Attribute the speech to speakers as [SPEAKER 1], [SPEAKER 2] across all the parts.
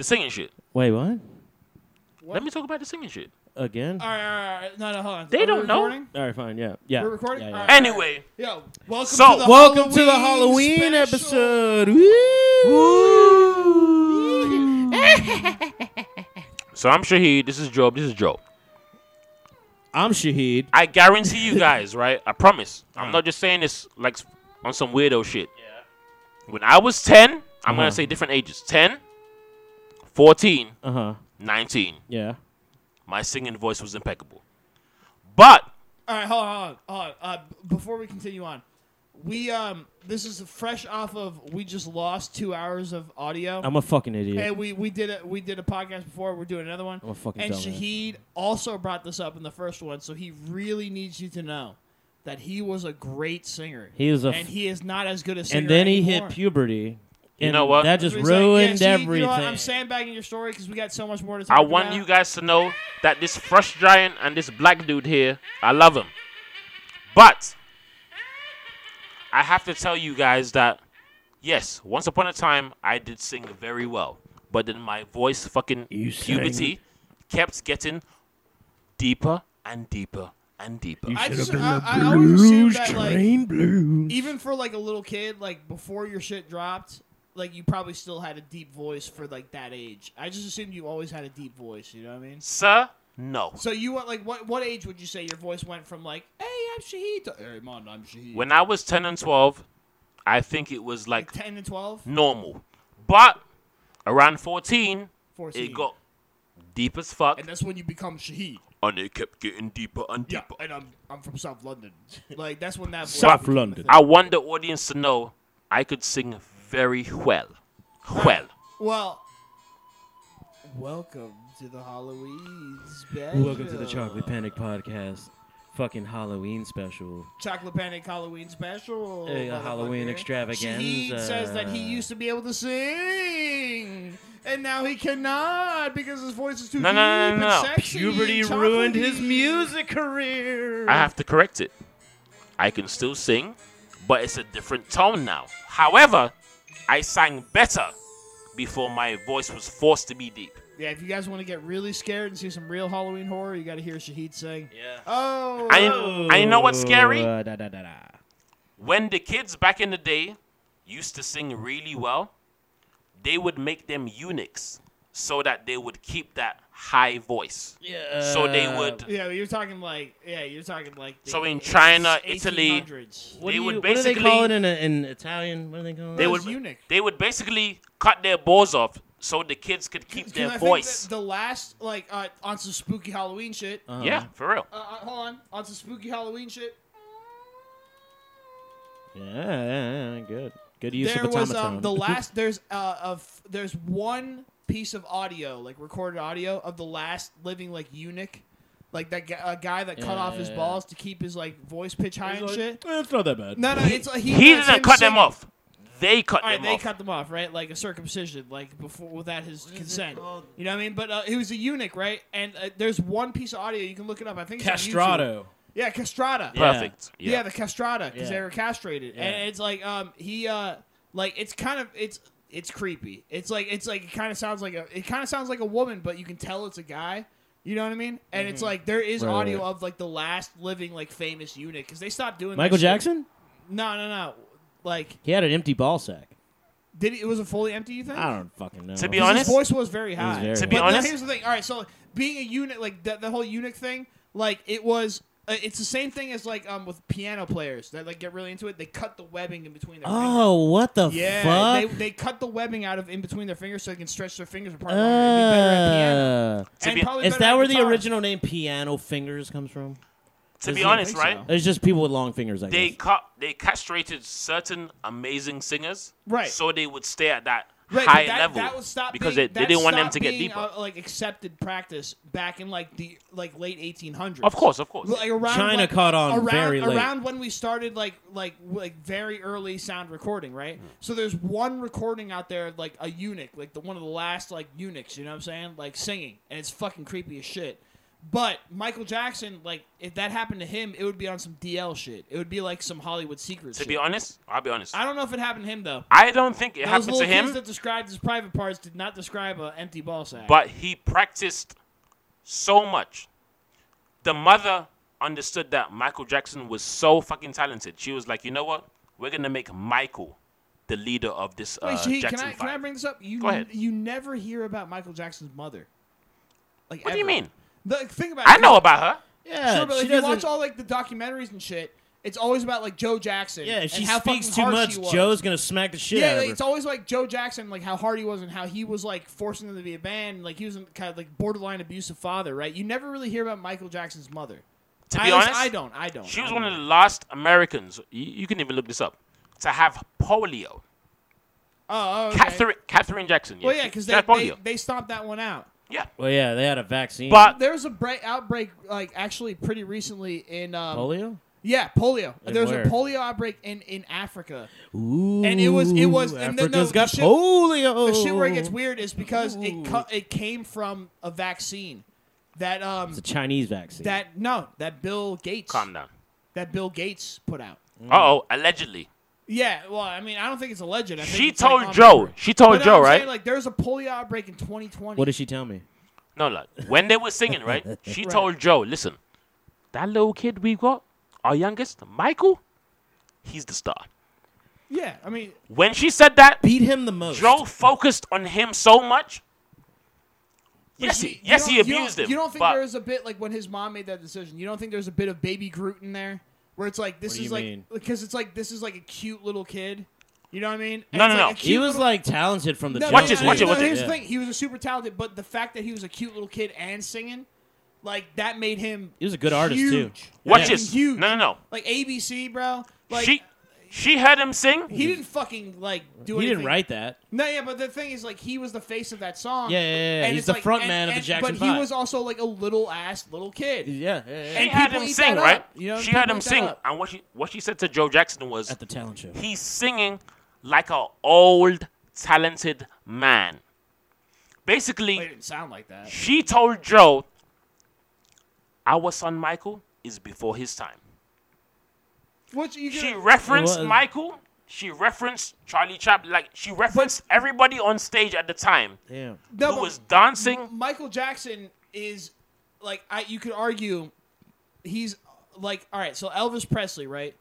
[SPEAKER 1] The singing shit.
[SPEAKER 2] Wait, what?
[SPEAKER 1] Let me talk about the singing shit.
[SPEAKER 2] Again?
[SPEAKER 3] All right, all right, all right. No, no, hold on.
[SPEAKER 1] They
[SPEAKER 3] Are we
[SPEAKER 1] don't know.
[SPEAKER 3] recording?
[SPEAKER 2] All right, fine. Yeah, yeah.
[SPEAKER 3] We're recording?
[SPEAKER 2] Yeah, yeah.
[SPEAKER 3] All right.
[SPEAKER 1] Anyway,
[SPEAKER 3] Yo, welcome
[SPEAKER 1] So-
[SPEAKER 3] to the
[SPEAKER 2] Welcome to the
[SPEAKER 3] Halloween
[SPEAKER 2] Halloween
[SPEAKER 3] special.
[SPEAKER 2] episode. Woo!
[SPEAKER 1] so I'm Shahid. This is Job. This is Job.
[SPEAKER 2] I'm Shahid.
[SPEAKER 1] I guarantee you guys, right? I promise.
[SPEAKER 3] Mm.
[SPEAKER 1] I'm not just saying this like s- on some weirdo shit. When I was 10, I'm
[SPEAKER 2] Uh-huh.
[SPEAKER 3] Mm.
[SPEAKER 1] going to say different ages 10, 14,
[SPEAKER 2] Uh huh.
[SPEAKER 1] 19.
[SPEAKER 2] Yeah.
[SPEAKER 1] My singing voice was impeccable. But
[SPEAKER 3] All right, hold on, hold on. Hold on. Uh, b- before we continue on, we um, this is fresh off of we just lost two hours of audio.
[SPEAKER 2] I'm a fucking idiot.
[SPEAKER 3] and we, we did a we did a podcast before. We're doing another one.
[SPEAKER 2] I'm a fucking
[SPEAKER 3] and
[SPEAKER 2] dumbass.
[SPEAKER 3] Shahid also brought this up in the first one, so he really needs you to know that he was a great singer.
[SPEAKER 2] He was a.
[SPEAKER 3] and he is not as good a singer.
[SPEAKER 2] and then he
[SPEAKER 3] anymore.
[SPEAKER 2] hit puberty.
[SPEAKER 1] You
[SPEAKER 2] and
[SPEAKER 1] know what?
[SPEAKER 2] That
[SPEAKER 3] That's
[SPEAKER 2] just
[SPEAKER 3] what
[SPEAKER 2] ruined
[SPEAKER 3] he's saying. Yeah, see, You
[SPEAKER 2] everything.
[SPEAKER 3] know what? I'm sandbagging your story because we got so much more to talk
[SPEAKER 1] I
[SPEAKER 3] about.
[SPEAKER 1] want you guys to know that this fresh giant and this black dude here, I love him. But I have to tell you guys that yes, once upon a time I did sing very well, but then my voice fucking
[SPEAKER 2] You sang-
[SPEAKER 1] puberty kept getting deeper and deeper and deeper.
[SPEAKER 3] I just, I, I always assumed that like
[SPEAKER 2] blues.
[SPEAKER 3] even for like a little kid, like before your shit dropped, like you probably still had a deep voice for like that age. I just assumed you always had a deep voice. You know what I mean?
[SPEAKER 1] Sir, no.
[SPEAKER 3] So you were like what? What age would you say your voice went from like, "Hey, I'm Shahid," to "Hey, man, I'm Shahid."
[SPEAKER 1] When I was 10 and 12, I think it was like Hmm?
[SPEAKER 3] like ten and 12?
[SPEAKER 1] normal. But around 14,
[SPEAKER 3] 14.
[SPEAKER 1] it got deep as fuck.
[SPEAKER 3] and that's when you become Shahid.
[SPEAKER 1] and it kept getting deeper and
[SPEAKER 3] Yeah,
[SPEAKER 1] deeper.
[SPEAKER 3] and I'm I'm from South London. Like that's when that voice
[SPEAKER 2] South
[SPEAKER 3] became a
[SPEAKER 2] London.
[SPEAKER 3] thing.
[SPEAKER 1] I want the audience to know I could sing very well. Well,
[SPEAKER 3] Well, welcome to the Halloween special.
[SPEAKER 2] Welcome to the Chocolate Panic Podcast. Fucking Halloween special.
[SPEAKER 3] Chocolate Panic Halloween special.
[SPEAKER 2] Hey, a Halloween
[SPEAKER 3] motherfucker.
[SPEAKER 2] extravaganza.
[SPEAKER 3] Shahid says that he used to be able to sing, and now he cannot because his voice is too
[SPEAKER 1] No,
[SPEAKER 3] deep
[SPEAKER 1] no, no, no,
[SPEAKER 3] and
[SPEAKER 1] no.
[SPEAKER 3] sexy.
[SPEAKER 2] Puberty
[SPEAKER 3] and
[SPEAKER 2] ruined his
[SPEAKER 3] chocolatey.
[SPEAKER 2] music career.
[SPEAKER 1] I have to correct it. I can still sing, but it's a different tone now. However, I sang better before my voice was forced to be deep.
[SPEAKER 3] Yeah, if you guys want to get really scared and see some real Halloween horror, you got to hear Shahid sing.
[SPEAKER 2] Yeah.
[SPEAKER 3] Oh,
[SPEAKER 1] I and you know what's scary?
[SPEAKER 2] Uh, da, da, da, da.
[SPEAKER 1] When the kids back in the day used to sing really well, they would make them eunuchs so that they would keep that high voice.
[SPEAKER 2] Yeah.
[SPEAKER 1] So they
[SPEAKER 3] Uh,
[SPEAKER 1] would
[SPEAKER 3] yeah, but you're talking like yeah, you're talking like the
[SPEAKER 1] So in China, Italy,
[SPEAKER 3] 1800s.
[SPEAKER 2] What
[SPEAKER 1] They
[SPEAKER 2] do
[SPEAKER 1] would
[SPEAKER 2] you- What do they
[SPEAKER 1] basically-
[SPEAKER 2] call it in, a, in Italian? What do they call it?
[SPEAKER 1] they
[SPEAKER 3] What
[SPEAKER 1] would
[SPEAKER 3] is eunuch?
[SPEAKER 1] they would basically cut their balls off so the kids could keep
[SPEAKER 3] 'Cause
[SPEAKER 1] their
[SPEAKER 3] I think
[SPEAKER 1] voice.
[SPEAKER 3] that The last like uh, on some spooky Halloween shit.
[SPEAKER 2] Uh-huh.
[SPEAKER 1] yeah, for real.
[SPEAKER 3] Uh, uh, hold on, on some spooky Halloween shit.
[SPEAKER 2] Yeah, yeah, yeah, good. Good use
[SPEAKER 3] there
[SPEAKER 2] of
[SPEAKER 3] was
[SPEAKER 2] automaton.
[SPEAKER 3] um, the last there's uh of there's one piece of audio like recorded audio of the last living like eunuch, like that gu- a guy that cut
[SPEAKER 2] Yeah,
[SPEAKER 3] off his
[SPEAKER 2] yeah, yeah.
[SPEAKER 3] balls to keep his like voice pitch high and shit.
[SPEAKER 2] Eh, it's not that bad.
[SPEAKER 3] No, no, it's like he,
[SPEAKER 1] He,
[SPEAKER 3] it's him
[SPEAKER 1] didn't cut them
[SPEAKER 3] singing.
[SPEAKER 1] off. They cut
[SPEAKER 3] All right,
[SPEAKER 1] them
[SPEAKER 3] they
[SPEAKER 1] off.
[SPEAKER 3] cut them off, right? Like a circumcision, like before without his consent. You know what I mean? But uh, he was a eunuch, right? And uh, there's one piece of audio you can look it up. I think it's on YouTube.
[SPEAKER 2] Castrato.
[SPEAKER 3] Yeah, castrata.
[SPEAKER 2] Yeah.
[SPEAKER 1] Perfect. Yeah.
[SPEAKER 3] Yeah, the castrata because
[SPEAKER 2] Yeah.
[SPEAKER 3] they were castrated,
[SPEAKER 2] Yeah.
[SPEAKER 3] and it's like um he uh like it's kind of it's it's creepy. It's like it's like it kind of sounds like a it kind of sounds like a woman, but you can tell it's a guy. You know what I mean? And
[SPEAKER 2] Mm-hmm.
[SPEAKER 3] it's like there is
[SPEAKER 2] Right,
[SPEAKER 3] audio
[SPEAKER 2] right.
[SPEAKER 3] of like the last living like famous eunuch because they stopped doing
[SPEAKER 2] Michael
[SPEAKER 3] that shit.
[SPEAKER 2] Jackson?
[SPEAKER 3] No, no, no. Like
[SPEAKER 2] He had an empty ball sack.
[SPEAKER 3] did he, it was a fully empty? You think?
[SPEAKER 2] I don't fucking know.
[SPEAKER 1] To be
[SPEAKER 3] 'Cause
[SPEAKER 1] honest-
[SPEAKER 3] his voice was very high.
[SPEAKER 2] very
[SPEAKER 1] To be
[SPEAKER 3] But
[SPEAKER 1] high.
[SPEAKER 3] now
[SPEAKER 1] honest-
[SPEAKER 3] here's the thing. All right, so being a eunuch, like that, the whole eunuch thing, like it was. Uh, it's the same thing as like um with piano players that like get really into it. They cut the webbing in between their. fingers.
[SPEAKER 2] Oh, what the
[SPEAKER 3] Yeah, they,
[SPEAKER 2] fuck?
[SPEAKER 3] they cut the webbing out of in between their fingers so they can stretch their fingers apart. longer and be better at piano.
[SPEAKER 2] Uh,
[SPEAKER 1] To
[SPEAKER 3] And
[SPEAKER 1] be-
[SPEAKER 3] probably
[SPEAKER 2] is
[SPEAKER 3] better
[SPEAKER 2] that
[SPEAKER 3] at
[SPEAKER 2] where the
[SPEAKER 3] guitar.
[SPEAKER 2] original name Piano Fingers comes from?
[SPEAKER 1] to be
[SPEAKER 2] Doesn't
[SPEAKER 1] honest,
[SPEAKER 3] think so.
[SPEAKER 1] right?
[SPEAKER 2] It's just people with long fingers, I
[SPEAKER 1] They
[SPEAKER 2] guess.
[SPEAKER 1] cut they castrated certain amazing singers.
[SPEAKER 3] Right.
[SPEAKER 1] So they would stay at that
[SPEAKER 3] Right, but
[SPEAKER 1] high
[SPEAKER 3] that,
[SPEAKER 1] level.
[SPEAKER 3] that was stopped
[SPEAKER 1] because
[SPEAKER 3] being,
[SPEAKER 1] they, they
[SPEAKER 3] that
[SPEAKER 1] didn't want them
[SPEAKER 3] stopped
[SPEAKER 1] to get
[SPEAKER 3] being,
[SPEAKER 1] deeper.
[SPEAKER 3] uh, like accepted practice back in like the like late 1800s.
[SPEAKER 1] of course, of course.
[SPEAKER 3] like around
[SPEAKER 2] China
[SPEAKER 3] when-
[SPEAKER 2] caught on
[SPEAKER 3] around,
[SPEAKER 2] very late.
[SPEAKER 3] around when we started like like like very early sound recording, right?
[SPEAKER 2] Hmm.
[SPEAKER 3] So there's one recording out there of, like a eunuch, like the one of the last like eunuchs, you know what I'm saying? Like singing, and it's fucking creepy as shit. But Michael Jackson, like if that happened to him, it would be on some DL shit. It would be like some Hollywood secret
[SPEAKER 1] To
[SPEAKER 3] shit.
[SPEAKER 1] be honest, I'll be honest.
[SPEAKER 3] I don't know if it happened to him though.
[SPEAKER 1] I don't think it
[SPEAKER 3] Those
[SPEAKER 1] happened
[SPEAKER 3] little
[SPEAKER 1] to
[SPEAKER 3] kids
[SPEAKER 1] him,
[SPEAKER 3] that described his private parts did not describe an empty ball sack.
[SPEAKER 1] but he practiced so much. The mother understood that Michael Jackson was so fucking talented. She was like, you know what? We're gonna make Michael the leader of this uh,
[SPEAKER 3] Wait, Shahid,
[SPEAKER 1] Jackson
[SPEAKER 3] can I
[SPEAKER 1] vibe.
[SPEAKER 3] can I bring this up? You
[SPEAKER 1] Go ahead.
[SPEAKER 3] you never hear about Michael Jackson's mother. Like
[SPEAKER 1] what do you
[SPEAKER 3] ever.
[SPEAKER 1] mean?
[SPEAKER 3] The think about it.
[SPEAKER 1] I know about her.
[SPEAKER 2] Yeah,
[SPEAKER 3] sure, but
[SPEAKER 2] she
[SPEAKER 3] if you watch
[SPEAKER 2] doesn't-
[SPEAKER 3] all like the documentaries and shit, it's always about like Joe Jackson.
[SPEAKER 2] yeah,
[SPEAKER 3] and
[SPEAKER 2] if she
[SPEAKER 3] how
[SPEAKER 2] speaks
[SPEAKER 3] fucking
[SPEAKER 2] too
[SPEAKER 3] harsh
[SPEAKER 2] much,
[SPEAKER 3] he was.
[SPEAKER 2] Joe's gonna smack the shit
[SPEAKER 3] Yeah,
[SPEAKER 2] out of
[SPEAKER 3] like,
[SPEAKER 2] her.
[SPEAKER 3] it's always like Joe Jackson, like how hard he was and how he was like forcing them to be a band. and, Like he was a kind of like borderline abusive father, right? You never really hear about Michael Jackson's mother.
[SPEAKER 1] To
[SPEAKER 3] I,
[SPEAKER 1] be
[SPEAKER 3] at least
[SPEAKER 1] honest,
[SPEAKER 3] I don't. I don't.
[SPEAKER 1] She was
[SPEAKER 3] Oh, I
[SPEAKER 1] one
[SPEAKER 3] don't.
[SPEAKER 1] of the last Americans. You, you can even look this up to have polio.
[SPEAKER 3] Oh, oh okay.
[SPEAKER 1] Catherine Catherine Jackson. Yeah,
[SPEAKER 3] Well, yeah,
[SPEAKER 1] she-
[SPEAKER 3] because
[SPEAKER 1] she
[SPEAKER 3] they,
[SPEAKER 1] had
[SPEAKER 3] they
[SPEAKER 1] polio.
[SPEAKER 3] they stomped that one out.
[SPEAKER 1] yeah,
[SPEAKER 2] well, yeah, they had a vaccine.
[SPEAKER 1] But-
[SPEAKER 3] There was a break, outbreak, like actually pretty recently in um,
[SPEAKER 2] polio.
[SPEAKER 3] Yeah, polio.
[SPEAKER 2] And
[SPEAKER 3] there was
[SPEAKER 2] where?
[SPEAKER 3] a polio outbreak in in Africa.
[SPEAKER 2] Ooh,
[SPEAKER 3] it was- it was- and then
[SPEAKER 2] Africa's
[SPEAKER 3] the-
[SPEAKER 2] got
[SPEAKER 3] the shit-
[SPEAKER 2] polio.
[SPEAKER 3] The shit where it gets weird is because it co-
[SPEAKER 2] Ooh.
[SPEAKER 3] it came from a vaccine that um
[SPEAKER 2] It's a Chinese vaccine.
[SPEAKER 3] that no that Bill Gates
[SPEAKER 1] calm down.
[SPEAKER 3] that Bill Gates put out.
[SPEAKER 1] Uh oh, allegedly.
[SPEAKER 3] Yeah, well, I mean, I don't think it's a legend. I think
[SPEAKER 1] She
[SPEAKER 3] it's, like,
[SPEAKER 1] told
[SPEAKER 3] on
[SPEAKER 1] Joe.
[SPEAKER 3] paper.
[SPEAKER 1] She told
[SPEAKER 3] But no,
[SPEAKER 1] Joe,
[SPEAKER 3] I'm
[SPEAKER 1] right?
[SPEAKER 3] saying, like, there's a polio outbreak in 2020.
[SPEAKER 2] what did she tell me?
[SPEAKER 1] no, like when they were singing, right? She
[SPEAKER 3] Right.
[SPEAKER 1] told Joe, "Listen, that little kid we got, our youngest, Michael, he's the star."
[SPEAKER 3] yeah, I mean,
[SPEAKER 1] When she said that,
[SPEAKER 2] Beat him the most.
[SPEAKER 1] Joe focused on him so much. Yes,
[SPEAKER 3] you-
[SPEAKER 1] he,
[SPEAKER 3] you
[SPEAKER 1] yes, he
[SPEAKER 3] don't- you
[SPEAKER 1] abused
[SPEAKER 3] don't-
[SPEAKER 1] him.
[SPEAKER 3] You don't think
[SPEAKER 1] but
[SPEAKER 3] there's a bit like when his mom made that decision? You don't think there's a bit of baby Groot in there where it's like this
[SPEAKER 2] do you
[SPEAKER 3] is like
[SPEAKER 2] mean?
[SPEAKER 3] because it's like this is like a cute little kid. You know what I mean?
[SPEAKER 1] No,
[SPEAKER 3] it's
[SPEAKER 1] no,
[SPEAKER 3] like
[SPEAKER 1] no.
[SPEAKER 3] a
[SPEAKER 2] He
[SPEAKER 3] cute
[SPEAKER 2] was
[SPEAKER 3] little-
[SPEAKER 2] like talented from the
[SPEAKER 3] No,
[SPEAKER 2] jump.
[SPEAKER 1] Watch this,
[SPEAKER 3] no,
[SPEAKER 1] watch it,
[SPEAKER 3] no,
[SPEAKER 1] watch it.
[SPEAKER 3] Here's
[SPEAKER 2] Yeah.
[SPEAKER 3] the thing: he was a super talented, but the fact that he was a cute little kid and singing, like that, made him.
[SPEAKER 2] He was a good artist, too.
[SPEAKER 3] huge.
[SPEAKER 1] watch
[SPEAKER 2] Yeah.
[SPEAKER 1] this.
[SPEAKER 3] Huge.
[SPEAKER 1] No, no, no.
[SPEAKER 3] Like ABC, bro. Like
[SPEAKER 1] she, she heard him sing.
[SPEAKER 3] he didn't fucking like do
[SPEAKER 2] He
[SPEAKER 3] anything.
[SPEAKER 2] didn't write that.
[SPEAKER 3] No, yeah, but the thing is, like, he was the face of that song.
[SPEAKER 2] Yeah, yeah, yeah.
[SPEAKER 3] And
[SPEAKER 2] He's
[SPEAKER 3] it's
[SPEAKER 2] the
[SPEAKER 3] like-
[SPEAKER 2] front
[SPEAKER 3] and-
[SPEAKER 2] man of the
[SPEAKER 3] and-
[SPEAKER 2] Jackson
[SPEAKER 3] But he
[SPEAKER 2] Five.
[SPEAKER 3] was also like a little ass little kid.
[SPEAKER 2] Yeah, yeah,
[SPEAKER 1] she
[SPEAKER 3] and
[SPEAKER 1] had
[SPEAKER 3] people
[SPEAKER 1] him
[SPEAKER 3] eat
[SPEAKER 1] sing,
[SPEAKER 3] that up.
[SPEAKER 1] right?
[SPEAKER 3] You know,
[SPEAKER 1] she had
[SPEAKER 3] people
[SPEAKER 1] him
[SPEAKER 3] eat that
[SPEAKER 1] sing,
[SPEAKER 3] up.
[SPEAKER 1] and what she what she said to Joe Jackson was,
[SPEAKER 2] At the talent show.
[SPEAKER 1] "He's singing like an old talented man." Basically,
[SPEAKER 3] But it didn't sound like that.
[SPEAKER 1] she told Joe, "Our son Michael is before his time."
[SPEAKER 3] Which you
[SPEAKER 1] She
[SPEAKER 3] can,
[SPEAKER 1] referenced
[SPEAKER 2] was-
[SPEAKER 1] Michael. She referenced Charlie Chaplin. Like she referenced everybody on stage at the time
[SPEAKER 2] Damn.
[SPEAKER 3] no,
[SPEAKER 1] who
[SPEAKER 3] but
[SPEAKER 1] was dancing.
[SPEAKER 3] Michael Jackson is like I. You could argue he's like all right. So Elvis Presley, right?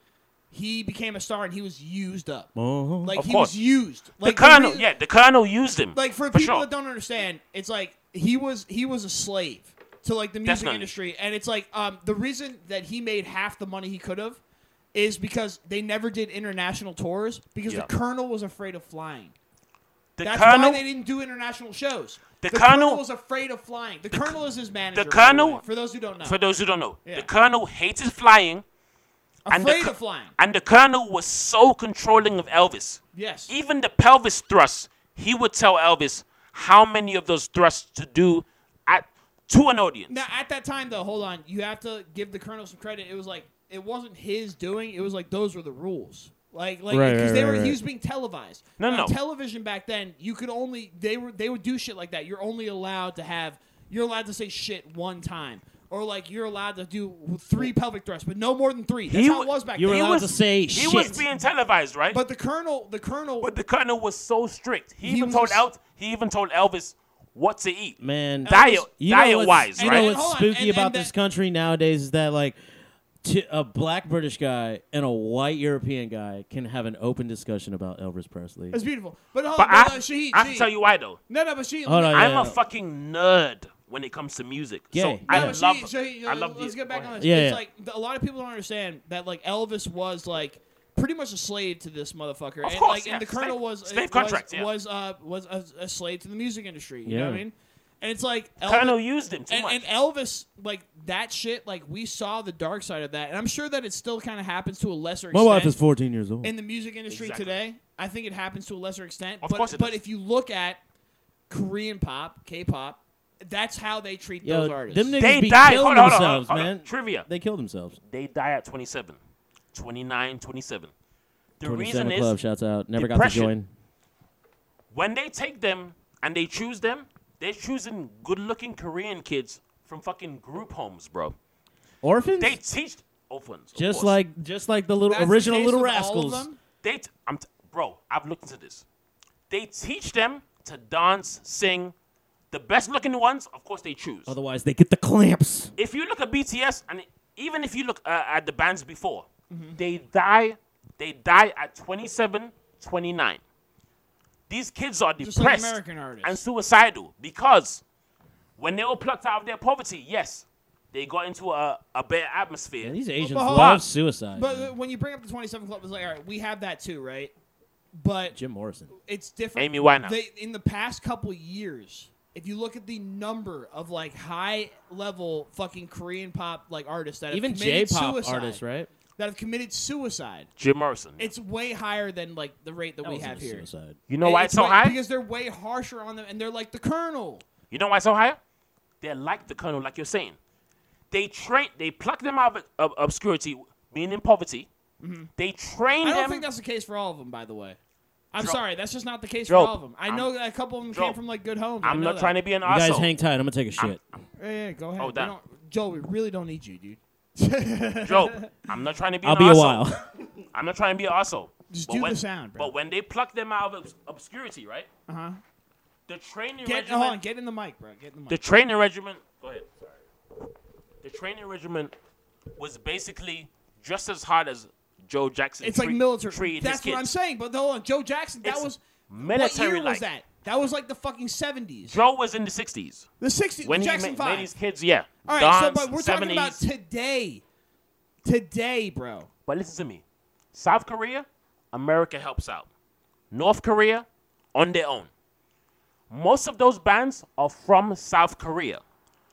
[SPEAKER 3] He became a star and he was used up.
[SPEAKER 2] Oh.
[SPEAKER 3] Like
[SPEAKER 1] Of
[SPEAKER 3] he
[SPEAKER 1] course.
[SPEAKER 3] was used.
[SPEAKER 1] The
[SPEAKER 3] Like
[SPEAKER 1] colonel,
[SPEAKER 3] reason-
[SPEAKER 1] yeah, the colonel used him.
[SPEAKER 3] like for, people that don't understand, it's like he was he was a slave to like the music
[SPEAKER 1] Definitely.
[SPEAKER 3] industry, and it's like um the reason that he made half the money he could have is because they never did international tours because
[SPEAKER 1] Yeah.
[SPEAKER 3] the colonel was afraid of flying.
[SPEAKER 1] the
[SPEAKER 3] That's
[SPEAKER 1] colonel,
[SPEAKER 3] why they didn't do international shows.
[SPEAKER 1] The Colonel-
[SPEAKER 3] colonel was afraid of flying. The, colonel is his manager. by
[SPEAKER 1] Colonel-
[SPEAKER 3] way, for those who don't know,
[SPEAKER 1] for those who don't know,
[SPEAKER 3] Yeah.
[SPEAKER 1] the colonel hated flying. and the
[SPEAKER 3] afraid
[SPEAKER 1] co-
[SPEAKER 3] of flying.
[SPEAKER 1] And the colonel was so controlling of Elvis.
[SPEAKER 3] Yes.
[SPEAKER 1] Even the pelvis thrusts, he would tell Elvis how many of those thrusts to do at to an audience.
[SPEAKER 3] Now, at that time, though, hold on. You have to give the colonel some credit. It was like it wasn't his doing. It was like those were the rules. Like, like,
[SPEAKER 2] Right,
[SPEAKER 3] because
[SPEAKER 2] right,
[SPEAKER 3] they
[SPEAKER 2] right,
[SPEAKER 3] were
[SPEAKER 2] right.
[SPEAKER 3] he was being televised.
[SPEAKER 1] No,
[SPEAKER 3] On
[SPEAKER 1] no.
[SPEAKER 3] television back then, you could only they were they would do shit like that. You're only allowed to have you're allowed to say shit one time, or like you're allowed to do three pelvic thrusts, but no more than three. That's how
[SPEAKER 1] wa-
[SPEAKER 3] it was back
[SPEAKER 2] you were
[SPEAKER 3] then.
[SPEAKER 1] He
[SPEAKER 2] allowed
[SPEAKER 1] was-
[SPEAKER 2] to say
[SPEAKER 1] he
[SPEAKER 2] shit.
[SPEAKER 1] was being televised, right? But,
[SPEAKER 3] But the colonel, the colonel,
[SPEAKER 1] the colonel was so strict. He,
[SPEAKER 3] He
[SPEAKER 1] even
[SPEAKER 3] was
[SPEAKER 1] told
[SPEAKER 3] a s-
[SPEAKER 1] Elvis. He even told Elvis what to eat.
[SPEAKER 2] Man,
[SPEAKER 1] Diet,
[SPEAKER 2] You know
[SPEAKER 1] diet
[SPEAKER 2] what's-
[SPEAKER 1] wise,
[SPEAKER 2] you
[SPEAKER 1] right?
[SPEAKER 2] know
[SPEAKER 3] And
[SPEAKER 2] what's
[SPEAKER 3] hold on,
[SPEAKER 2] spooky
[SPEAKER 3] and-
[SPEAKER 2] about
[SPEAKER 3] and
[SPEAKER 2] this
[SPEAKER 3] that-
[SPEAKER 2] country nowadays is that like t- a black British guy and a white European guy can have an open discussion about Elvis Presley.
[SPEAKER 3] it's beautiful. But hold
[SPEAKER 1] but
[SPEAKER 3] on, no,
[SPEAKER 1] I,
[SPEAKER 3] no, she,
[SPEAKER 1] I have to tell you why though.
[SPEAKER 3] no, no, but she,
[SPEAKER 2] Hold on,
[SPEAKER 1] I'm
[SPEAKER 2] yeah.
[SPEAKER 1] a fucking nerd when it comes to music.
[SPEAKER 2] Yeah,
[SPEAKER 1] so I
[SPEAKER 2] yeah.
[SPEAKER 3] No,
[SPEAKER 1] love.
[SPEAKER 3] she, she, uh,
[SPEAKER 1] I love.
[SPEAKER 3] Let's
[SPEAKER 1] the-
[SPEAKER 3] get back
[SPEAKER 1] go
[SPEAKER 3] on
[SPEAKER 1] ahead.
[SPEAKER 3] this.
[SPEAKER 2] Yeah,
[SPEAKER 3] it's
[SPEAKER 2] yeah.
[SPEAKER 3] like the, a lot of people don't understand that like Elvis was like pretty much a slave to this motherfucker. and,
[SPEAKER 1] course,
[SPEAKER 3] like,
[SPEAKER 1] yeah.
[SPEAKER 3] and the Colonel
[SPEAKER 1] Slave-
[SPEAKER 3] was
[SPEAKER 1] slave
[SPEAKER 3] was,
[SPEAKER 1] contract, yeah.
[SPEAKER 3] was uh was a, a slave to the music industry. You know what I
[SPEAKER 2] Yeah.
[SPEAKER 3] mean? And it's like Elvis,
[SPEAKER 1] Colonel used him too
[SPEAKER 3] and,
[SPEAKER 1] much.
[SPEAKER 3] and Elvis like that shit. Like we saw the dark side of that, and I'm sure that it still kind of happens to a lesser
[SPEAKER 2] My
[SPEAKER 3] extent.
[SPEAKER 2] wife is 14 years old.
[SPEAKER 3] in the music industry
[SPEAKER 1] Exactly.
[SPEAKER 3] today. I think it happens to a lesser extent.
[SPEAKER 1] Of
[SPEAKER 3] but
[SPEAKER 1] course it
[SPEAKER 3] but
[SPEAKER 1] does.
[SPEAKER 3] if you look at Korean pop, K-pop, that's how they treat
[SPEAKER 2] Yo,
[SPEAKER 3] those artists.
[SPEAKER 2] them niggas
[SPEAKER 1] They
[SPEAKER 2] be
[SPEAKER 1] died.
[SPEAKER 2] killing
[SPEAKER 1] Hold on, hold on,
[SPEAKER 2] themselves,
[SPEAKER 1] hold on.
[SPEAKER 2] man.
[SPEAKER 1] Trivia.
[SPEAKER 2] They killed themselves.
[SPEAKER 1] they die at 27, 29, 27. The
[SPEAKER 2] 27
[SPEAKER 1] reason
[SPEAKER 2] Club,
[SPEAKER 1] is
[SPEAKER 2] shouts out. Never
[SPEAKER 1] depression.
[SPEAKER 2] got to join.
[SPEAKER 1] when they take them and they choose them, they're choosing good-looking Korean kids from fucking group homes, bro.
[SPEAKER 2] Orphans?
[SPEAKER 1] They teach orphans. of
[SPEAKER 2] just
[SPEAKER 1] course.
[SPEAKER 2] like just like the little
[SPEAKER 3] That's the
[SPEAKER 2] original
[SPEAKER 3] case
[SPEAKER 2] Little
[SPEAKER 3] with all of
[SPEAKER 2] Rascals.
[SPEAKER 3] them?
[SPEAKER 1] they, t- I'm t- bro. I've looked into this. They teach them to dance, sing. The best looking ones, of course, they choose.
[SPEAKER 2] Otherwise, they get the clamps.
[SPEAKER 1] if you look at BTS, and even if you look uh, at the bands before, they die. They die at 27, 29. These kids are
[SPEAKER 3] Just
[SPEAKER 1] depressed
[SPEAKER 3] like American artists.
[SPEAKER 1] and suicidal because when they were plucked out of their poverty, yes, they got into a, a better atmosphere.
[SPEAKER 2] Yeah, these Asians
[SPEAKER 3] but hold
[SPEAKER 2] love
[SPEAKER 1] on.
[SPEAKER 2] suicide.
[SPEAKER 3] But
[SPEAKER 2] man.
[SPEAKER 3] uh, when you bring up the 27 Club, it's like, all right, we have that too, right? But
[SPEAKER 2] Jim Morrison.
[SPEAKER 3] it's different.
[SPEAKER 1] Amy Winehouse.
[SPEAKER 3] They, in the past couple years, if you look at the number of like high level fucking Korean pop like artists that have
[SPEAKER 2] Even J
[SPEAKER 3] committed
[SPEAKER 2] pop
[SPEAKER 3] suicide,
[SPEAKER 2] artists, right?
[SPEAKER 3] That have committed suicide.
[SPEAKER 1] Jim Morrison.
[SPEAKER 3] It's way higher than like the rate that,
[SPEAKER 2] That
[SPEAKER 3] we
[SPEAKER 2] wasn't
[SPEAKER 3] have
[SPEAKER 2] a
[SPEAKER 3] here.
[SPEAKER 2] Suicide.
[SPEAKER 1] you know why it's, so
[SPEAKER 3] way-
[SPEAKER 1] high?
[SPEAKER 3] Because they're way harsher on them, and they're like the Colonel.
[SPEAKER 1] You know why it's so high? They're like the colonel, like you're saying. They train, they pluck them out of, of obscurity, being in poverty. They train
[SPEAKER 3] Mm-hmm. I don't
[SPEAKER 1] them.
[SPEAKER 3] think that's the case for all of them, by the way. I'm
[SPEAKER 1] Dro-
[SPEAKER 3] sorry, that's just not the case
[SPEAKER 1] Dro-
[SPEAKER 3] for all of them. I
[SPEAKER 1] I'm-
[SPEAKER 3] know that a couple of them
[SPEAKER 1] Dro-
[SPEAKER 3] came from like good homes. I
[SPEAKER 1] I'm
[SPEAKER 3] know
[SPEAKER 1] not
[SPEAKER 3] that.
[SPEAKER 1] trying to be an
[SPEAKER 2] You guys
[SPEAKER 1] asshole.
[SPEAKER 2] hang tight. I'm gonna take a shit.
[SPEAKER 3] Yeah, yeah, go ahead.
[SPEAKER 1] Oh,
[SPEAKER 3] We
[SPEAKER 1] damn.
[SPEAKER 3] don't- Joe, we really don't need you, dude.
[SPEAKER 1] Joe, I'm not trying to be.
[SPEAKER 2] I'll
[SPEAKER 1] an
[SPEAKER 2] be a
[SPEAKER 1] arsehole.
[SPEAKER 2] while.
[SPEAKER 1] I'm not trying to be an asshole.
[SPEAKER 3] Just do the
[SPEAKER 1] when,
[SPEAKER 3] sound, bro.
[SPEAKER 1] But when they pluck them out of obs- obscurity, right?
[SPEAKER 3] Uh huh.
[SPEAKER 1] The training
[SPEAKER 3] Get
[SPEAKER 1] regiment.
[SPEAKER 3] hold on, get in the mic, bro. Get in the
[SPEAKER 1] the
[SPEAKER 3] mic.
[SPEAKER 1] training regiment. Go ahead. Sorry. The training regiment was basically just as hard as Joe Jackson.
[SPEAKER 3] It's like
[SPEAKER 1] treat-
[SPEAKER 3] military.
[SPEAKER 1] treated his
[SPEAKER 3] That's what I'm
[SPEAKER 1] kids.
[SPEAKER 3] saying. But hold on, Joe Jackson. That
[SPEAKER 1] It's
[SPEAKER 3] was
[SPEAKER 1] military
[SPEAKER 3] What year was
[SPEAKER 1] like.
[SPEAKER 3] that? That was like the fucking 70s,
[SPEAKER 1] Joe was in the 60s.
[SPEAKER 3] the 60s.
[SPEAKER 1] When
[SPEAKER 3] the Jackson
[SPEAKER 1] he ma- made,
[SPEAKER 3] Five.
[SPEAKER 1] these kids, yeah.
[SPEAKER 3] All right,
[SPEAKER 1] Dons,
[SPEAKER 3] so but we're
[SPEAKER 1] 70s.
[SPEAKER 3] talking about today, today, bro.
[SPEAKER 1] But listen to me. South Korea, America helps out. North Korea, on their own. Most of those bands are from South Korea.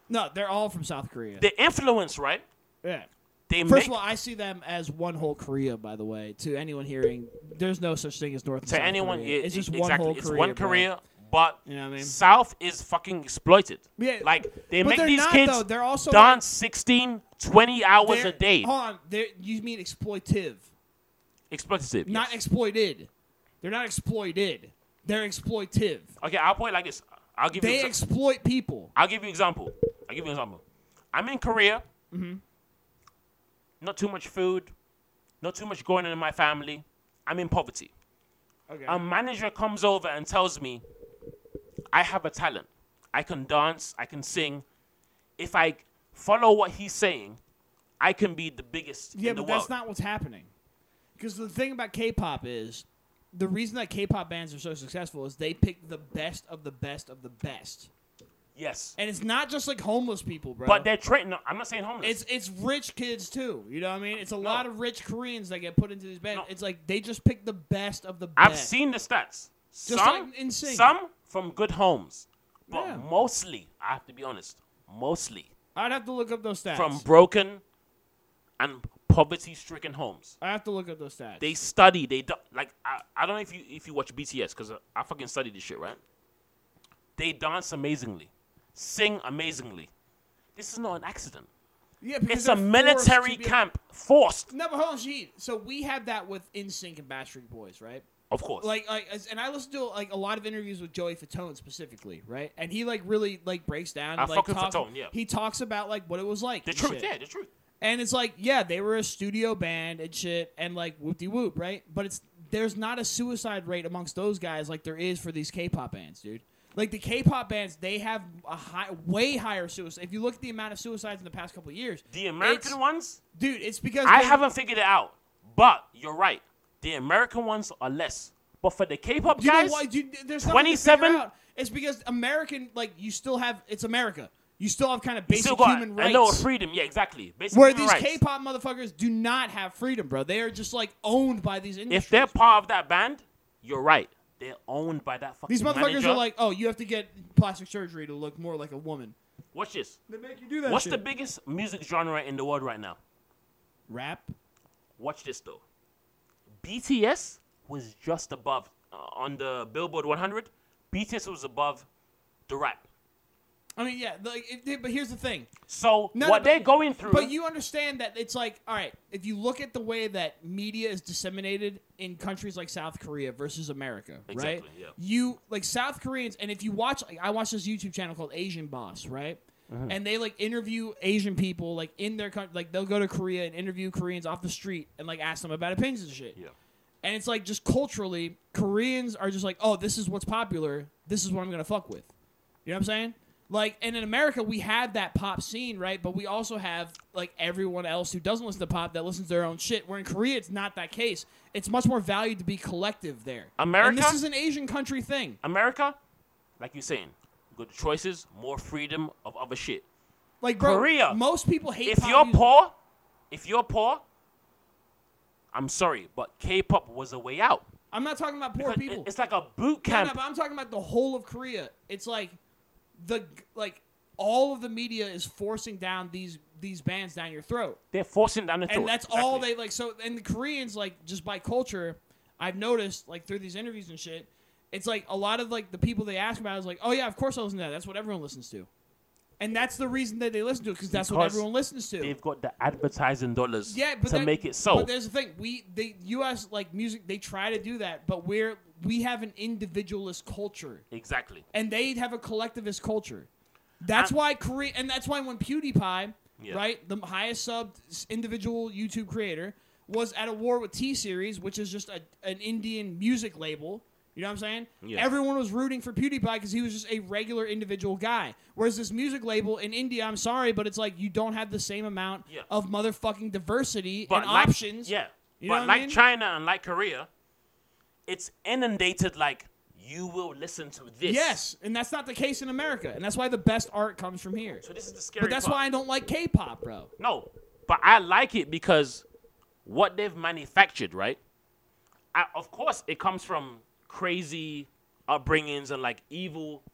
[SPEAKER 3] No, they're all from South Korea.
[SPEAKER 1] The influence, right?
[SPEAKER 3] yeah.
[SPEAKER 1] They
[SPEAKER 3] First
[SPEAKER 1] make
[SPEAKER 3] of all, I see them as one whole Korea. By the way, to anyone hearing, there's no such thing as North. and
[SPEAKER 1] to
[SPEAKER 3] South
[SPEAKER 1] anyone.
[SPEAKER 3] Korea.
[SPEAKER 1] yeah,
[SPEAKER 3] it's just
[SPEAKER 1] e-
[SPEAKER 3] one
[SPEAKER 1] exactly,
[SPEAKER 3] whole
[SPEAKER 1] it's
[SPEAKER 3] Korea.
[SPEAKER 1] one
[SPEAKER 3] bro.
[SPEAKER 1] Korea, but
[SPEAKER 3] You know what I mean?
[SPEAKER 1] South is fucking exploited.
[SPEAKER 3] Yeah,
[SPEAKER 1] like they
[SPEAKER 3] but
[SPEAKER 1] make
[SPEAKER 3] they're
[SPEAKER 1] these
[SPEAKER 3] not,
[SPEAKER 1] kids
[SPEAKER 3] though. They're also,
[SPEAKER 1] dance
[SPEAKER 3] like-
[SPEAKER 1] 16, 20 hours
[SPEAKER 3] They're-
[SPEAKER 1] a day.
[SPEAKER 3] Hold on, they're- you mean exploitive,
[SPEAKER 1] Exploitative.
[SPEAKER 3] not
[SPEAKER 1] yes.
[SPEAKER 3] exploited. They're not exploited. They're exploitive.
[SPEAKER 1] okay, I'll point like this. I'll give you
[SPEAKER 3] They
[SPEAKER 1] exa-
[SPEAKER 3] exploit people.
[SPEAKER 1] I'll give you example. I'll give you example. I'm in Korea.
[SPEAKER 3] Mm-hmm.
[SPEAKER 1] Not too much food. Not too much going on in my family. I'm in poverty.
[SPEAKER 3] Okay.
[SPEAKER 1] A manager comes over and tells me, I have a talent. I can dance. I can sing. If I follow what he's saying, I can be the biggest
[SPEAKER 3] Yeah,
[SPEAKER 1] in the
[SPEAKER 3] but
[SPEAKER 1] world.
[SPEAKER 3] that's not what's happening. Because the thing about K-pop is the reason that K-pop bands are so successful is they pick the best of the best of the best,
[SPEAKER 1] yes.
[SPEAKER 3] and it's not just like homeless people, bro.
[SPEAKER 1] But they're training. No, I'm not saying homeless.
[SPEAKER 3] it's it's rich kids too. You know what I mean? It's a lot of rich Koreans that get put into these
[SPEAKER 1] No.
[SPEAKER 3] bands. It's like they just pick the best of the best.
[SPEAKER 1] I've seen the stats.
[SPEAKER 3] Just
[SPEAKER 1] some,
[SPEAKER 3] like in sync.
[SPEAKER 1] some from good homes, but
[SPEAKER 3] Yeah.
[SPEAKER 1] mostly, I have to be honest, mostly
[SPEAKER 3] I'd have to look up those stats.
[SPEAKER 1] from broken and poverty-stricken homes.
[SPEAKER 3] I have to look up those stats.
[SPEAKER 1] They study. They do, like I, I don't know if you if you watch BTS because I fucking study this shit right. They dance amazingly, sing amazingly. This is not an accident.
[SPEAKER 3] yeah, because
[SPEAKER 1] It's a
[SPEAKER 3] they're forced
[SPEAKER 1] military
[SPEAKER 3] to be-
[SPEAKER 1] camp, forced,
[SPEAKER 3] No, but hold on, Sheed. So we have that with InSync and Backstreet Boys, right?
[SPEAKER 1] of course.
[SPEAKER 3] like like as- and I listen to like a lot of interviews with Joey Fatone specifically, right? And he like really like breaks down.
[SPEAKER 1] I
[SPEAKER 3] like,
[SPEAKER 1] fuck with
[SPEAKER 3] talk-
[SPEAKER 1] Fatone, yeah.
[SPEAKER 3] He talks about like what it was like.
[SPEAKER 1] the
[SPEAKER 3] and
[SPEAKER 1] truth,
[SPEAKER 3] shit.
[SPEAKER 1] yeah, the truth.
[SPEAKER 3] And it's like, yeah, they were a studio band and shit, and like whoop de whoop, right? But it's there's not a suicide rate amongst those guys like there is for these K-pop bands, dude. Like the K-pop bands, they have a high, way higher suicide. If you look at the amount of suicides in the past couple of years,
[SPEAKER 1] The
[SPEAKER 3] it's-
[SPEAKER 1] American ones,
[SPEAKER 3] dude, it's because
[SPEAKER 1] I
[SPEAKER 3] they-
[SPEAKER 1] haven't figured it out, but you're right. The American ones are less, but for the K-pop
[SPEAKER 3] You
[SPEAKER 1] guys,
[SPEAKER 3] know why? Dude, there's
[SPEAKER 1] 27?
[SPEAKER 3] 27. It's because American, like, you still have, it's America. You still have kind of
[SPEAKER 1] you
[SPEAKER 3] basic
[SPEAKER 1] still got
[SPEAKER 3] human
[SPEAKER 1] a
[SPEAKER 3] rights.
[SPEAKER 1] lower freedom. Yeah, exactly. Basic
[SPEAKER 3] where
[SPEAKER 1] human
[SPEAKER 3] these
[SPEAKER 1] rights.
[SPEAKER 3] K-pop motherfuckers do not have freedom, bro. They are just like owned by these industries.
[SPEAKER 1] if they're part of that band, you're right. They're owned by that fucking
[SPEAKER 3] these motherfuckers
[SPEAKER 1] manager.
[SPEAKER 3] are like, oh, you have to get plastic surgery to look more like a woman.
[SPEAKER 1] Watch this.
[SPEAKER 3] They make you do that.
[SPEAKER 1] What's the biggest music genre in the world right now?
[SPEAKER 3] rap?
[SPEAKER 1] Watch this though. BTS was just above uh, on the Billboard 100. BTS was above the rap.
[SPEAKER 3] I mean, yeah, like, it, it- but here's the thing.
[SPEAKER 1] So
[SPEAKER 3] No,
[SPEAKER 1] what
[SPEAKER 3] no, but-
[SPEAKER 1] they're going through,
[SPEAKER 3] But you understand that it's like, all right, if you look at the way that media is disseminated in countries like South Korea versus America, right?
[SPEAKER 1] Exactly, yeah.
[SPEAKER 3] You like South Koreans, and if you watch, like, I watch this YouTube channel called Asian Boss, right? and they like interview Asian people like in their country. Like they'll go to Korea and interview Koreans off the street and like ask them about opinions and shit.
[SPEAKER 1] Yeah.
[SPEAKER 3] And it's like just culturally, Koreans are just like, oh, this is what's popular. This is what I'm gonna fuck with. You know what I'm saying? Like, and in America, we have that pop scene, right? But we also have like everyone else who doesn't listen to pop that listens to their own shit. Where in Korea, it's not that case. It's much more valued to be collective there. and this
[SPEAKER 1] America?
[SPEAKER 3] is an Asian country thing.
[SPEAKER 1] America, like you're saying, good choices, more freedom of other shit.
[SPEAKER 3] Like, bro,
[SPEAKER 1] Korea,
[SPEAKER 3] most people hate.
[SPEAKER 1] If
[SPEAKER 3] pop
[SPEAKER 1] you're
[SPEAKER 3] music.
[SPEAKER 1] poor, if you're poor, I'm sorry, but K-pop was a way out.
[SPEAKER 3] I'm not talking about poor
[SPEAKER 1] It-
[SPEAKER 3] people.
[SPEAKER 1] It's like a boot
[SPEAKER 3] No,
[SPEAKER 1] camp.
[SPEAKER 3] no, but I'm talking about the whole of Korea. It's like the like all of the media is forcing down these these bands down your throat,
[SPEAKER 1] They're forcing down the throat.
[SPEAKER 3] and that's
[SPEAKER 1] Exactly.
[SPEAKER 3] all they like. So and the Koreans like just by culture, I've noticed like through these interviews and shit, it's like a lot of like the people they ask about is like, oh yeah, of course I listen to that. That's what everyone listens to, and that's the reason that they listen to it because that's what
[SPEAKER 1] Because
[SPEAKER 3] everyone listens to.
[SPEAKER 1] They've got the advertising dollars
[SPEAKER 3] Yeah, but
[SPEAKER 1] to
[SPEAKER 3] that-
[SPEAKER 1] make it so.
[SPEAKER 3] But there's the thing: we the U.S. like music, they try to do that, but we're we have an individualist culture,
[SPEAKER 1] Exactly.
[SPEAKER 3] and they have a collectivist culture. That's why Korea, and that's why when PewDiePie,
[SPEAKER 1] Yeah.
[SPEAKER 3] right, the highest subbed s- individual YouTube creator, was at a war with T Series, which is just a, an Indian music label. You know what I'm saying?
[SPEAKER 1] Yeah.
[SPEAKER 3] Everyone was rooting for PewDiePie because he was just a regular individual guy. Whereas this music label in India, I'm sorry, but it's like you don't have the same amount
[SPEAKER 1] Yeah.
[SPEAKER 3] of motherfucking diversity
[SPEAKER 1] But
[SPEAKER 3] and
[SPEAKER 1] like,
[SPEAKER 3] options.
[SPEAKER 1] Yeah.
[SPEAKER 3] You know
[SPEAKER 1] but
[SPEAKER 3] what I
[SPEAKER 1] like
[SPEAKER 3] mean?
[SPEAKER 1] China and like Korea, it's inundated like you will listen to this.
[SPEAKER 3] Yes, and that's not the case in America, and that's why the best art comes from here.
[SPEAKER 1] So this is the scary
[SPEAKER 3] But that's
[SPEAKER 1] part.
[SPEAKER 3] why I don't like K-pop, bro.
[SPEAKER 1] No, but I like it because what they've manufactured, right? I, of course, it comes from crazy upbringings and like evil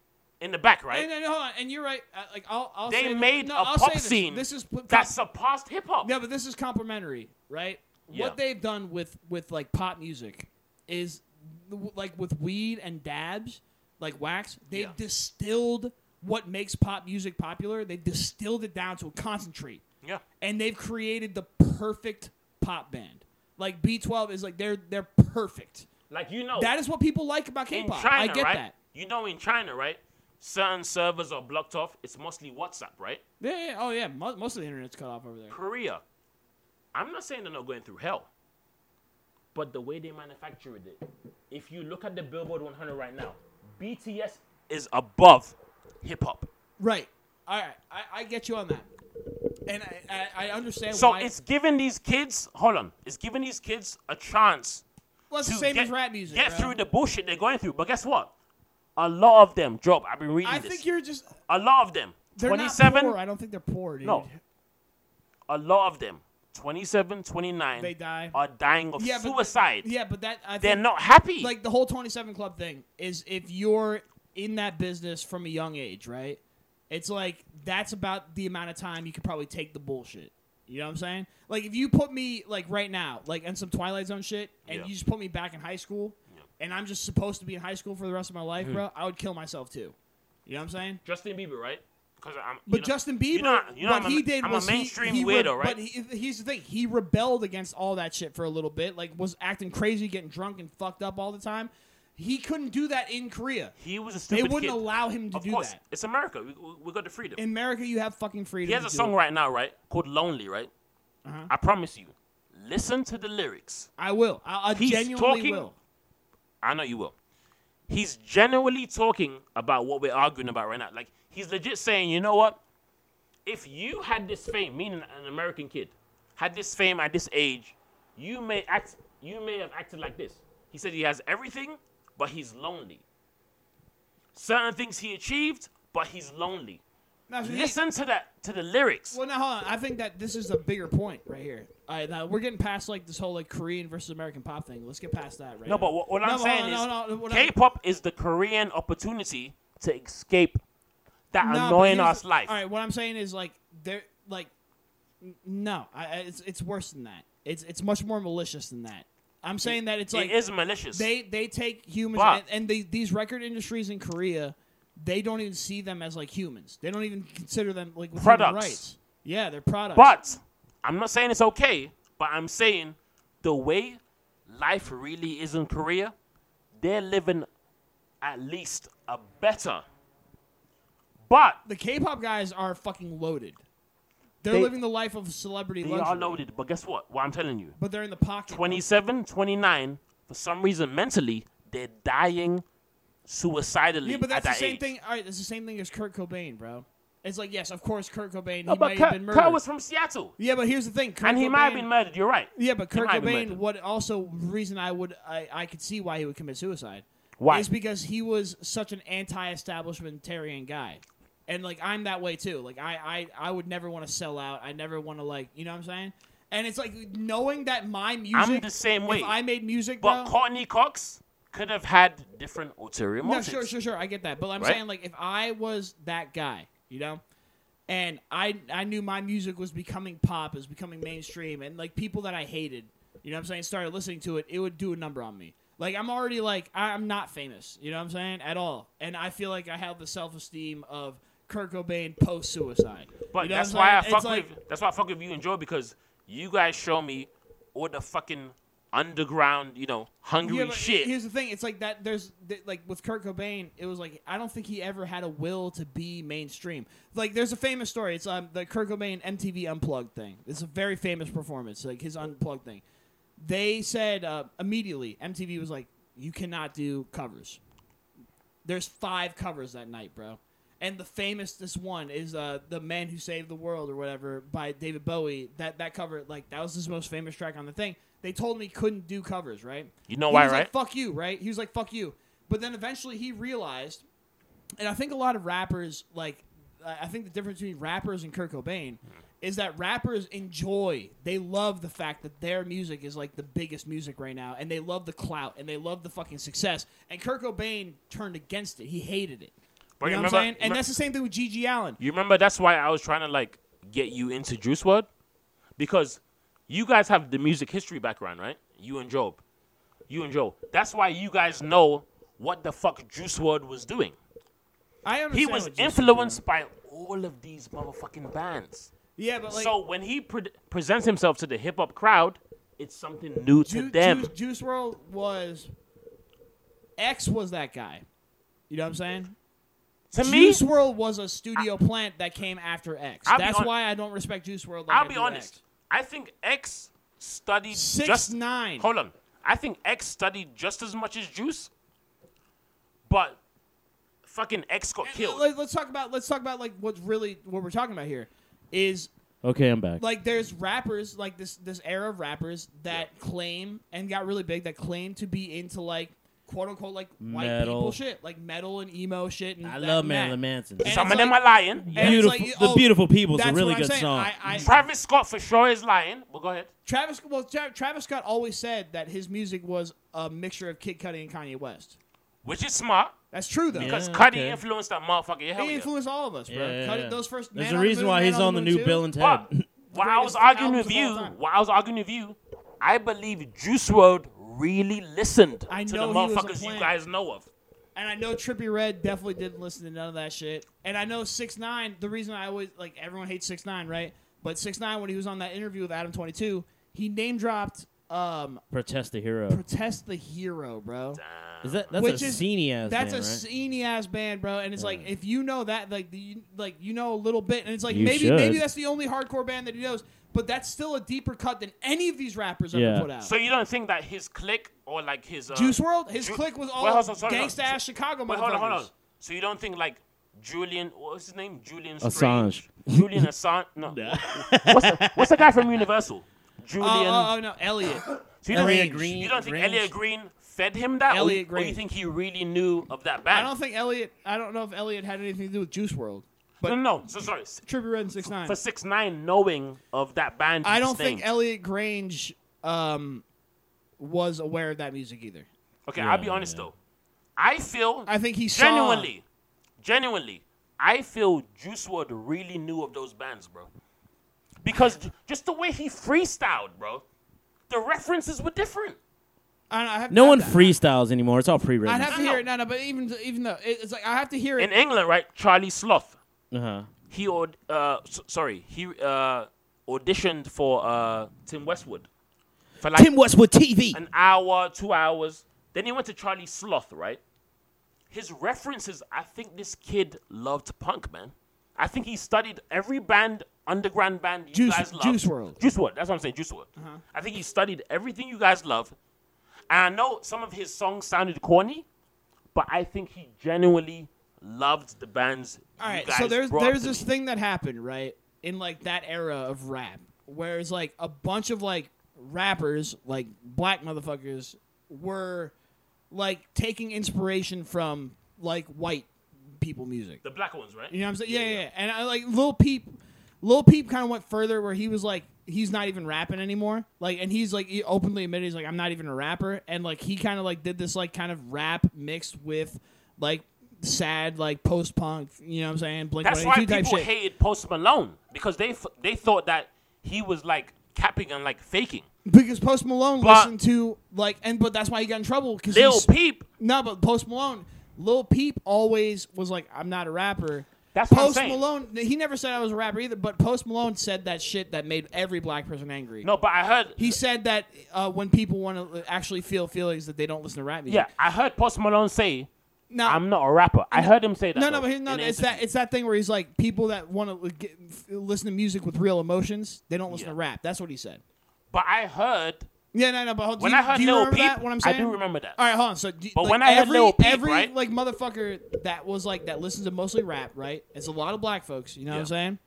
[SPEAKER 1] in the back, right?
[SPEAKER 3] And, and hold on, and you're right. uh, Like I'll, I'll say
[SPEAKER 1] they
[SPEAKER 3] this-
[SPEAKER 1] made
[SPEAKER 3] no,
[SPEAKER 1] a
[SPEAKER 3] I'll say
[SPEAKER 1] pop
[SPEAKER 3] this.
[SPEAKER 1] scene
[SPEAKER 3] This is
[SPEAKER 1] that surpassed hip hop.
[SPEAKER 3] yeah, but this is complimentary, right?
[SPEAKER 1] Yeah.
[SPEAKER 3] What they've done with with like pop music is like with weed and dabs, like wax. They've
[SPEAKER 1] Yeah.
[SPEAKER 3] distilled what makes pop music popular. They distilled it down to a concentrate,
[SPEAKER 1] yeah.
[SPEAKER 3] and they've created the perfect pop band. Like B12 is like they're they're perfect.
[SPEAKER 1] Like you know,
[SPEAKER 3] That is what people like about
[SPEAKER 1] Oh. in
[SPEAKER 3] K-pop.
[SPEAKER 1] China,
[SPEAKER 3] I get
[SPEAKER 1] right?
[SPEAKER 3] that.
[SPEAKER 1] You know, in China, right? Certain servers are blocked off. It's mostly WhatsApp, right?
[SPEAKER 3] Yeah, yeah, oh yeah, mo- most of the internet's cut off over there.
[SPEAKER 1] Korea. I'm not saying they're not going through hell, but the way they manufactured it. If you look at the Billboard 100 right now, BTS is above hip hop.
[SPEAKER 3] Right. All right. I, I get you on that, and I, I, I understand.
[SPEAKER 1] So
[SPEAKER 3] why.
[SPEAKER 1] it's giving these kids, hold on, it's giving these kids a chance
[SPEAKER 3] well, it's
[SPEAKER 1] to
[SPEAKER 3] the same
[SPEAKER 1] get,
[SPEAKER 3] as rap music.
[SPEAKER 1] get
[SPEAKER 3] bro.
[SPEAKER 1] through the bullshit they're going through. But guess what? A lot of them drop. I've been reading
[SPEAKER 3] I
[SPEAKER 1] this.
[SPEAKER 3] think you're just
[SPEAKER 1] a lot of them.
[SPEAKER 3] they're
[SPEAKER 1] 27.
[SPEAKER 3] not poor. I don't think they're poor, dude.
[SPEAKER 1] No. A lot of them. 27, 29.
[SPEAKER 3] They die.
[SPEAKER 1] Are dying of
[SPEAKER 3] Yeah, but-
[SPEAKER 1] suicide.
[SPEAKER 3] Yeah, but that I
[SPEAKER 1] They're
[SPEAKER 3] think
[SPEAKER 1] not happy.
[SPEAKER 3] like the whole twenty seven club thing is if you're in that business from a young age, right? It's like that's about the amount of time you could probably take the bullshit. You know what I'm saying? Like if you put me like right now, like in some Twilight Zone shit, and
[SPEAKER 1] Yeah.
[SPEAKER 3] you just put me back in high school, and I'm just supposed to be in high school for the rest of my life, bro, I would kill myself too. You know what I'm saying?
[SPEAKER 1] Justin Bieber, right? Because I'm.
[SPEAKER 3] But
[SPEAKER 1] you know-
[SPEAKER 3] Justin Bieber,
[SPEAKER 1] you know, you know
[SPEAKER 3] what
[SPEAKER 1] I'm
[SPEAKER 3] he
[SPEAKER 1] a,
[SPEAKER 3] did
[SPEAKER 1] I'm
[SPEAKER 3] was
[SPEAKER 1] a mainstream
[SPEAKER 3] he, he re-
[SPEAKER 1] weirdo, right?
[SPEAKER 3] But he, here's the thing: he rebelled against all that shit for a little bit, like was acting crazy, getting drunk and fucked up all the time. He couldn't do that in Korea.
[SPEAKER 1] he was a
[SPEAKER 3] They
[SPEAKER 1] stupid
[SPEAKER 3] wouldn't
[SPEAKER 1] kid.
[SPEAKER 3] allow him to
[SPEAKER 1] of
[SPEAKER 3] do
[SPEAKER 1] course,
[SPEAKER 3] that.
[SPEAKER 1] it's America. We, we, we got the freedom.
[SPEAKER 3] In America, you have fucking freedom.
[SPEAKER 1] he has
[SPEAKER 3] to
[SPEAKER 1] a
[SPEAKER 3] do
[SPEAKER 1] song
[SPEAKER 3] it.
[SPEAKER 1] right now, right? Called Lonely, right?
[SPEAKER 3] Uh-huh.
[SPEAKER 1] I promise you. Listen to the lyrics.
[SPEAKER 3] I will. I, I
[SPEAKER 1] He's
[SPEAKER 3] genuinely
[SPEAKER 1] talking-
[SPEAKER 3] will.
[SPEAKER 1] I know you will. He's genuinely talking about what we're arguing about right now. Like he's legit saying, you know what? If you had this fame, meaning an American kid, had this fame at this age, you may act you may have acted like this. He said he has everything, but he's lonely. Certain things he achieved, but he's lonely.
[SPEAKER 3] Now, so he-
[SPEAKER 1] Listen to that to the lyrics.
[SPEAKER 3] Well, now hold on. I think that this is a bigger point right here. All right, now we're getting past like this whole like Korean versus American pop thing. Let's get past that right
[SPEAKER 1] No,
[SPEAKER 3] now.
[SPEAKER 1] but what, what
[SPEAKER 3] No,
[SPEAKER 1] I'm
[SPEAKER 3] but
[SPEAKER 1] saying
[SPEAKER 3] hold on, no, no,
[SPEAKER 1] is
[SPEAKER 3] what I'm-
[SPEAKER 1] K-pop is the Korean opportunity to escape that
[SPEAKER 3] No, but
[SPEAKER 1] annoying
[SPEAKER 3] here's-
[SPEAKER 1] ass life.
[SPEAKER 3] All right, what I'm saying is like they're like, n- no, I, I- it's it's worse than that. It's it's much more malicious than that. I'm saying that it's like
[SPEAKER 1] it is malicious.
[SPEAKER 3] they they take humans
[SPEAKER 1] But-
[SPEAKER 3] and, and they, these record industries in Korea, they don't even see them as like humans. They don't even consider them like with human
[SPEAKER 1] Products.
[SPEAKER 3] rights. Yeah, they're products.
[SPEAKER 1] But I'm not saying it's okay, but I'm saying the way life really is in Korea, they're living at least a better But
[SPEAKER 3] The K-pop guys are fucking loaded. They're
[SPEAKER 1] They-
[SPEAKER 3] living the life of celebrity
[SPEAKER 1] they
[SPEAKER 3] luxury,
[SPEAKER 1] are loaded. But guess what? What I'm telling you.
[SPEAKER 3] but they're in the pocket.
[SPEAKER 1] 27, 29, for some reason mentally, they're dying suicidally
[SPEAKER 3] Yeah, but
[SPEAKER 1] at
[SPEAKER 3] that's the
[SPEAKER 1] that
[SPEAKER 3] same
[SPEAKER 1] age.
[SPEAKER 3] thing. All right, that's the same thing as Kurt Cobain, bro. It's like yes, of course, Kurt Cobain.
[SPEAKER 1] No,
[SPEAKER 3] he
[SPEAKER 1] but
[SPEAKER 3] might have been
[SPEAKER 1] Kurt,
[SPEAKER 3] murdered.
[SPEAKER 1] Kurt was from Seattle.
[SPEAKER 3] yeah, but here's the thing, Kurt
[SPEAKER 1] and he
[SPEAKER 3] Cobain,
[SPEAKER 1] might have been murdered. You're right.
[SPEAKER 3] Yeah, but
[SPEAKER 1] He
[SPEAKER 3] Kurt
[SPEAKER 1] might have been
[SPEAKER 3] Cobain.
[SPEAKER 1] murdered.
[SPEAKER 3] What also reason I would I, I could see why he would commit suicide.
[SPEAKER 1] Why?
[SPEAKER 3] Is because he was such an anti-establishmentarian guy, and like I'm that way too. Like I I, I would never want to sell out. I never want to like you know what I'm saying. And it's like knowing that my music.
[SPEAKER 1] the same way.
[SPEAKER 3] If I made music,
[SPEAKER 1] But
[SPEAKER 3] bro,
[SPEAKER 1] Courtney Cox could have had different ulterior
[SPEAKER 3] No,
[SPEAKER 1] motives.
[SPEAKER 3] sure, sure, sure. I get that, but I'm
[SPEAKER 1] Right?
[SPEAKER 3] saying like if I was that guy, you know, and I I knew my music was becoming pop, is becoming mainstream, and like people that I hated, you know, what I'm saying started listening to it, it would do a number on me. Like I'm already like I- I'm not famous, you know what I'm saying at all, and I feel like I have the self esteem of Kurt Cobain post suicide.
[SPEAKER 1] But
[SPEAKER 3] you know
[SPEAKER 1] that's
[SPEAKER 3] what I'm
[SPEAKER 1] why I
[SPEAKER 3] saying?
[SPEAKER 1] fuck
[SPEAKER 3] It's like-
[SPEAKER 1] with. That's why I fuck with you and Joe because you guys show me all the fucking underground, you know, hungry
[SPEAKER 3] but
[SPEAKER 1] shit.
[SPEAKER 3] Here's the thing: it's like that. There's th- like with Kurt Cobain, it was like I don't think he ever had a will to be mainstream. Like there's a famous story. It's um the Kurt Cobain MTV Unplugged thing. It's a very famous performance, like his Unplugged thing. They said uh, immediately MTV was like, "You cannot do covers." There's five covers that night, bro. And the famous this one is uh, the man who saved the world or whatever by David Bowie. That that cover like that was his most famous track on the thing. They told him he couldn't do covers, right?
[SPEAKER 1] You know
[SPEAKER 3] He
[SPEAKER 1] why,
[SPEAKER 3] was
[SPEAKER 1] right?
[SPEAKER 3] Like, fuck you, right? He was like, fuck you. But then eventually he realized, and I think a lot of rappers like, I I think the difference between rappers and Kurt Cobain is that rappers enjoy, they love the fact that their music is like the biggest music right now, and they love the clout and they love the fucking success. And Kurt Cobain turned against it; he hated it.
[SPEAKER 1] But you
[SPEAKER 3] you know
[SPEAKER 1] remember-
[SPEAKER 3] what I'm saying? And
[SPEAKER 1] remember-
[SPEAKER 3] that's the same thing with Gigi Allen.
[SPEAKER 1] you remember that's why I was trying to like get you into Juice World because you guys have the music history background, right? You and Job, you and Joe. That's why you guys know what the fuck Juice World was doing.
[SPEAKER 3] I understand
[SPEAKER 1] He was
[SPEAKER 3] what you're saying.
[SPEAKER 1] influenced by all of these motherfucking bands.
[SPEAKER 3] Yeah, but like
[SPEAKER 1] so when he pre- presents himself to the hip hop crowd, it's something new to
[SPEAKER 3] Ju-
[SPEAKER 1] them.
[SPEAKER 3] Juice, Juice World was X was that guy. You know what I'm saying?
[SPEAKER 1] to me,
[SPEAKER 3] Juice World was a studio plant that came after X.
[SPEAKER 1] I'll be
[SPEAKER 3] That's
[SPEAKER 1] hon-
[SPEAKER 3] why I don't respect Juice World. Like
[SPEAKER 1] I'll
[SPEAKER 3] I
[SPEAKER 1] be
[SPEAKER 3] do
[SPEAKER 1] honest.
[SPEAKER 3] X.
[SPEAKER 1] I think X studied
[SPEAKER 3] Six
[SPEAKER 1] just
[SPEAKER 3] nine.
[SPEAKER 1] hold on. I think X studied just as much as Juice, but fucking X got killed.
[SPEAKER 3] Let- Let's talk about let's talk about like what's really what we're talking about here is
[SPEAKER 2] Okay, I'm back.
[SPEAKER 3] like there's rappers like this this era of rappers that claim and got really big that claim to be into like quote unquote like white
[SPEAKER 2] Metal.
[SPEAKER 3] people shit like metal and emo shit. And
[SPEAKER 2] I
[SPEAKER 3] that
[SPEAKER 2] love
[SPEAKER 3] and
[SPEAKER 2] Marilyn
[SPEAKER 3] that.
[SPEAKER 2] Manson.
[SPEAKER 3] And
[SPEAKER 1] Some
[SPEAKER 3] it's
[SPEAKER 1] of them
[SPEAKER 3] like-
[SPEAKER 1] are lying.
[SPEAKER 3] and it's
[SPEAKER 2] Beautiful, the
[SPEAKER 3] like, oh,
[SPEAKER 2] beautiful people's
[SPEAKER 3] That's
[SPEAKER 2] a really
[SPEAKER 3] what I'm
[SPEAKER 2] good
[SPEAKER 3] saying.
[SPEAKER 2] song.
[SPEAKER 3] I, I,
[SPEAKER 1] Travis Scott for sure is lying. Well, go ahead.
[SPEAKER 3] Travis, well, Tra- Travis Scott always said that his music was a mixture of Kid Cudi and Kanye West.
[SPEAKER 1] Which is smart
[SPEAKER 3] That's true though.
[SPEAKER 1] because
[SPEAKER 2] Yeah,
[SPEAKER 1] Cudi
[SPEAKER 2] okay.
[SPEAKER 1] influenced that motherfucker. Yeah, hell
[SPEAKER 3] Mm, he
[SPEAKER 1] yeah.
[SPEAKER 3] influenced all of us, bro.
[SPEAKER 2] Yeah, yeah,
[SPEAKER 3] Cudi-
[SPEAKER 2] yeah.
[SPEAKER 3] Those first.
[SPEAKER 2] There's
[SPEAKER 3] Man
[SPEAKER 2] a
[SPEAKER 3] on the
[SPEAKER 2] reason
[SPEAKER 3] Moon,
[SPEAKER 2] why
[SPEAKER 3] Man
[SPEAKER 2] he's on the
[SPEAKER 3] Moon
[SPEAKER 2] new
[SPEAKER 3] too.
[SPEAKER 2] Bill and
[SPEAKER 1] But
[SPEAKER 2] Ted.
[SPEAKER 1] while I was
[SPEAKER 3] Greatest
[SPEAKER 1] arguing
[SPEAKER 3] albums
[SPEAKER 1] with
[SPEAKER 3] of all
[SPEAKER 1] you,
[SPEAKER 3] time.
[SPEAKER 1] while I was arguing with you, I believe Juice World really listened
[SPEAKER 3] I
[SPEAKER 1] to the
[SPEAKER 3] know he was a
[SPEAKER 1] motherfuckers you
[SPEAKER 3] plant.
[SPEAKER 1] guys know of.
[SPEAKER 3] And I know Trippy Red definitely didn't listen to none of that shit. And I know Six Nine. The reason I always like everyone hates Six Nine, right? But Six Nine, when he was on that interview with Adam Twenty Two, he name dropped um,
[SPEAKER 2] Protest the hero.
[SPEAKER 3] "Protest the Hero," bro.
[SPEAKER 2] is that that's
[SPEAKER 3] Which
[SPEAKER 2] a
[SPEAKER 3] is-
[SPEAKER 2] sceney ass
[SPEAKER 3] That's
[SPEAKER 2] band,
[SPEAKER 3] a
[SPEAKER 2] right?
[SPEAKER 3] sceney ass band, bro. And it's like if you know that, like the, you- like you know a little bit, and it's like
[SPEAKER 2] You
[SPEAKER 3] maybe
[SPEAKER 2] should.
[SPEAKER 3] maybe that's the only hardcore band that he knows. But that's still a deeper cut than any of these rappers ever
[SPEAKER 2] Yeah.
[SPEAKER 3] put out.
[SPEAKER 1] So you don't think that his clique or like his uh,
[SPEAKER 3] Juice World, his
[SPEAKER 1] Ju-
[SPEAKER 3] clique was all
[SPEAKER 1] Wait, hold on, sorry, hold
[SPEAKER 3] gangsta
[SPEAKER 1] on.
[SPEAKER 3] ass Chicago
[SPEAKER 1] Wait,
[SPEAKER 3] motherfuckers.
[SPEAKER 1] hold on, hold on. So you don't think like Julian, what's his name? Julian
[SPEAKER 2] Assange.
[SPEAKER 1] Strange. Julian Assange. No. what's, the, what's the guy from Universal? Julian.
[SPEAKER 3] Oh, oh, oh, no, Elliot.
[SPEAKER 1] so you don't,
[SPEAKER 2] Elliot
[SPEAKER 1] think-
[SPEAKER 2] Green-
[SPEAKER 1] You don't think
[SPEAKER 2] Grange?
[SPEAKER 1] Elliot Green fed him that? or,
[SPEAKER 3] Elliot
[SPEAKER 1] you- or you
[SPEAKER 3] Grange.
[SPEAKER 1] think he really knew of that
[SPEAKER 3] I
[SPEAKER 1] band?
[SPEAKER 3] don't think Elliot. I don't know if Elliot had anything to do with Juice World, but
[SPEAKER 1] no, no, no. So sorry. s-
[SPEAKER 3] Trippy Red and Six Nine.
[SPEAKER 1] For six nine, knowing of that band,
[SPEAKER 3] I
[SPEAKER 1] he's
[SPEAKER 3] don't think
[SPEAKER 1] named.
[SPEAKER 3] Elliot Grange um, was aware of that music either.
[SPEAKER 1] Okay, I'll be honest though. I feel
[SPEAKER 3] I think he saw-
[SPEAKER 1] genuinely, genuinely, I feel Juice WRLD really knew of those bands, bro. Because j- just the way he freestyled, bro, the references were different.
[SPEAKER 3] I, don't know, I have
[SPEAKER 2] No
[SPEAKER 3] I-
[SPEAKER 2] one freestyles anymore. It's all pre-written.
[SPEAKER 3] I'd have to
[SPEAKER 1] No.
[SPEAKER 3] hear it. No, no, but even even though it- it's like I have to hear it.
[SPEAKER 1] In England, right, Charlie Sloth,
[SPEAKER 2] uh-huh.
[SPEAKER 1] he aud- uh s- sorry, he uh auditioned for uh Tim Westwood for like
[SPEAKER 2] Tim Westwood TV.
[SPEAKER 1] an hour, two hours. Then he went to Charlie Sloth, right? his references. I think this kid loved punk, man. I think he studied every band, underground band you
[SPEAKER 3] Juice-
[SPEAKER 1] guys love.
[SPEAKER 3] Juice WRLD.
[SPEAKER 1] Juice World. That's what I'm saying. Juice World.
[SPEAKER 3] Uh-huh.
[SPEAKER 1] I think he studied everything you guys love, and I know some of his songs sounded corny, but I think he genuinely loved the bands.
[SPEAKER 3] All right,
[SPEAKER 1] you guys
[SPEAKER 3] so there's
[SPEAKER 1] brought
[SPEAKER 3] there's
[SPEAKER 1] to
[SPEAKER 3] this
[SPEAKER 1] me.
[SPEAKER 3] thing that happened right in like that era of rap, whereas like a bunch of like rappers, like black motherfuckers, were like taking inspiration from like white people music.
[SPEAKER 1] The black ones, right?
[SPEAKER 3] You know what I'm saying? Yeah, yeah. yeah. And I like Lil Peep. Lil Peep kind of went further where he was like, he's not even rapping anymore. Like, and he's like, he openly admitted he's like, I'm not even a rapper. And like, he kind of like did this like kind of rap mixed with like sad like post punk. You know what I'm saying? Blink
[SPEAKER 1] That's why
[SPEAKER 3] 182
[SPEAKER 1] people
[SPEAKER 3] type shit.
[SPEAKER 1] hated Post Malone because they f- they thought that he was like capping and like faking.
[SPEAKER 3] because Post Malone
[SPEAKER 1] But-
[SPEAKER 3] listened to like, and but that's why he got in trouble because
[SPEAKER 1] Lil Peep,
[SPEAKER 3] No, but Post Malone, Lil Peep always was like, I'm not a rapper.
[SPEAKER 1] That's what I'm
[SPEAKER 3] Post
[SPEAKER 1] saying.
[SPEAKER 3] Malone. He never said I was a rapper either, but Post Malone said that shit that made every black person angry.
[SPEAKER 1] no, but I heard
[SPEAKER 3] He said that uh, when people want to actually feel feelings that they don't listen to rap music.
[SPEAKER 1] yeah, I heard Post Malone say,
[SPEAKER 3] No,
[SPEAKER 1] "I'm not a rapper." I heard him say that.
[SPEAKER 3] no, no,
[SPEAKER 1] though,
[SPEAKER 3] but he, no,
[SPEAKER 1] in an
[SPEAKER 3] it's
[SPEAKER 1] interview.
[SPEAKER 3] that it's that thing where he's like people that want to listen to music with real emotions, they don't listen
[SPEAKER 1] Yeah.
[SPEAKER 3] to rap. That's what he said.
[SPEAKER 1] But I heard
[SPEAKER 3] Yeah, no, no. But hold, do
[SPEAKER 1] when
[SPEAKER 3] you,
[SPEAKER 1] I heard
[SPEAKER 3] do you
[SPEAKER 1] Lil
[SPEAKER 3] remember
[SPEAKER 1] Peep,
[SPEAKER 3] that? What I'm
[SPEAKER 1] I
[SPEAKER 3] saying?
[SPEAKER 1] do remember that.
[SPEAKER 3] All right, hold on. So, do,
[SPEAKER 1] But
[SPEAKER 3] like,
[SPEAKER 1] when I had
[SPEAKER 3] every,
[SPEAKER 1] Lil Peep,
[SPEAKER 3] every
[SPEAKER 1] right?
[SPEAKER 3] like motherfucker that was like that listens to mostly rap, right? It's a lot of black folks. You know what I'm
[SPEAKER 1] Yeah.
[SPEAKER 3] saying?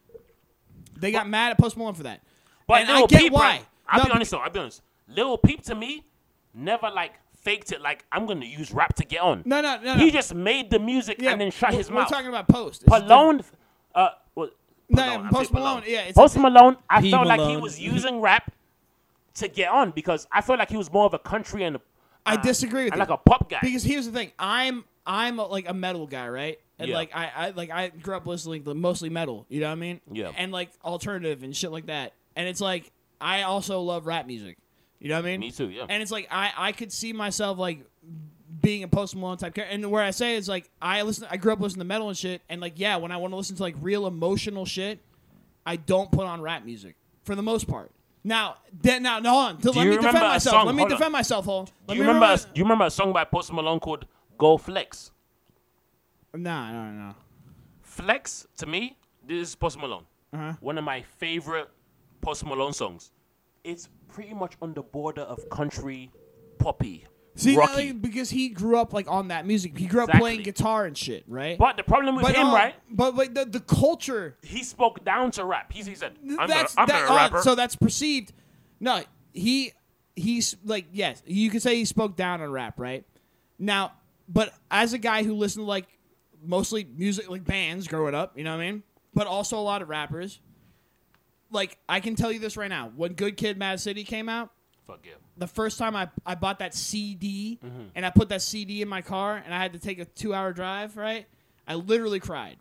[SPEAKER 3] They got mad at Post Malone for that.
[SPEAKER 1] But
[SPEAKER 3] and
[SPEAKER 1] Lil
[SPEAKER 3] I get
[SPEAKER 1] Peep,
[SPEAKER 3] why.
[SPEAKER 1] right? I'll
[SPEAKER 3] No,
[SPEAKER 1] be honest though. I'll be honest. Lil Peep to me never like faked it. Like I'm gonna use rap to get on.
[SPEAKER 3] No, no, no.
[SPEAKER 1] he
[SPEAKER 3] no.
[SPEAKER 1] just made the music
[SPEAKER 3] yeah,
[SPEAKER 1] and then shut
[SPEAKER 3] we're,
[SPEAKER 1] his
[SPEAKER 3] we're
[SPEAKER 1] mouth.
[SPEAKER 3] talking about Post. It's
[SPEAKER 1] Malone, uh, well,
[SPEAKER 3] No,
[SPEAKER 1] Malone,
[SPEAKER 3] yeah,
[SPEAKER 1] I
[SPEAKER 3] Post
[SPEAKER 1] think
[SPEAKER 3] Malone, yeah, it's-
[SPEAKER 1] Post Malone. I
[SPEAKER 2] P.
[SPEAKER 1] felt like he
[SPEAKER 2] Malone.
[SPEAKER 1] was using rap to get on because I felt like he was more of a country and a,
[SPEAKER 3] I
[SPEAKER 1] uh,
[SPEAKER 3] disagree with
[SPEAKER 1] and
[SPEAKER 3] you.
[SPEAKER 1] like a pop guy.
[SPEAKER 3] because here's the thing i'm i'm a, like a metal guy right and
[SPEAKER 1] Yeah.
[SPEAKER 3] like I, I like i grew up listening to mostly metal you know what i mean
[SPEAKER 1] Yeah.
[SPEAKER 3] and like alternative and shit like that and it's like i also love rap music you know what i mean
[SPEAKER 1] Me too, yeah.
[SPEAKER 3] and it's like i i could see myself like being a post Malone type character, and where I say is like I listen, I grew up listening to metal and shit, and like yeah, when I want to listen to like real emotional shit, I don't put on rap music for the most part. Now, then, now, no, hold on. To, let
[SPEAKER 1] you
[SPEAKER 3] me defend
[SPEAKER 1] remember a
[SPEAKER 3] myself.
[SPEAKER 1] song?
[SPEAKER 3] Let me
[SPEAKER 1] Hold on.
[SPEAKER 3] defend myself. Hold.
[SPEAKER 1] do
[SPEAKER 3] Let me
[SPEAKER 1] you remember?
[SPEAKER 3] remember
[SPEAKER 1] a, do you remember a song by Post Malone called "Go Flex"?
[SPEAKER 3] No, no, no.
[SPEAKER 1] Flex to me, this is Post Malone.
[SPEAKER 3] Uh-huh.
[SPEAKER 1] One of my favorite Post Malone songs. It's pretty much on the border of country, poppy,
[SPEAKER 3] See,
[SPEAKER 1] rocky.
[SPEAKER 3] like, because he grew up like on that music. He grew up
[SPEAKER 1] Exactly.
[SPEAKER 3] playing guitar and shit, right?
[SPEAKER 1] but the problem with him,
[SPEAKER 3] uh,
[SPEAKER 1] right?
[SPEAKER 3] But like the, the culture
[SPEAKER 1] He spoke down to rap. He, he said, "I'm,
[SPEAKER 3] that's
[SPEAKER 1] not, I'm
[SPEAKER 3] that,
[SPEAKER 1] not a
[SPEAKER 3] uh,
[SPEAKER 1] rapper."
[SPEAKER 3] so that's perceived. No, he he's like yes, you could say he spoke down on rap, right? Now, but as a guy who listened to like mostly music like bands growing up, you know what I mean? But also a lot of rappers. Like I can tell you this right now, when Good Kid, Mad City came out,
[SPEAKER 1] Fuck yeah.
[SPEAKER 3] the first time I, I bought that CD
[SPEAKER 1] Mm-hmm.
[SPEAKER 3] and I put that CD in my car and I had to take a two hour drive, right? I literally cried.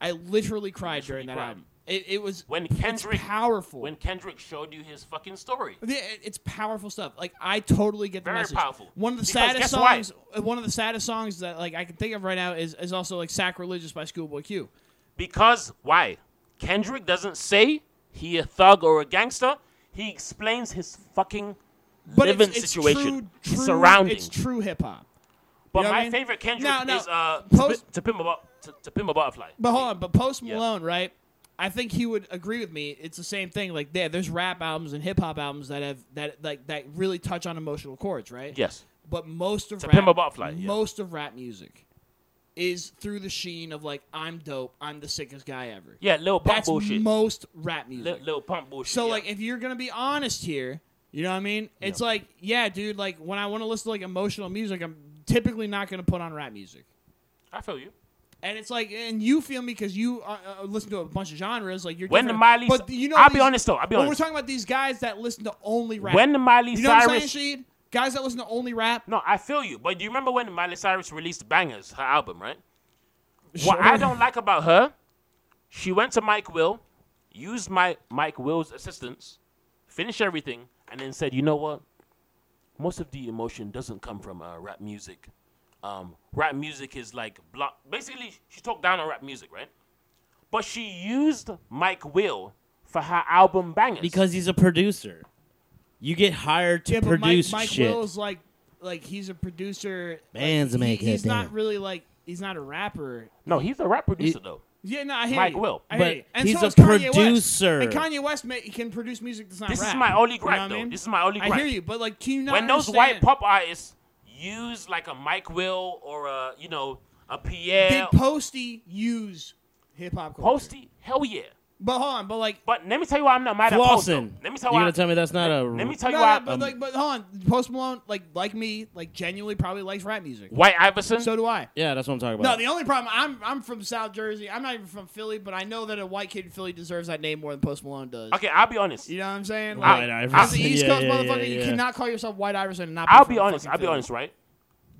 [SPEAKER 3] I literally cried during that
[SPEAKER 1] cried.
[SPEAKER 3] album. It, it was
[SPEAKER 1] When
[SPEAKER 3] it's
[SPEAKER 1] Kendrick-
[SPEAKER 3] powerful.
[SPEAKER 1] when Kendrick showed you his fucking story.
[SPEAKER 3] Yeah, it- it's powerful stuff. Like I totally get the
[SPEAKER 1] Very
[SPEAKER 3] message.
[SPEAKER 1] powerful.
[SPEAKER 3] One of the
[SPEAKER 1] Because
[SPEAKER 3] saddest
[SPEAKER 1] guess why?
[SPEAKER 3] songs. uh, One of the saddest songs that like I can think of right now is, is also like "Sacrilegious" by Schoolboy Q.
[SPEAKER 1] Because why? Kendrick doesn't say he a thug or a gangster. He explains his fucking
[SPEAKER 3] But
[SPEAKER 1] living
[SPEAKER 3] it's, it's
[SPEAKER 1] situation,
[SPEAKER 3] true, true,
[SPEAKER 1] surroundings.
[SPEAKER 3] It's true hip hop.
[SPEAKER 1] but
[SPEAKER 3] know what
[SPEAKER 1] my
[SPEAKER 3] I mean?
[SPEAKER 1] favorite Kendrick
[SPEAKER 3] No, no.
[SPEAKER 1] is uh,
[SPEAKER 3] Post-
[SPEAKER 1] to, Pimp a, Bu- to, to Pimp a Butterfly.
[SPEAKER 3] But hold on, but Post
[SPEAKER 1] Yeah.
[SPEAKER 3] Malone, right? I think he would agree with me. It's the same thing. Like, yeah, there's rap albums and hip hop albums that have that like that really touch on emotional chords, right?
[SPEAKER 1] Yes.
[SPEAKER 3] But most of
[SPEAKER 1] To
[SPEAKER 3] rap,
[SPEAKER 1] Pimp a Butterfly, yeah.
[SPEAKER 3] most of rap music is through the sheen of like, I'm dope, I'm the sickest guy ever.
[SPEAKER 1] Yeah, Lil Pump
[SPEAKER 3] That's
[SPEAKER 1] bullshit.
[SPEAKER 3] most rap music.
[SPEAKER 1] Lil, Lil Pump bullshit.
[SPEAKER 3] So
[SPEAKER 1] yeah.
[SPEAKER 3] like if you're gonna be honest here, you know what I mean? It's like, yeah, dude, like when I wanna listen to like emotional music, I'm typically not gonna put on rap music.
[SPEAKER 1] I feel you.
[SPEAKER 3] And it's like, and you feel me because you uh, uh, listen to a bunch of genres. Like you're
[SPEAKER 1] When the
[SPEAKER 3] different.
[SPEAKER 1] Miley,
[SPEAKER 3] but you know,
[SPEAKER 1] I'll be
[SPEAKER 3] these-
[SPEAKER 1] honest though. I'll be
[SPEAKER 3] But
[SPEAKER 1] honest.
[SPEAKER 3] we're talking about these guys that listen to only rap.
[SPEAKER 1] when the Miley
[SPEAKER 3] you know
[SPEAKER 1] Cyrus,
[SPEAKER 3] what I'm saying, Shahid? Guys that listen to only rap.
[SPEAKER 1] no, I feel you. But do you remember when Miley Cyrus released Bangers, her album, right?
[SPEAKER 3] Sure.
[SPEAKER 1] What I don't like about her, she went to Mike Will, used my Mike Will's assistance, finished everything, and then said, "You know what? Most of the emotion doesn't come from uh, rap music. Um, rap music is like block. Basically, she talked down on rap music, right? But she used Mike Will for her album Bangers
[SPEAKER 2] because he's a producer. You get hired to
[SPEAKER 3] yeah, but Mike,
[SPEAKER 2] produce
[SPEAKER 3] Mike
[SPEAKER 2] shit.
[SPEAKER 3] Will is like, like he's a producer. like,
[SPEAKER 2] Bands
[SPEAKER 3] he-
[SPEAKER 2] make it,
[SPEAKER 3] He's not
[SPEAKER 2] damn.
[SPEAKER 3] really like he's not a rapper.
[SPEAKER 1] No, he's a rap producer though.
[SPEAKER 3] Yeah, no, I hear
[SPEAKER 1] Mike
[SPEAKER 3] you.
[SPEAKER 1] Will.
[SPEAKER 3] I hear
[SPEAKER 2] But
[SPEAKER 3] you. And
[SPEAKER 2] he's
[SPEAKER 3] so
[SPEAKER 2] a
[SPEAKER 3] is Kanye West.
[SPEAKER 2] producer.
[SPEAKER 3] And Kanye West ma- he can produce music that's not
[SPEAKER 1] This is
[SPEAKER 3] rap.
[SPEAKER 1] my only
[SPEAKER 3] You know
[SPEAKER 1] gripe,
[SPEAKER 3] what I
[SPEAKER 1] though.
[SPEAKER 3] mean?
[SPEAKER 1] This is my only
[SPEAKER 3] I
[SPEAKER 1] gripe.
[SPEAKER 3] hear you, but like, can you not
[SPEAKER 1] when those
[SPEAKER 3] understand-
[SPEAKER 1] white pop artists use like a Mike Will or a you know a Pierre
[SPEAKER 3] did Posty use hip hop culture?
[SPEAKER 1] Posty, hell yeah.
[SPEAKER 3] But hold on, but like,
[SPEAKER 1] But let me tell you why I'm not mad at Post. though.
[SPEAKER 2] Lawson.
[SPEAKER 1] Let me tell
[SPEAKER 2] you
[SPEAKER 1] why.
[SPEAKER 2] gonna tell me that's not a.
[SPEAKER 1] let me tell you
[SPEAKER 3] no,
[SPEAKER 1] why.
[SPEAKER 3] no, but like, but hold on, Post Malone, like, like me, like, genuinely probably likes rap music.
[SPEAKER 1] White Iverson.
[SPEAKER 3] So do I.
[SPEAKER 2] yeah, that's what I'm talking about.
[SPEAKER 3] No, the only problem I'm I'm from South Jersey. I'm not even from Philly, but I know that a white kid in Philly deserves that name more than Post Malone does.
[SPEAKER 1] okay, I'll be honest.
[SPEAKER 3] You know what I'm saying?
[SPEAKER 1] White
[SPEAKER 3] Like,
[SPEAKER 2] Iverson.
[SPEAKER 3] As the East
[SPEAKER 2] Yeah,
[SPEAKER 3] Coast
[SPEAKER 2] yeah,
[SPEAKER 3] motherfucker,
[SPEAKER 2] yeah,
[SPEAKER 3] you
[SPEAKER 2] yeah.
[SPEAKER 3] cannot call yourself White Iverson and not. Be
[SPEAKER 1] I'll
[SPEAKER 3] from
[SPEAKER 1] be honest.
[SPEAKER 3] fucking
[SPEAKER 1] I'll be
[SPEAKER 3] Philly.
[SPEAKER 1] honest, right?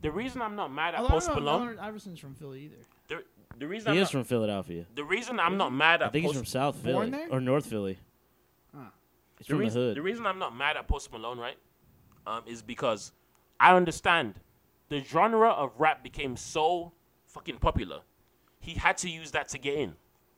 [SPEAKER 1] The reason I'm not mad at
[SPEAKER 3] Although I
[SPEAKER 1] Post
[SPEAKER 3] don't know if
[SPEAKER 1] Malone.
[SPEAKER 3] Leonard Iverson's from Philly either.
[SPEAKER 1] The, the reason I'm
[SPEAKER 2] he is
[SPEAKER 1] not,
[SPEAKER 2] from Philadelphia.
[SPEAKER 1] the reason I'm not mad at
[SPEAKER 2] I think he's
[SPEAKER 1] Post
[SPEAKER 2] from South
[SPEAKER 3] born
[SPEAKER 2] Philly
[SPEAKER 3] there?
[SPEAKER 2] or North Philly.
[SPEAKER 3] Huh.
[SPEAKER 2] He's
[SPEAKER 1] the
[SPEAKER 2] from
[SPEAKER 1] reason,
[SPEAKER 2] the hood.
[SPEAKER 1] the reason I'm not mad at Post Malone, right, um, is because I understand the genre of rap became so fucking popular. He had to use that to get in.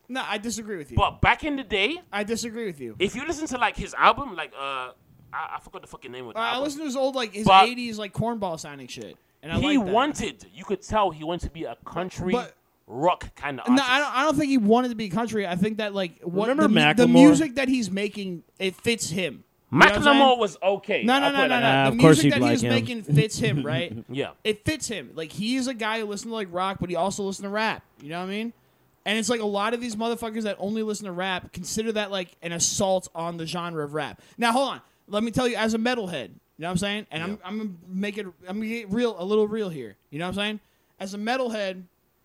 [SPEAKER 3] No, I disagree with you.
[SPEAKER 1] But back in the day,
[SPEAKER 3] I disagree with you.
[SPEAKER 1] if you listen to like his album, like uh, I, I forgot the fucking name of the
[SPEAKER 3] Uh, I
[SPEAKER 1] album.
[SPEAKER 3] listened to his old like his
[SPEAKER 1] But-
[SPEAKER 3] '80s like cornball sounding shit, and I
[SPEAKER 1] he
[SPEAKER 3] like that.
[SPEAKER 1] wanted, you could tell he wanted to be a country
[SPEAKER 3] But-
[SPEAKER 1] rock kind of
[SPEAKER 3] No,
[SPEAKER 1] artist.
[SPEAKER 3] I don't. I don't think he wanted to be country. I think that like what
[SPEAKER 2] Remember
[SPEAKER 3] the, mu- the
[SPEAKER 2] Macklemore?
[SPEAKER 3] music that he's making, it fits him. You know what I'm saying?
[SPEAKER 1] Macklemore was okay.
[SPEAKER 3] No, no,
[SPEAKER 1] I'll put
[SPEAKER 3] no,
[SPEAKER 1] it
[SPEAKER 3] no,
[SPEAKER 1] like
[SPEAKER 3] no.
[SPEAKER 1] that.
[SPEAKER 2] Ah,
[SPEAKER 3] the
[SPEAKER 2] of course
[SPEAKER 3] music
[SPEAKER 2] you'd
[SPEAKER 3] that
[SPEAKER 2] like
[SPEAKER 3] he's
[SPEAKER 2] him.
[SPEAKER 3] making fits him, right?
[SPEAKER 1] Yeah.
[SPEAKER 3] it fits him. Like he's a guy who listens to like rock, but he also listens to rap. You know what I mean? And it's like a lot of these motherfuckers that only listen to rap consider that like an assault on the genre of rap. Now hold on, let me tell you, as a metalhead, you know what I'm saying? And I'm I'm gonna make it I'm gonna get real a little real here. You know what I'm saying? As a metalhead,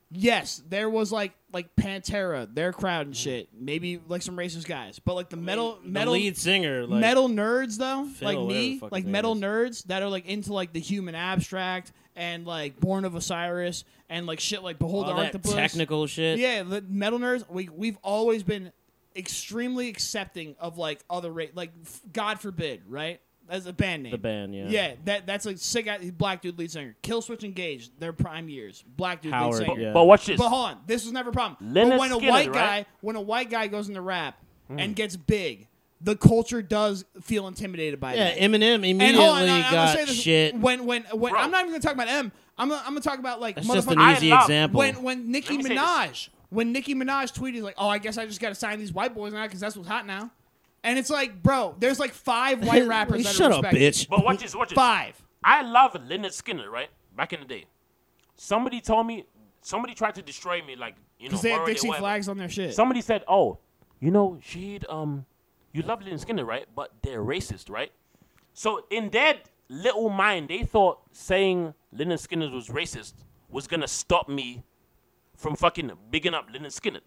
[SPEAKER 3] yes, there was like like Pantera, their crowd and shit, maybe like some racist guys, but like the metal metal
[SPEAKER 2] Mm. the lead singer, like,
[SPEAKER 3] metal nerds though,
[SPEAKER 2] Phil,
[SPEAKER 3] like
[SPEAKER 2] whatever the
[SPEAKER 3] me,
[SPEAKER 2] fuck his
[SPEAKER 3] like
[SPEAKER 2] name
[SPEAKER 3] metal
[SPEAKER 2] is.
[SPEAKER 3] nerds that are like into like the human abstract and like Born of Osiris and like shit like Behold
[SPEAKER 2] all
[SPEAKER 3] the
[SPEAKER 2] that
[SPEAKER 3] Arctopus.
[SPEAKER 2] technical shit.
[SPEAKER 3] Yeah, the metal nerds. We we've always been extremely accepting of like other race. Like f- God forbid, right? As a band name,
[SPEAKER 2] The band, yeah.
[SPEAKER 3] yeah, that that's a sick ass- black dude lead singer. Kill Switch Engage, their prime years. Black dude
[SPEAKER 2] Howard,
[SPEAKER 3] lead
[SPEAKER 1] But,
[SPEAKER 3] singer.
[SPEAKER 2] Yeah.
[SPEAKER 1] but watch this.
[SPEAKER 3] But hold on, this was never a problem.
[SPEAKER 1] Leonard
[SPEAKER 3] but when a
[SPEAKER 1] Skinner,
[SPEAKER 3] white
[SPEAKER 1] right? Hmm.
[SPEAKER 3] guy, when a white guy goes into rap and gets big, the culture does feel intimidated by
[SPEAKER 2] Yeah,
[SPEAKER 3] that.
[SPEAKER 2] Eminem immediately
[SPEAKER 3] and hold on, I- I'm gonna
[SPEAKER 2] got
[SPEAKER 3] say this,
[SPEAKER 2] shit.
[SPEAKER 3] When when when
[SPEAKER 1] Bro.
[SPEAKER 3] I'm not even gonna talk about M. I'm gonna, I'm gonna talk about like
[SPEAKER 2] That's just an
[SPEAKER 1] I
[SPEAKER 3] motherfucking-
[SPEAKER 2] easy
[SPEAKER 1] love-
[SPEAKER 2] example.
[SPEAKER 3] when when Nicki
[SPEAKER 1] Let me say
[SPEAKER 3] Minaj when Nicki Minaj tweeted like, oh, I guess I just gotta sign these white boys now because that's what's hot now. And it's like, bro, there's like five white rappers. that are
[SPEAKER 2] Shut up,
[SPEAKER 3] respected.
[SPEAKER 2] bitch.
[SPEAKER 1] But watch this, watch this.
[SPEAKER 3] Five.
[SPEAKER 1] I love Leonard Skinner, right? Back in the day. Somebody told me, somebody tried to destroy me, like, you know,
[SPEAKER 3] Because they have
[SPEAKER 1] morally or
[SPEAKER 3] Dixie
[SPEAKER 1] whatever.
[SPEAKER 3] flags on their shit.
[SPEAKER 1] Somebody said, oh, you know, Shahid, um, you love Leonard Skinner, right? But they're racist, right? So in their little mind, they thought saying Leonard Skinner was racist was going to stop me from fucking bigging up Leonard Skinner.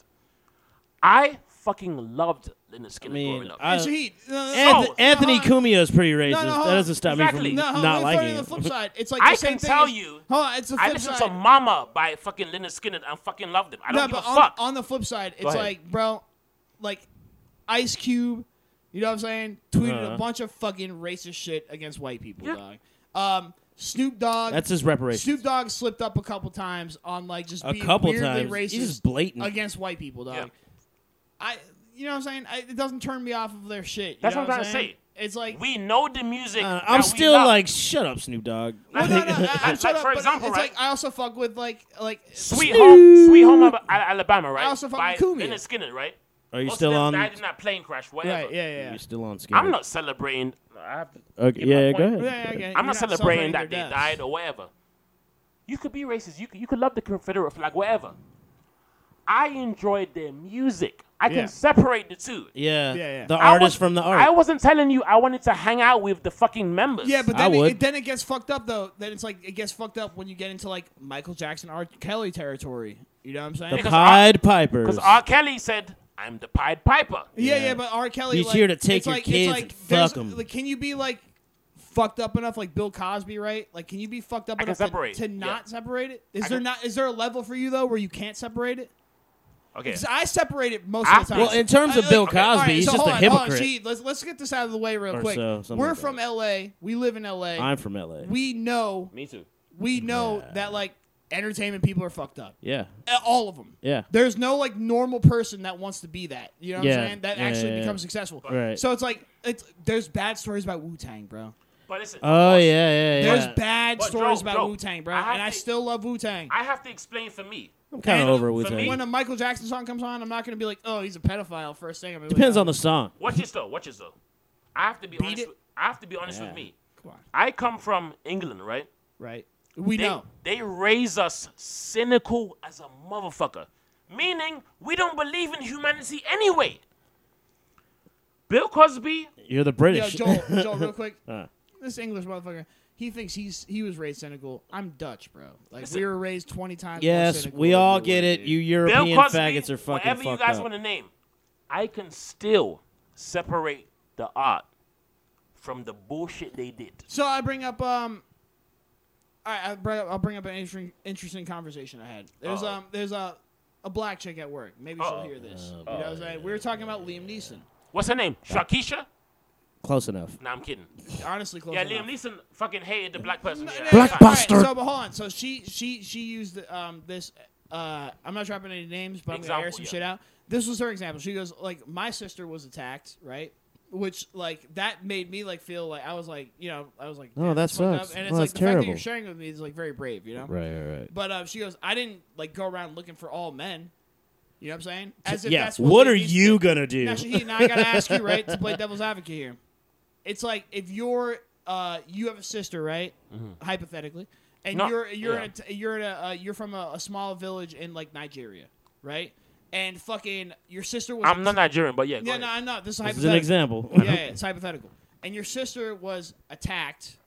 [SPEAKER 1] I fucking loved Leonard Skinner
[SPEAKER 2] mean,
[SPEAKER 1] growing up.
[SPEAKER 2] I-
[SPEAKER 3] And Shaheed, uh, no, no, no,
[SPEAKER 2] Anth-
[SPEAKER 1] Oh,
[SPEAKER 2] Anthony
[SPEAKER 3] hold on.
[SPEAKER 2] Cumia is pretty racist.
[SPEAKER 3] no, hold
[SPEAKER 2] that
[SPEAKER 3] on.
[SPEAKER 2] doesn't stop
[SPEAKER 1] Exactly.
[SPEAKER 2] me from
[SPEAKER 1] No,
[SPEAKER 3] hold
[SPEAKER 2] not
[SPEAKER 3] on,
[SPEAKER 2] liking
[SPEAKER 3] on the
[SPEAKER 2] it.
[SPEAKER 3] flip side, it's like
[SPEAKER 1] I
[SPEAKER 3] the
[SPEAKER 1] can
[SPEAKER 3] same thing
[SPEAKER 1] tell
[SPEAKER 3] as-
[SPEAKER 1] you,
[SPEAKER 3] Hold on, it's the
[SPEAKER 1] I
[SPEAKER 3] flip
[SPEAKER 1] listened
[SPEAKER 3] side.
[SPEAKER 1] to Mama by fucking Leonard Skinner and fucking loved him. I don't
[SPEAKER 3] no,
[SPEAKER 1] give a
[SPEAKER 3] but um, on,
[SPEAKER 1] fuck.
[SPEAKER 3] on the flip side, it's
[SPEAKER 1] ahead.
[SPEAKER 3] like, bro, like Ice Cube, you know what I'm saying? Tweeted
[SPEAKER 2] Uh-huh.
[SPEAKER 3] a bunch of fucking racist shit against white people,
[SPEAKER 1] Yeah.
[SPEAKER 3] dog. Um, Snoop Dogg.
[SPEAKER 2] That's his reparation.
[SPEAKER 3] Snoop Dogg slipped up a couple times on like just
[SPEAKER 2] A
[SPEAKER 3] being
[SPEAKER 2] couple
[SPEAKER 3] weirdly
[SPEAKER 2] times.
[SPEAKER 3] racist,
[SPEAKER 2] He's just blatant.
[SPEAKER 3] against white people, dog.
[SPEAKER 1] Yeah.
[SPEAKER 3] I, you know what I'm saying? I, it doesn't turn me off of their shit. you
[SPEAKER 1] That's
[SPEAKER 3] know
[SPEAKER 1] what I'm trying to
[SPEAKER 3] saying? It's like
[SPEAKER 1] We know the music.
[SPEAKER 2] Uh,
[SPEAKER 1] that
[SPEAKER 2] I'm
[SPEAKER 1] we
[SPEAKER 2] still
[SPEAKER 1] love.
[SPEAKER 2] like, shut up, Snoop Dogg.
[SPEAKER 1] Like-
[SPEAKER 3] No, no, I, I,
[SPEAKER 1] Like,
[SPEAKER 3] shut
[SPEAKER 1] for
[SPEAKER 3] up, but
[SPEAKER 1] example,
[SPEAKER 3] it's
[SPEAKER 1] right?
[SPEAKER 3] like I also fuck with like like
[SPEAKER 1] Sweet Home, Sweet Home Al- Al- Alabama, right?
[SPEAKER 3] also fucking
[SPEAKER 1] By
[SPEAKER 3] Kumi.
[SPEAKER 1] Leonard Skinner, right?
[SPEAKER 2] Are you
[SPEAKER 1] Most of
[SPEAKER 2] still
[SPEAKER 1] them
[SPEAKER 2] on?
[SPEAKER 1] Died in that plane crash, whatever.
[SPEAKER 3] Right, yeah, yeah.
[SPEAKER 2] You're still on? Skinner?
[SPEAKER 1] I'm not celebrating. I have to
[SPEAKER 2] Okay,
[SPEAKER 1] get my
[SPEAKER 2] yeah,
[SPEAKER 1] point.
[SPEAKER 2] go ahead.
[SPEAKER 3] Yeah, yeah, yeah,
[SPEAKER 1] I'm
[SPEAKER 3] you're
[SPEAKER 1] not celebrating
[SPEAKER 3] their
[SPEAKER 1] that they
[SPEAKER 3] deaths.
[SPEAKER 1] died or whatever. You could be racist. You could, you could love the Confederate flag, whatever. I enjoyed their music. I
[SPEAKER 3] Yeah.
[SPEAKER 1] can separate the two.
[SPEAKER 2] Yeah,
[SPEAKER 3] Yeah, yeah.
[SPEAKER 2] the
[SPEAKER 1] I
[SPEAKER 2] artist
[SPEAKER 1] was-
[SPEAKER 2] from the
[SPEAKER 1] I
[SPEAKER 2] art.
[SPEAKER 1] wasn't telling you I wanted to hang out with the fucking members.
[SPEAKER 3] Yeah, but
[SPEAKER 2] I
[SPEAKER 3] then
[SPEAKER 2] would.
[SPEAKER 3] it, then it gets fucked up though. Then it's like it gets fucked up when you get into like Michael Jackson, R. Kelly territory. You know what I'm saying?
[SPEAKER 2] the
[SPEAKER 1] because
[SPEAKER 2] Pied Pipers.
[SPEAKER 1] because R. Kelly said, "I'm the Pied Piper."
[SPEAKER 3] yeah,
[SPEAKER 2] yeah.
[SPEAKER 3] yeah, but R. Kelly.
[SPEAKER 2] He's
[SPEAKER 3] like,
[SPEAKER 2] here to take
[SPEAKER 3] it's
[SPEAKER 2] your
[SPEAKER 3] like,
[SPEAKER 2] kids
[SPEAKER 3] It's like,
[SPEAKER 2] and
[SPEAKER 3] there's-
[SPEAKER 2] fuck 'em.
[SPEAKER 3] Like, can you be like fucked up enough, like Bill Cosby, right? Like, can you be fucked up
[SPEAKER 1] I can
[SPEAKER 3] enough
[SPEAKER 1] separate,
[SPEAKER 3] to, to
[SPEAKER 1] yeah.
[SPEAKER 3] not separate it? Is
[SPEAKER 1] I
[SPEAKER 3] there
[SPEAKER 1] can-
[SPEAKER 3] not? Is there a level for you though where you can't separate it?
[SPEAKER 1] Okay.
[SPEAKER 3] So I separate it most
[SPEAKER 1] I-
[SPEAKER 3] of the time.
[SPEAKER 2] well, in terms of
[SPEAKER 3] I-
[SPEAKER 2] Bill
[SPEAKER 3] okay,
[SPEAKER 2] Cosby,
[SPEAKER 3] all right,
[SPEAKER 2] he's
[SPEAKER 3] so
[SPEAKER 2] just
[SPEAKER 3] hold
[SPEAKER 2] a
[SPEAKER 3] on, hold on,
[SPEAKER 2] hypocrite.
[SPEAKER 3] Gee, let's let's get this out of the way real
[SPEAKER 2] Or
[SPEAKER 3] quick.
[SPEAKER 2] so, something
[SPEAKER 3] We're
[SPEAKER 2] like
[SPEAKER 3] from
[SPEAKER 2] that.
[SPEAKER 3] L.A. We live in L.A.
[SPEAKER 2] I'm from LA.
[SPEAKER 3] we know
[SPEAKER 1] Me too.
[SPEAKER 3] we know that like entertainment people are fucked up.
[SPEAKER 2] yeah,
[SPEAKER 3] Uh, All of them.
[SPEAKER 2] yeah.
[SPEAKER 3] There's no like normal person that wants to be that. You know what
[SPEAKER 2] Yeah.
[SPEAKER 3] I'm saying? That
[SPEAKER 2] Yeah,
[SPEAKER 3] actually
[SPEAKER 2] yeah, yeah.
[SPEAKER 3] becomes successful.
[SPEAKER 2] Right.
[SPEAKER 3] So it's like it's there's bad stories about Wu Tang, bro.
[SPEAKER 1] But listen,
[SPEAKER 2] Oh yeah, yeah, yeah.
[SPEAKER 3] There's bad
[SPEAKER 1] But,
[SPEAKER 3] stories
[SPEAKER 1] Joe,
[SPEAKER 3] about
[SPEAKER 1] Joe,
[SPEAKER 3] Wu Tang, bro,
[SPEAKER 1] I have
[SPEAKER 3] and I
[SPEAKER 1] to-
[SPEAKER 3] still love Wu Tang.
[SPEAKER 1] I have to explain for me.
[SPEAKER 2] I'm kind of
[SPEAKER 1] and
[SPEAKER 2] over
[SPEAKER 1] for
[SPEAKER 2] with
[SPEAKER 1] me-
[SPEAKER 2] it.
[SPEAKER 3] When a Michael Jackson song comes on, I'm not gonna be like, "Oh, he's a pedophile." First thing I'm gonna be
[SPEAKER 2] Depends
[SPEAKER 3] like, "Oh,
[SPEAKER 2] on the song.
[SPEAKER 1] Watch this though. Watch this though. I have to be honest.
[SPEAKER 3] it.
[SPEAKER 1] With, I have to be honest
[SPEAKER 2] Yeah.
[SPEAKER 1] with me.
[SPEAKER 3] Come on,
[SPEAKER 1] I come from England, right?
[SPEAKER 3] right? We
[SPEAKER 1] They,
[SPEAKER 3] know.
[SPEAKER 1] They raise us cynical as a motherfucker, meaning we don't believe in humanity anyway. Bill Cosby,
[SPEAKER 2] You're the British.
[SPEAKER 3] Yo, Joel, Joel, real quick.
[SPEAKER 2] Uh.
[SPEAKER 3] This English motherfucker, he thinks he's he was raised cynical. I'm Dutch, bro. Like
[SPEAKER 1] Listen.
[SPEAKER 3] we were raised twenty times. more
[SPEAKER 2] yes,
[SPEAKER 3] cynical
[SPEAKER 2] we
[SPEAKER 3] than
[SPEAKER 2] all
[SPEAKER 3] were,
[SPEAKER 2] get it.
[SPEAKER 3] dude.
[SPEAKER 2] You
[SPEAKER 1] Bill
[SPEAKER 2] European
[SPEAKER 1] Cosby,
[SPEAKER 2] faggots are fucking
[SPEAKER 1] whatever you
[SPEAKER 2] fucked
[SPEAKER 1] guys
[SPEAKER 2] up.
[SPEAKER 1] want to name, I can still separate the art from the bullshit they did.
[SPEAKER 3] So I bring up um. I, I bring up, I'll bring up an interesting, interesting conversation I had. There's
[SPEAKER 1] Uh-oh.
[SPEAKER 3] um there's a a black chick at work. Maybe
[SPEAKER 1] Uh-oh.
[SPEAKER 3] she'll hear this.
[SPEAKER 2] Uh,
[SPEAKER 3] you know what I'm saying? We were talking about Liam Neeson.
[SPEAKER 1] What's her name? Shakisha?
[SPEAKER 2] Close enough.
[SPEAKER 1] Nah, I'm kidding.
[SPEAKER 3] Honestly, close
[SPEAKER 1] Yeah,
[SPEAKER 3] enough.
[SPEAKER 1] Liam Neeson fucking hated the black person. Yeah,
[SPEAKER 2] Black
[SPEAKER 1] fine.
[SPEAKER 3] All right,
[SPEAKER 2] bastard.
[SPEAKER 3] so, but hold on. So she she she used um this. Uh, I'm not dropping any names, but I'm gonna air
[SPEAKER 1] Example,
[SPEAKER 3] some
[SPEAKER 1] yeah.
[SPEAKER 3] shit out. This was her example. She goes like, my sister was attacked, right? Which like that made me like feel like I was like you know I was like
[SPEAKER 2] No,
[SPEAKER 3] "Damn,
[SPEAKER 2] that
[SPEAKER 3] it's fucked
[SPEAKER 2] sucks.
[SPEAKER 3] up." and it's
[SPEAKER 2] No,
[SPEAKER 3] like
[SPEAKER 2] that's
[SPEAKER 3] the fact that
[SPEAKER 2] terrible.
[SPEAKER 3] you're sharing with me is like very brave you know
[SPEAKER 2] Right, right, right.
[SPEAKER 3] but uh, she goes I didn't like go around looking for all men you know what I'm saying as if
[SPEAKER 2] yeah.
[SPEAKER 3] that's
[SPEAKER 2] What,
[SPEAKER 3] what, Liam
[SPEAKER 2] are
[SPEAKER 3] Neeson
[SPEAKER 2] you
[SPEAKER 3] did.
[SPEAKER 2] gonna do?
[SPEAKER 3] Now, Shahid, now I gotta ask you, right, to play devil's advocate here. It's like if you're, uh, you have a sister, right, hypothetically, and
[SPEAKER 1] Mm-hmm. No,
[SPEAKER 3] you're you're
[SPEAKER 1] yeah.
[SPEAKER 3] in a, t- you're in a uh, you're from a, a small village in like Nigeria, right, and fucking your sister was.
[SPEAKER 1] I'm not Nigerian, but yeah, go
[SPEAKER 3] Yeah,
[SPEAKER 1] ahead.
[SPEAKER 3] no, I'm not. This is,
[SPEAKER 2] this is
[SPEAKER 3] hypothetical.
[SPEAKER 2] an example.
[SPEAKER 3] Yeah, yeah, it's hypothetical. And your sister was attacked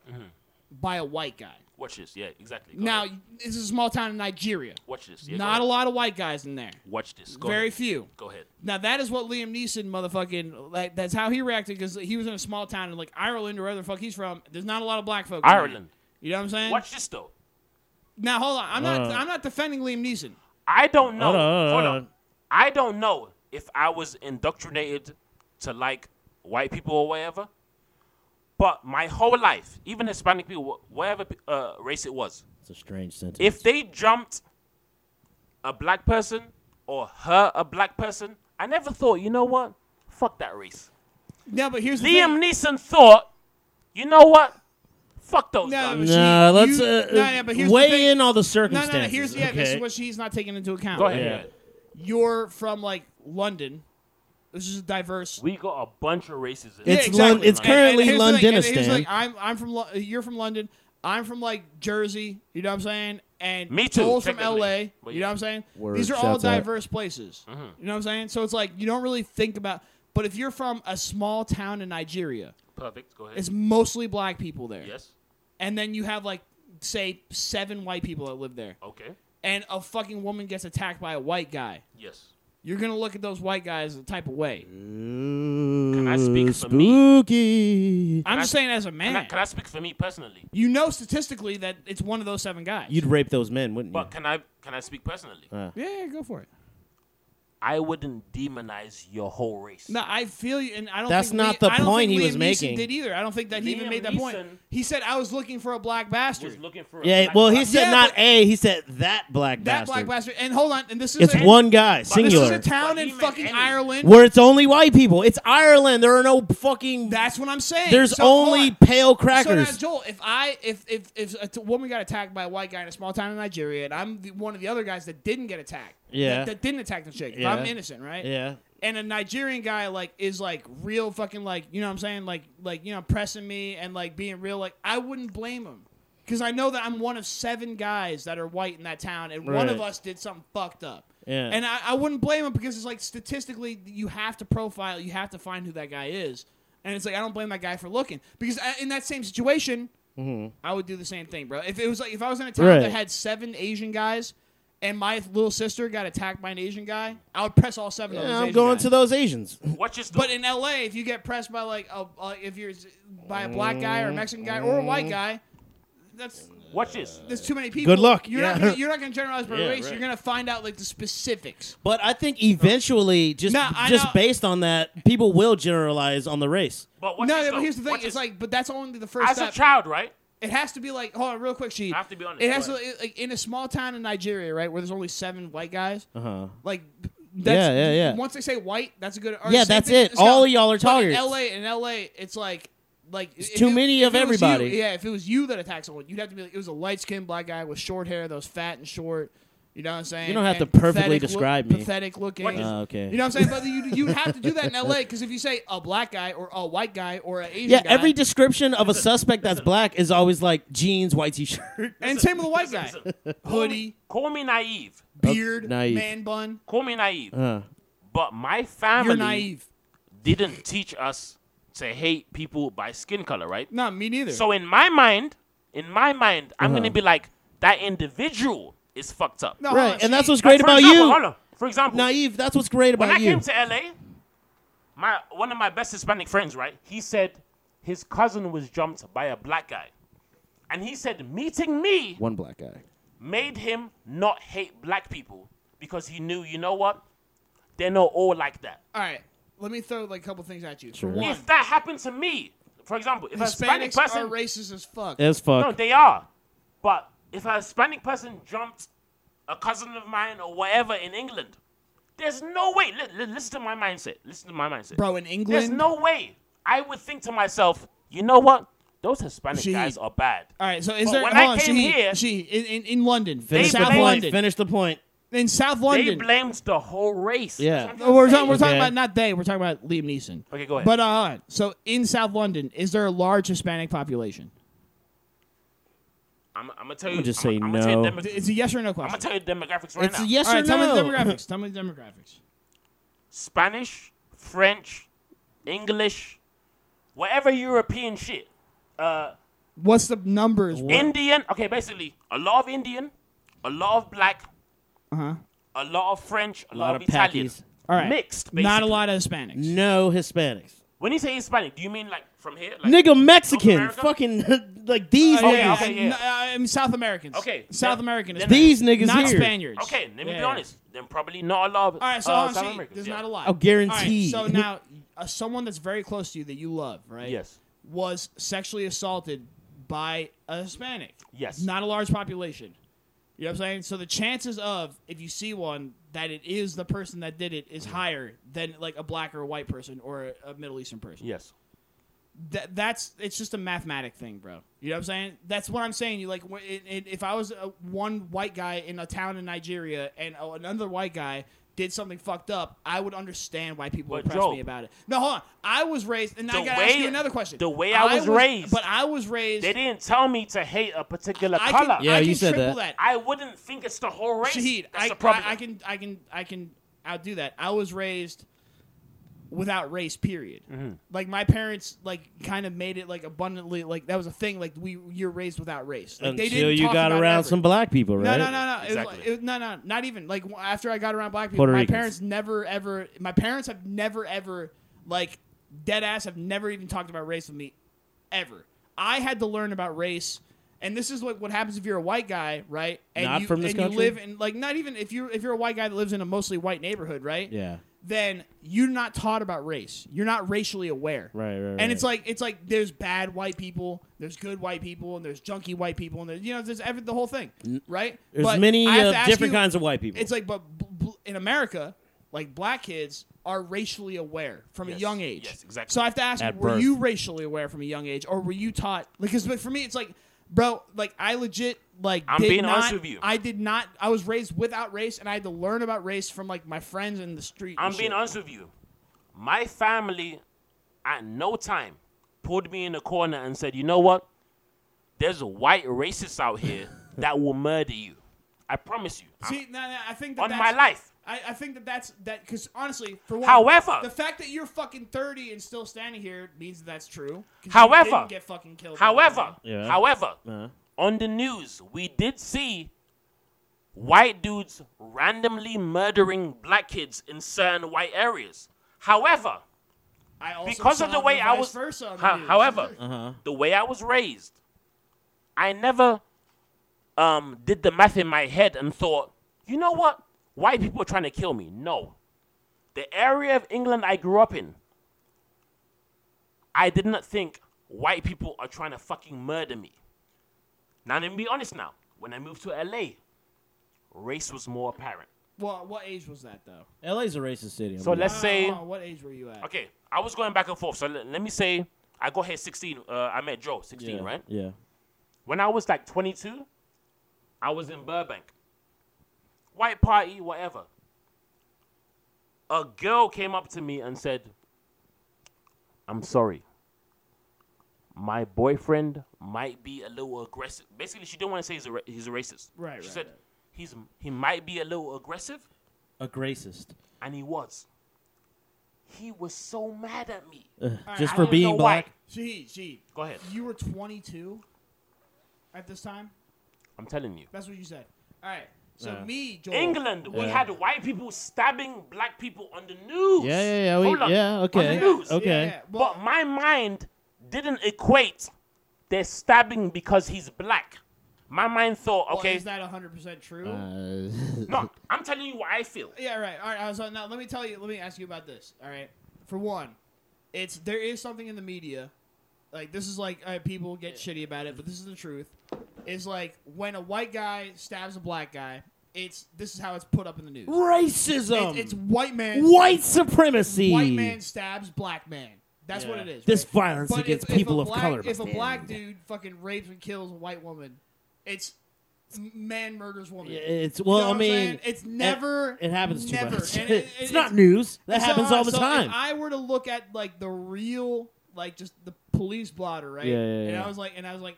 [SPEAKER 3] by a white guy.
[SPEAKER 1] Watch this. Yeah, exactly. Mm-hmm. Go
[SPEAKER 3] Now,
[SPEAKER 1] ahead.
[SPEAKER 3] this is a small town in Nigeria.
[SPEAKER 1] watch this. Yeah, go
[SPEAKER 3] Not
[SPEAKER 1] ahead.
[SPEAKER 3] a lot of white guys in there.
[SPEAKER 1] Watch this. Go
[SPEAKER 3] Very
[SPEAKER 1] ahead.
[SPEAKER 3] few.
[SPEAKER 1] Go ahead.
[SPEAKER 3] Now that is what Liam Neeson, motherfucking, like, that's how he reacted because he was in a small town in like Ireland or wherever the fuck he's from. There's not a lot of black folk. in there.
[SPEAKER 1] Ireland.
[SPEAKER 3] You know what I'm saying?
[SPEAKER 1] Watch this though.
[SPEAKER 3] Now hold on, I'm
[SPEAKER 2] Uh.
[SPEAKER 3] not, I'm not defending Liam Neeson.
[SPEAKER 1] I don't know.
[SPEAKER 2] Hold on,
[SPEAKER 1] Hold
[SPEAKER 2] hold
[SPEAKER 1] on.
[SPEAKER 2] on.
[SPEAKER 1] I don't know if I was indoctrinated to like white people or whatever, but my whole life, even Hispanic people, wh- whatever uh, race it was,
[SPEAKER 2] It's a strange sentence.
[SPEAKER 1] if they jumped a black person or her a black person, I never thought, you know what? Fuck that race.
[SPEAKER 3] No, but here's the
[SPEAKER 1] Liam
[SPEAKER 3] thing.
[SPEAKER 1] Neeson thought, you know what? Fuck those
[SPEAKER 3] No,
[SPEAKER 1] guys.
[SPEAKER 3] but she-
[SPEAKER 2] nah, let's
[SPEAKER 3] you-
[SPEAKER 2] uh,
[SPEAKER 3] nah, yeah, but here's the thing.
[SPEAKER 2] weigh in all the
[SPEAKER 3] No, no,
[SPEAKER 2] circumstances.
[SPEAKER 3] no. Here's yeah, this
[SPEAKER 2] okay?
[SPEAKER 3] is what she's not taking into account.
[SPEAKER 1] Go ahead.
[SPEAKER 2] Yeah.
[SPEAKER 3] You're from like London. This is a diverse.
[SPEAKER 1] We got a bunch of races. in
[SPEAKER 2] It's
[SPEAKER 1] this
[SPEAKER 2] Lon-
[SPEAKER 1] country,
[SPEAKER 2] it's
[SPEAKER 1] man.
[SPEAKER 2] current- currently
[SPEAKER 3] here's the thing, and here's the
[SPEAKER 2] Londonistan.
[SPEAKER 3] thing, I'm, I'm from. Lo- You're from London. I'm from like Jersey. You know what I'm saying? And
[SPEAKER 1] Me too,
[SPEAKER 3] Joel's from
[SPEAKER 1] technically.
[SPEAKER 3] L.A.
[SPEAKER 1] But yeah.
[SPEAKER 3] You
[SPEAKER 1] Mm-hmm.
[SPEAKER 3] know what I'm saying?
[SPEAKER 2] Word,
[SPEAKER 3] These are all
[SPEAKER 2] shouts out.
[SPEAKER 3] diverse places. You know what I'm saying? So it's like you don't really think about. But if you're from a small town in Nigeria,
[SPEAKER 1] Perfect. Go ahead.
[SPEAKER 3] it's mostly black people there.
[SPEAKER 1] yes.
[SPEAKER 3] And then you have like say seven white people that live there,
[SPEAKER 1] Okay.
[SPEAKER 3] and a fucking woman gets attacked by a white guy.
[SPEAKER 1] Yes.
[SPEAKER 3] You're gonna look at those white guys the type of way.
[SPEAKER 1] Mm.
[SPEAKER 2] Can
[SPEAKER 1] I speak for me?
[SPEAKER 2] Spooky.
[SPEAKER 3] I'm
[SPEAKER 1] I-
[SPEAKER 3] just saying as a man.
[SPEAKER 1] Can I, can I speak for me personally?
[SPEAKER 3] You know statistically that it's one of those seven guys.
[SPEAKER 2] You'd rape those men, wouldn't you?
[SPEAKER 1] But can I can I speak personally?
[SPEAKER 2] Uh,
[SPEAKER 3] yeah, yeah, go for it.
[SPEAKER 1] I wouldn't demonize your whole race.
[SPEAKER 3] No, I feel you, and I don't.
[SPEAKER 2] That's
[SPEAKER 3] think
[SPEAKER 2] not
[SPEAKER 3] Liam-
[SPEAKER 2] the
[SPEAKER 3] I don't
[SPEAKER 2] point
[SPEAKER 3] think
[SPEAKER 2] he
[SPEAKER 3] Liam
[SPEAKER 2] was
[SPEAKER 3] Neeson
[SPEAKER 2] making.
[SPEAKER 3] Did either? I don't think that he even
[SPEAKER 1] Liam
[SPEAKER 3] made that point.
[SPEAKER 1] Neeson-
[SPEAKER 3] He said, "I was looking for a black
[SPEAKER 1] Was
[SPEAKER 3] bastard."
[SPEAKER 1] looking for a
[SPEAKER 2] yeah,
[SPEAKER 1] black
[SPEAKER 2] well, he
[SPEAKER 1] bastard.
[SPEAKER 2] said
[SPEAKER 3] Yeah,
[SPEAKER 2] not
[SPEAKER 3] but-
[SPEAKER 2] a. He said that black
[SPEAKER 3] That
[SPEAKER 2] bastard.
[SPEAKER 3] black bastard. And hold on, and this is
[SPEAKER 2] It's
[SPEAKER 3] a,
[SPEAKER 2] one guy,
[SPEAKER 3] This is a
[SPEAKER 2] singular,
[SPEAKER 3] town
[SPEAKER 1] But
[SPEAKER 3] in
[SPEAKER 1] he meant
[SPEAKER 3] fucking
[SPEAKER 1] any.
[SPEAKER 3] Ireland.
[SPEAKER 2] where it's only white people. It's Ireland. There are no fucking.
[SPEAKER 3] That's what I'm saying.
[SPEAKER 2] there's
[SPEAKER 3] So, hold
[SPEAKER 2] only
[SPEAKER 3] on.
[SPEAKER 2] pale
[SPEAKER 3] So now,
[SPEAKER 2] crackers.
[SPEAKER 3] Joel, if I if if if a t- woman got attacked by a white guy in a small town in Nigeria, and I'm the, one of the other guys that didn't get attacked,
[SPEAKER 2] Yeah.
[SPEAKER 3] that, that didn't attack the chick,
[SPEAKER 2] Yeah.
[SPEAKER 3] I'm innocent, right?
[SPEAKER 2] yeah,
[SPEAKER 3] and a Nigerian guy like is like real fucking like you know what I'm saying like like you know pressing me and like being real like I wouldn't blame him because I know that I'm one of seven guys that are white in that town and one of
[SPEAKER 2] Right.
[SPEAKER 3] us did something fucked up
[SPEAKER 2] Yeah.
[SPEAKER 3] and I, I wouldn't blame him because it's like statistically you have to profile you have to find who that guy is and it's like I don't blame that guy for looking because I, in that same situation I would do the same thing bro if it was like if I was in a town
[SPEAKER 2] Mm-hmm. Right.
[SPEAKER 3] that had seven Asian guys. And my little sister got attacked by an Asian guy. I would press all seven of
[SPEAKER 2] Yeah,
[SPEAKER 3] those
[SPEAKER 2] I'm
[SPEAKER 3] Asian
[SPEAKER 2] going
[SPEAKER 3] guys.
[SPEAKER 2] to those Asians.
[SPEAKER 1] Watch this.
[SPEAKER 3] But in LA, if you get pressed by like a, uh, if you're s- by a black guy or a Mexican guy or a white guy, that's
[SPEAKER 1] Watch this.
[SPEAKER 3] there's too many people.
[SPEAKER 2] Good luck.
[SPEAKER 3] You're not
[SPEAKER 2] Yeah.
[SPEAKER 3] gonna, you're not gonna generalize by
[SPEAKER 2] Yeah,
[SPEAKER 3] race.
[SPEAKER 2] right.
[SPEAKER 3] You're gonna find out like the specifics.
[SPEAKER 2] But I think eventually, just
[SPEAKER 3] No, I
[SPEAKER 2] just
[SPEAKER 3] know-
[SPEAKER 2] based on that, people will generalize on the race.
[SPEAKER 1] But watch
[SPEAKER 3] no,
[SPEAKER 1] this.
[SPEAKER 3] yeah,
[SPEAKER 1] though.
[SPEAKER 3] but here's the thing.
[SPEAKER 1] Watch
[SPEAKER 3] It's
[SPEAKER 1] this.
[SPEAKER 3] like, but that's only the first
[SPEAKER 1] as
[SPEAKER 3] step.
[SPEAKER 1] a child, right?
[SPEAKER 3] it has to be like, hold on, real quick, she.
[SPEAKER 1] I have to be honest,
[SPEAKER 3] It has
[SPEAKER 1] go
[SPEAKER 3] to like in a small town in Nigeria, right, where there's only seven white guys.
[SPEAKER 2] Uh huh.
[SPEAKER 3] Like, that's,
[SPEAKER 2] Yeah, yeah, yeah.
[SPEAKER 3] Once they say white, that's a good. or
[SPEAKER 2] Yeah,
[SPEAKER 3] same
[SPEAKER 2] that's
[SPEAKER 3] thing-
[SPEAKER 2] it.
[SPEAKER 3] it's kinda-
[SPEAKER 2] All y'all are
[SPEAKER 3] but in
[SPEAKER 2] targets.
[SPEAKER 3] LA, in LA, it's like like
[SPEAKER 2] It's
[SPEAKER 3] if
[SPEAKER 2] too
[SPEAKER 3] it-
[SPEAKER 2] many
[SPEAKER 3] if
[SPEAKER 2] of
[SPEAKER 3] it was
[SPEAKER 2] everybody.
[SPEAKER 3] you- yeah, if it was you that attacked someone, you'd have to be. Like, it was a light skinned black guy with short hair that was fat and short. You know what I'm saying?
[SPEAKER 2] You don't have to
[SPEAKER 3] And
[SPEAKER 2] perfectly
[SPEAKER 3] pathetic look-
[SPEAKER 2] describe me.
[SPEAKER 3] Pathetic looking.
[SPEAKER 1] What is-
[SPEAKER 2] Uh, okay.
[SPEAKER 3] You know what I'm saying? But you you have to do that in L.A. because if you say a black guy or a white guy or an Asian
[SPEAKER 2] yeah,
[SPEAKER 3] guy,
[SPEAKER 2] every description of a suspect that's black is always like jeans, white t-shirt.
[SPEAKER 3] and same with the white guy, hoodie,
[SPEAKER 1] Call me naive.
[SPEAKER 3] beard,
[SPEAKER 2] Oh, naive.
[SPEAKER 3] man bun.
[SPEAKER 1] Call me naive.
[SPEAKER 2] Uh,
[SPEAKER 1] But my
[SPEAKER 3] You're
[SPEAKER 1] family
[SPEAKER 3] naive.
[SPEAKER 1] didn't teach us to hate people by skin color, right?
[SPEAKER 3] No, me neither.
[SPEAKER 1] So in my mind, in my mind, I'm
[SPEAKER 2] Uh-huh.
[SPEAKER 1] gonna be like that individual is fucked up.
[SPEAKER 3] no, hold on,
[SPEAKER 2] right, and that's
[SPEAKER 3] see,
[SPEAKER 2] what's great
[SPEAKER 1] for
[SPEAKER 2] about
[SPEAKER 1] example,
[SPEAKER 2] you,
[SPEAKER 1] Hold on. For example,
[SPEAKER 2] naive. That's what's great
[SPEAKER 1] when
[SPEAKER 2] about
[SPEAKER 1] I
[SPEAKER 2] you.
[SPEAKER 1] came to LA, my one of my best Hispanic friends, right? He said his cousin was jumped by a black guy, and he said meeting me
[SPEAKER 2] One black guy.
[SPEAKER 1] made him not hate black people because he knew, you know what? They're not all like that.
[SPEAKER 3] All right, let me throw like a couple things at you. For
[SPEAKER 2] Sure.
[SPEAKER 3] one,
[SPEAKER 1] If that happened to me, for example, if a Hispanic
[SPEAKER 3] Hispanics
[SPEAKER 1] person
[SPEAKER 3] are racist as fuck.
[SPEAKER 2] As fuck.
[SPEAKER 1] No, they are. But if a Hispanic person jumped a cousin of mine or whatever in England, there's no way. Li- li- listen to my mindset. Listen to my mindset.
[SPEAKER 3] Bro, in England,
[SPEAKER 1] there's no way I would think to myself, you know what? Those Hispanic
[SPEAKER 3] Shahid.
[SPEAKER 1] guys are bad.
[SPEAKER 3] All right, so is
[SPEAKER 1] But
[SPEAKER 3] there?
[SPEAKER 1] when
[SPEAKER 3] hold
[SPEAKER 1] I
[SPEAKER 3] on,
[SPEAKER 1] came
[SPEAKER 3] she,
[SPEAKER 1] here-
[SPEAKER 3] she in, in, in London,
[SPEAKER 2] Finish the
[SPEAKER 3] South
[SPEAKER 1] blame-
[SPEAKER 2] point.
[SPEAKER 3] London,
[SPEAKER 2] Finish the point.
[SPEAKER 3] in South
[SPEAKER 1] They
[SPEAKER 3] London.
[SPEAKER 1] blamed the whole race.
[SPEAKER 2] Yeah.
[SPEAKER 1] That's what
[SPEAKER 3] No,
[SPEAKER 1] I'm
[SPEAKER 3] we're
[SPEAKER 1] saying.
[SPEAKER 3] talking, we're talking
[SPEAKER 2] Okay.
[SPEAKER 3] about not they. We're talking about Liam Neeson.
[SPEAKER 1] Okay, go ahead.
[SPEAKER 3] But uh, so in South London, is there a large Hispanic population?
[SPEAKER 1] I'm, I'm gonna
[SPEAKER 3] uh,
[SPEAKER 1] tell you.
[SPEAKER 2] I'ma just
[SPEAKER 1] I'm,
[SPEAKER 2] say
[SPEAKER 1] I'm Gonna tell you
[SPEAKER 2] no.
[SPEAKER 1] demo-
[SPEAKER 3] D- It's a yes or no
[SPEAKER 1] I'm gonna
[SPEAKER 3] question.
[SPEAKER 1] tell you demographics right
[SPEAKER 2] It's
[SPEAKER 1] now.
[SPEAKER 2] a yes
[SPEAKER 3] All right,
[SPEAKER 2] or
[SPEAKER 3] tell
[SPEAKER 2] no.
[SPEAKER 3] me the demographics. Tell me the demographics.
[SPEAKER 1] Spanish, French, English, whatever European shit. Uh,
[SPEAKER 3] What's the numbers?
[SPEAKER 1] Indian. Okay, basically, a lot of Indian, a lot of black,
[SPEAKER 3] Uh huh.
[SPEAKER 1] a lot of French, a, lot,
[SPEAKER 2] lot
[SPEAKER 1] of,
[SPEAKER 2] of
[SPEAKER 1] Italian.
[SPEAKER 2] Pakis.
[SPEAKER 3] All right.
[SPEAKER 1] Mixed.
[SPEAKER 3] Not a
[SPEAKER 1] basically.
[SPEAKER 3] lot of Hispanics.
[SPEAKER 2] No Hispanics.
[SPEAKER 1] When you say Hispanic, do you mean like from here? Like,
[SPEAKER 2] Nigga, Mexican.
[SPEAKER 1] America?
[SPEAKER 2] Fucking like these
[SPEAKER 3] Oh,
[SPEAKER 1] Okay,
[SPEAKER 3] yeah,
[SPEAKER 2] niggas.
[SPEAKER 1] okay,
[SPEAKER 3] n-
[SPEAKER 1] yeah.
[SPEAKER 3] I mean, South Americans.
[SPEAKER 1] Okay,
[SPEAKER 3] South
[SPEAKER 1] then-
[SPEAKER 3] Americans.
[SPEAKER 1] then-
[SPEAKER 2] These niggas
[SPEAKER 3] not
[SPEAKER 2] here.
[SPEAKER 3] Spaniards.
[SPEAKER 1] Okay, let me
[SPEAKER 3] Yeah,
[SPEAKER 1] be
[SPEAKER 3] yeah.
[SPEAKER 1] honest. Then probably not a lot. Of,
[SPEAKER 3] All right, so
[SPEAKER 1] uh,
[SPEAKER 3] I'm
[SPEAKER 1] South
[SPEAKER 3] saying
[SPEAKER 1] Americans,
[SPEAKER 3] there's
[SPEAKER 1] yeah.
[SPEAKER 3] not a lot.
[SPEAKER 2] Oh, guaranteed.
[SPEAKER 3] All right, so now, uh, someone that's very close to you that you love, right?
[SPEAKER 1] Yes.
[SPEAKER 3] Was sexually assaulted by a Hispanic.
[SPEAKER 1] Yes.
[SPEAKER 3] Not a large population. You know what I'm saying? So the chances of if you see one that it is the person that did it is
[SPEAKER 1] Mm-hmm.
[SPEAKER 3] higher than like a black or a white person or a, a Middle Eastern person.
[SPEAKER 1] Yes.
[SPEAKER 3] That, that's it's just a mathematic thing, bro. You know what I'm saying? That's what I'm saying. You like wh- it, it, if I was a, one white guy in a town in Nigeria and uh, another white guy did something fucked up, I would understand why people
[SPEAKER 1] But
[SPEAKER 3] would press
[SPEAKER 1] Joe-
[SPEAKER 3] me about it. No, hold on. I was raised, and I
[SPEAKER 1] The
[SPEAKER 3] gotta ask
[SPEAKER 1] way-
[SPEAKER 3] you another question.
[SPEAKER 1] the way I was raised-
[SPEAKER 3] but I was raised.
[SPEAKER 1] They didn't tell me to hate a particular
[SPEAKER 3] I
[SPEAKER 1] color.
[SPEAKER 3] can,
[SPEAKER 2] Yeah,
[SPEAKER 3] I can
[SPEAKER 2] you said
[SPEAKER 3] triple
[SPEAKER 2] that.
[SPEAKER 3] that.
[SPEAKER 1] I wouldn't think it's the whole race.
[SPEAKER 3] Shahid,
[SPEAKER 1] That's
[SPEAKER 3] I,
[SPEAKER 1] the problem.
[SPEAKER 3] I, I can, I can, I can outdo that. I was raised without race. Period.
[SPEAKER 2] Mm-hmm.
[SPEAKER 3] Like my parents, like kind of made it like abundantly, like that was a thing. Like we, you're raised without race. Like, they
[SPEAKER 2] Until
[SPEAKER 3] didn't
[SPEAKER 2] you
[SPEAKER 3] talk
[SPEAKER 2] got
[SPEAKER 3] about
[SPEAKER 2] around
[SPEAKER 3] every-
[SPEAKER 2] some black people,
[SPEAKER 3] No,
[SPEAKER 2] right?
[SPEAKER 3] no, no, no. It was
[SPEAKER 1] Exactly.
[SPEAKER 3] like- it was- no, no, not even. Like w- after I got around black people,
[SPEAKER 2] Puerto
[SPEAKER 3] my
[SPEAKER 2] Ricans.
[SPEAKER 3] parents never ever. My parents have never ever like dead ass have never even talked about race with me ever. I had to learn about race, and this is what what happens if you're a white guy, right? And
[SPEAKER 2] Not
[SPEAKER 3] you,
[SPEAKER 2] from this
[SPEAKER 3] and
[SPEAKER 2] country?
[SPEAKER 3] You live in like not even if you if you're a white guy that lives in a mostly white neighborhood, right?
[SPEAKER 2] Yeah.
[SPEAKER 3] Then you're not taught about race. You're not racially aware.
[SPEAKER 2] Right, right,
[SPEAKER 3] And
[SPEAKER 2] right.
[SPEAKER 3] it's like it's like there's bad white people, there's good white people, and there's junky white people, and there's you know there's every, the whole thing, right?
[SPEAKER 2] There's
[SPEAKER 3] But
[SPEAKER 2] many
[SPEAKER 3] I have
[SPEAKER 2] uh,
[SPEAKER 3] to ask
[SPEAKER 2] different
[SPEAKER 3] you-
[SPEAKER 2] kinds of white people.
[SPEAKER 3] It's like, but b- b- in America, like black kids are racially aware from a
[SPEAKER 1] Yes.
[SPEAKER 3] young age.
[SPEAKER 1] Yes, exactly.
[SPEAKER 3] So I have to ask, you,
[SPEAKER 2] At
[SPEAKER 3] were
[SPEAKER 2] birth.
[SPEAKER 3] you racially aware from a young age, or were you taught? Because but for me, it's like, bro, like I legit like
[SPEAKER 1] I'm
[SPEAKER 3] did
[SPEAKER 1] being
[SPEAKER 3] not,
[SPEAKER 1] honest with you.
[SPEAKER 3] I did not. I was raised without race, and I had to learn about race from like my friends in the street. and
[SPEAKER 1] I'm being
[SPEAKER 3] shit.
[SPEAKER 1] honest with you. My family, at no time, pulled me in the corner and said, "You know what? There's white racists out here that will murder you. I promise you. I'm-
[SPEAKER 3] See, no, no, I think that
[SPEAKER 1] on my
[SPEAKER 3] that's-
[SPEAKER 1] life.
[SPEAKER 3] I, I think that that's that because honestly, for one,
[SPEAKER 1] However-
[SPEAKER 3] the fact that you're fucking thirty and still standing here means that that's true. 'cause you
[SPEAKER 1] However-
[SPEAKER 3] didn't get fucking killed. by
[SPEAKER 1] However,
[SPEAKER 3] somebody.
[SPEAKER 2] Yeah.
[SPEAKER 1] however,
[SPEAKER 2] Uh-huh.
[SPEAKER 1] on the news we did see white dudes randomly murdering black kids in certain white areas. However,
[SPEAKER 3] I also
[SPEAKER 1] because of the
[SPEAKER 3] saw
[SPEAKER 1] way I
[SPEAKER 3] vice
[SPEAKER 1] was,
[SPEAKER 3] versa on the
[SPEAKER 1] Ho-
[SPEAKER 3] news.
[SPEAKER 1] however,
[SPEAKER 2] Uh-huh.
[SPEAKER 1] the way I was raised, I never um, did the math in my head and thought, you know what? White people are trying to kill me. No. The area of England I grew up in, I did not think white people are trying to fucking murder me. Now, let me be honest now. When I moved to LA, race was more apparent.
[SPEAKER 3] well, what age was that though?
[SPEAKER 2] LA's a racist city. I'm
[SPEAKER 1] So
[SPEAKER 2] gonna-
[SPEAKER 1] let's say,
[SPEAKER 3] Oh, what age were you at?
[SPEAKER 1] okay, I was going back and forth. So let, let me say I got here 16. Uh, I met Joe 16,
[SPEAKER 2] yeah,
[SPEAKER 1] right?
[SPEAKER 2] Yeah.
[SPEAKER 1] When I was like 22, I was in Burbank. White party, whatever. A girl came up to me and said, I'm sorry. My boyfriend might be a little aggressive. Basically, she didn't want to say he's a, ra- he's a racist.
[SPEAKER 3] Right,
[SPEAKER 1] She
[SPEAKER 3] right,
[SPEAKER 1] said,
[SPEAKER 3] right.
[SPEAKER 1] He's, he might be a little aggressive,
[SPEAKER 2] A gracist.
[SPEAKER 1] and he was. He was so mad at me.
[SPEAKER 2] Ugh,
[SPEAKER 3] right,
[SPEAKER 2] just
[SPEAKER 3] I
[SPEAKER 2] for
[SPEAKER 1] don't know
[SPEAKER 2] being
[SPEAKER 1] why.
[SPEAKER 2] black.
[SPEAKER 3] Gee, gee.
[SPEAKER 1] Go ahead.
[SPEAKER 3] You were 22 at this time.
[SPEAKER 1] I'm telling you.
[SPEAKER 3] That's what you said. All right. So
[SPEAKER 2] Yeah.
[SPEAKER 3] me, Joel.
[SPEAKER 1] England, we
[SPEAKER 2] Yeah.
[SPEAKER 1] had white people stabbing black people on the news.
[SPEAKER 2] Yeah, yeah, yeah. We,
[SPEAKER 1] Hold on.
[SPEAKER 2] yeah,
[SPEAKER 1] On
[SPEAKER 2] okay.
[SPEAKER 1] the news.
[SPEAKER 3] Yeah,
[SPEAKER 2] Okay.
[SPEAKER 3] yeah, well,
[SPEAKER 1] But my mind didn't equate they're stabbing because he's black. My mind thought,
[SPEAKER 3] well,
[SPEAKER 1] okay,
[SPEAKER 3] Is that 100 percent true?
[SPEAKER 2] Uh,
[SPEAKER 1] no, I'm telling you what I feel.
[SPEAKER 3] Yeah, right. All right. I was on, now let me tell you. Let me ask you about this. All right. For one, it's there is something in the media, like this is like all right, people get shitty about it, but this is the truth. Is like when a white guy stabs a black guy, it's this is how it's put up in the news.
[SPEAKER 2] racism.
[SPEAKER 3] It's, it's white man.
[SPEAKER 2] white supremacy.
[SPEAKER 3] White man stabs black man. That's what it is.
[SPEAKER 2] This
[SPEAKER 3] right?
[SPEAKER 2] violence
[SPEAKER 3] But
[SPEAKER 2] against
[SPEAKER 3] if- if
[SPEAKER 2] people
[SPEAKER 3] a
[SPEAKER 2] of
[SPEAKER 3] black-
[SPEAKER 2] color.
[SPEAKER 3] If a
[SPEAKER 2] man.
[SPEAKER 3] black dude fucking rapes and kills a white woman, it's man murders woman.
[SPEAKER 2] It's
[SPEAKER 3] You know
[SPEAKER 2] well,
[SPEAKER 3] what
[SPEAKER 2] I
[SPEAKER 3] I'm
[SPEAKER 2] mean,
[SPEAKER 3] saying? it's never.
[SPEAKER 2] it, happens too
[SPEAKER 3] never.
[SPEAKER 2] much.
[SPEAKER 3] And it- it-
[SPEAKER 2] it's not news. That
[SPEAKER 3] So,
[SPEAKER 2] happens
[SPEAKER 3] uh,
[SPEAKER 2] all the
[SPEAKER 3] so
[SPEAKER 2] time.
[SPEAKER 3] If I were to look at like the real, like just the police blotter, right?
[SPEAKER 2] Yeah, yeah,
[SPEAKER 3] and
[SPEAKER 2] yeah.
[SPEAKER 3] I was like, and I was like,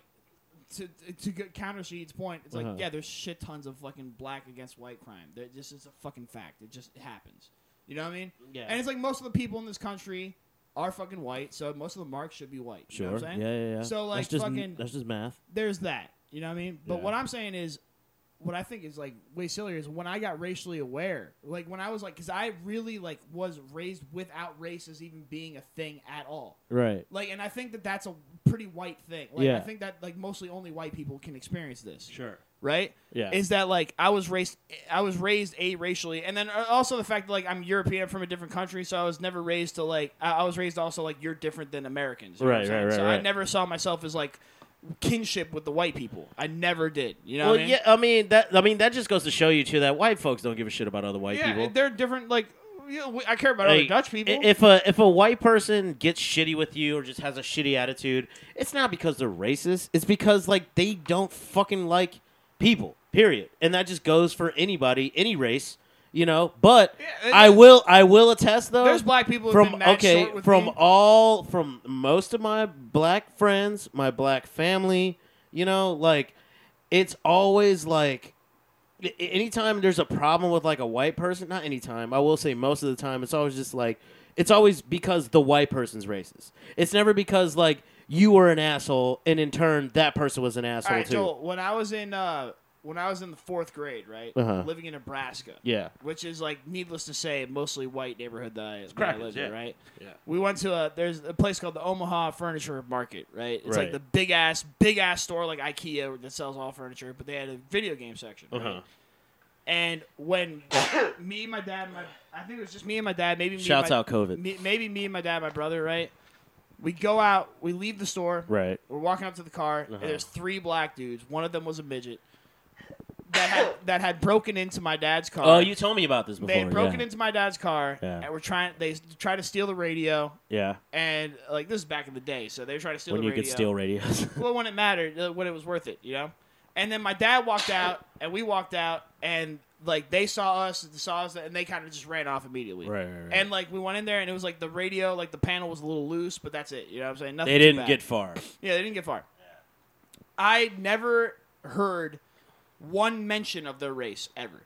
[SPEAKER 3] to to get counter Sheed's point, it's like,
[SPEAKER 2] Uh-huh.
[SPEAKER 3] yeah, there's shit tons of fucking black against white crime. There just is a fucking fact. It just happens. You know what I mean?
[SPEAKER 2] Yeah.
[SPEAKER 3] And it's like most of the people in this country are fucking white, so most of the marks should be white. You
[SPEAKER 2] sure.
[SPEAKER 3] know what I'm
[SPEAKER 2] yeah,
[SPEAKER 3] saying?
[SPEAKER 2] yeah, yeah.
[SPEAKER 3] So, like,
[SPEAKER 2] that's just,
[SPEAKER 3] fucking-
[SPEAKER 2] that's just math.
[SPEAKER 3] there's that. You know what I mean? But
[SPEAKER 2] Yeah.
[SPEAKER 3] what I'm saying is, what I think is like way sillier is when I got racially aware. Like when I was like, because I really like was raised without race as even being a thing at all.
[SPEAKER 2] Right.
[SPEAKER 3] Like, and I think that that's a pretty white thing. Like, I
[SPEAKER 2] Yeah.
[SPEAKER 3] think that like mostly only white people can experience this.
[SPEAKER 2] Sure.
[SPEAKER 3] Right?
[SPEAKER 2] Yeah.
[SPEAKER 3] Is that like I was raised, I was raised a racially, and then uh, also the fact that like I'm European I'm from a different country, so I was never raised to like I, I was raised also like you're different than Americans. you know what I'm
[SPEAKER 2] Right,
[SPEAKER 3] saying?
[SPEAKER 2] right, right,
[SPEAKER 3] So I
[SPEAKER 2] right.
[SPEAKER 3] never saw myself as like kinship with the white people. I never did. You
[SPEAKER 2] Well,
[SPEAKER 3] know? what I mean?
[SPEAKER 2] yeah. I mean that. I mean that just goes to show you too that white folks don't give a shit about other white
[SPEAKER 3] yeah.
[SPEAKER 2] people.
[SPEAKER 3] They're different. Like you know, we- I care about
[SPEAKER 2] Like,
[SPEAKER 3] other Dutch people.
[SPEAKER 2] i- If a if a white person gets shitty with you or just has a shitty attitude, it's not because they're racist. It's because like they don't fucking like people. Period. And that just goes for anybody, any race, you know. But
[SPEAKER 3] Yeah, it-
[SPEAKER 2] I will I will attest though.
[SPEAKER 3] There's black people who've
[SPEAKER 2] uh, from
[SPEAKER 3] been mad
[SPEAKER 2] okay
[SPEAKER 3] short with
[SPEAKER 2] from
[SPEAKER 3] me.
[SPEAKER 2] all from most of my black friends, my black family, you know, like it's always like a- anytime there's a problem with like a white person, not anytime, I will say most of the time, it's always just like it's always because the white person's racist. It's never because like you were an asshole and in turn that person was an asshole
[SPEAKER 3] All right,
[SPEAKER 2] too.
[SPEAKER 3] Joel. When I was in uh, when I was in the fourth grade, right,
[SPEAKER 2] Uh-huh.
[SPEAKER 3] living in Nebraska.
[SPEAKER 2] Yeah.
[SPEAKER 3] which is like needless to say mostly white neighborhood that I, that I
[SPEAKER 2] crackers,
[SPEAKER 3] lived
[SPEAKER 2] yeah.
[SPEAKER 3] in, right?
[SPEAKER 2] Yeah.
[SPEAKER 3] We went to a there's a place called the Omaha Furniture Market, right? It's like
[SPEAKER 2] Right.
[SPEAKER 3] the big ass big ass store like IKEA that sells all furniture, but they had a video game section. right?
[SPEAKER 2] Uh-huh.
[SPEAKER 3] And when me and my dad, and my I think it was just me and my dad, maybe me and
[SPEAKER 2] Shouts
[SPEAKER 3] my-
[SPEAKER 2] out COVID.
[SPEAKER 3] me- maybe me and my dad, my brother, right? We go out, we leave the store,
[SPEAKER 2] Right. Uh-huh.
[SPEAKER 3] we're walking up to the car, and there's three black dudes. One of them was a midget that had, that had broken into my dad's car.
[SPEAKER 2] Oh, you told me about this before.
[SPEAKER 3] they had broken
[SPEAKER 2] yeah.
[SPEAKER 3] into my dad's car,
[SPEAKER 2] Yeah.
[SPEAKER 3] and were trying. They tried to steal the radio,
[SPEAKER 2] Yeah.
[SPEAKER 3] and like this is back in the day, so they were trying to steal
[SPEAKER 2] When
[SPEAKER 3] the
[SPEAKER 2] you
[SPEAKER 3] radio.
[SPEAKER 2] could steal radios.
[SPEAKER 3] well, when it mattered, uh, when it was worth it, you know. And then my dad walked out, and we walked out, and like they saw us, saw us, and they kind of just ran off immediately.
[SPEAKER 2] Right, right, right.
[SPEAKER 3] And like we went in there, and it was like the radio, like the panel was a little loose, but that's it. You know what I'm saying? Nothing
[SPEAKER 2] they
[SPEAKER 3] too
[SPEAKER 2] didn't
[SPEAKER 3] bad.
[SPEAKER 2] get far.
[SPEAKER 3] Yeah, they didn't get far. I never heard one mention of their race ever.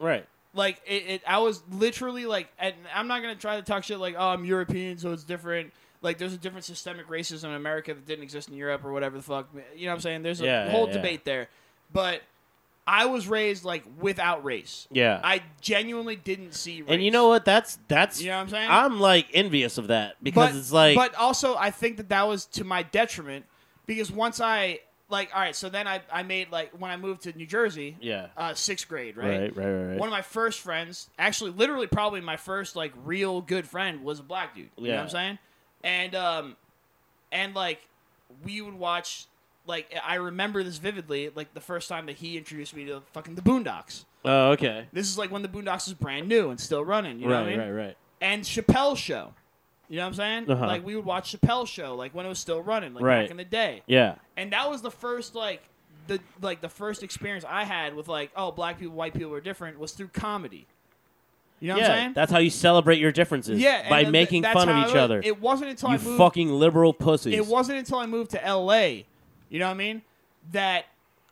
[SPEAKER 2] Right.
[SPEAKER 3] Like it, it I was literally like, and I'm not gonna try to talk shit like, oh, I'm European, so it's different. Like, there's a different systemic racism in America that didn't exist in Europe or whatever the fuck. You know what I'm saying? There's a
[SPEAKER 2] Yeah, yeah,
[SPEAKER 3] whole
[SPEAKER 2] yeah.
[SPEAKER 3] debate there, but I was raised like without race.
[SPEAKER 2] Yeah.
[SPEAKER 3] I genuinely didn't see. race.
[SPEAKER 2] and you know what? That's that's
[SPEAKER 3] You know what I'm saying?
[SPEAKER 2] I'm like envious of that because
[SPEAKER 3] but,
[SPEAKER 2] it's like
[SPEAKER 3] but also i think that that was to my detriment because once i like all right so then i, I made like when i moved to new jersey
[SPEAKER 2] Yeah.
[SPEAKER 3] uh, sixth grade right?
[SPEAKER 2] Right, right, right, right.
[SPEAKER 3] one of my first friends actually literally probably my first like real good friend was a black dude you know what i'm
[SPEAKER 2] Yeah.
[SPEAKER 3] saying and um and like we would watch like i remember this vividly like the first time that he introduced me to fucking the boondocks
[SPEAKER 2] Oh, okay.
[SPEAKER 3] this is like when the boondocks was brand new and still running you know
[SPEAKER 2] right,
[SPEAKER 3] what i mean
[SPEAKER 2] right, right.
[SPEAKER 3] and Chappelle's show. You know what I'm saying?
[SPEAKER 2] Uh-huh.
[SPEAKER 3] Like we would watch Chappelle's show, like when it was still running, like
[SPEAKER 2] Right.
[SPEAKER 3] back in the day.
[SPEAKER 2] Yeah.
[SPEAKER 3] And that was the first like the like the first experience I had with like oh black people, white people are different was through comedy. You know
[SPEAKER 2] yeah.
[SPEAKER 3] what I'm saying?
[SPEAKER 2] That's how you celebrate your differences.
[SPEAKER 3] yeah, and
[SPEAKER 2] By
[SPEAKER 3] then th-
[SPEAKER 2] making
[SPEAKER 3] that's
[SPEAKER 2] fun
[SPEAKER 3] how
[SPEAKER 2] of
[SPEAKER 3] I
[SPEAKER 2] each
[SPEAKER 3] was.
[SPEAKER 2] other.
[SPEAKER 3] It wasn't until
[SPEAKER 2] you
[SPEAKER 3] I moved
[SPEAKER 2] fucking liberal pussies.
[SPEAKER 3] it wasn't until I moved to LA, you know what I mean, that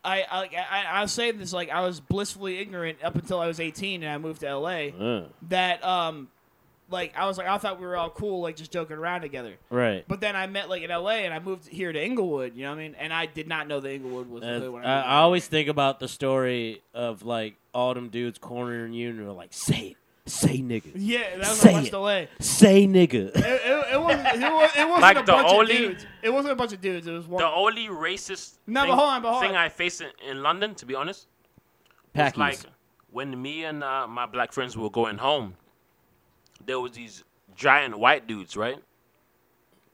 [SPEAKER 3] I I I, I was saying this like I was blissfully ignorant up until I was 18 and I moved to LA
[SPEAKER 2] Uh,
[SPEAKER 3] that um like I was like I thought we were all cool like just joking around together.
[SPEAKER 2] right.
[SPEAKER 3] But then I met like in LA and I moved here to Inglewood, you know what I mean? And I did not know that Inglewood was the
[SPEAKER 2] Uh,
[SPEAKER 3] hood when
[SPEAKER 2] I,
[SPEAKER 3] moved
[SPEAKER 2] I
[SPEAKER 3] here.
[SPEAKER 2] always think about the story of like all them dudes cornering you and they're like, say it, say nigga,
[SPEAKER 3] Yeah, that was
[SPEAKER 2] Say
[SPEAKER 3] in West
[SPEAKER 2] it.
[SPEAKER 3] LA. It,
[SPEAKER 2] say nigga.
[SPEAKER 3] it, it wasn't, it, wa- it wasn't
[SPEAKER 1] Like
[SPEAKER 3] a
[SPEAKER 1] the
[SPEAKER 3] bunch
[SPEAKER 1] only-
[SPEAKER 3] of dudes. It wasn't a bunch of dudes. It was one.
[SPEAKER 1] The only racist
[SPEAKER 3] No, but
[SPEAKER 1] thing,
[SPEAKER 3] hold on, but hold
[SPEAKER 1] thing
[SPEAKER 3] on.
[SPEAKER 1] I faced in, in London, to be honest,
[SPEAKER 2] Packies.
[SPEAKER 1] was like when me and uh, my black friends were going home, there was these giant white dudes, right?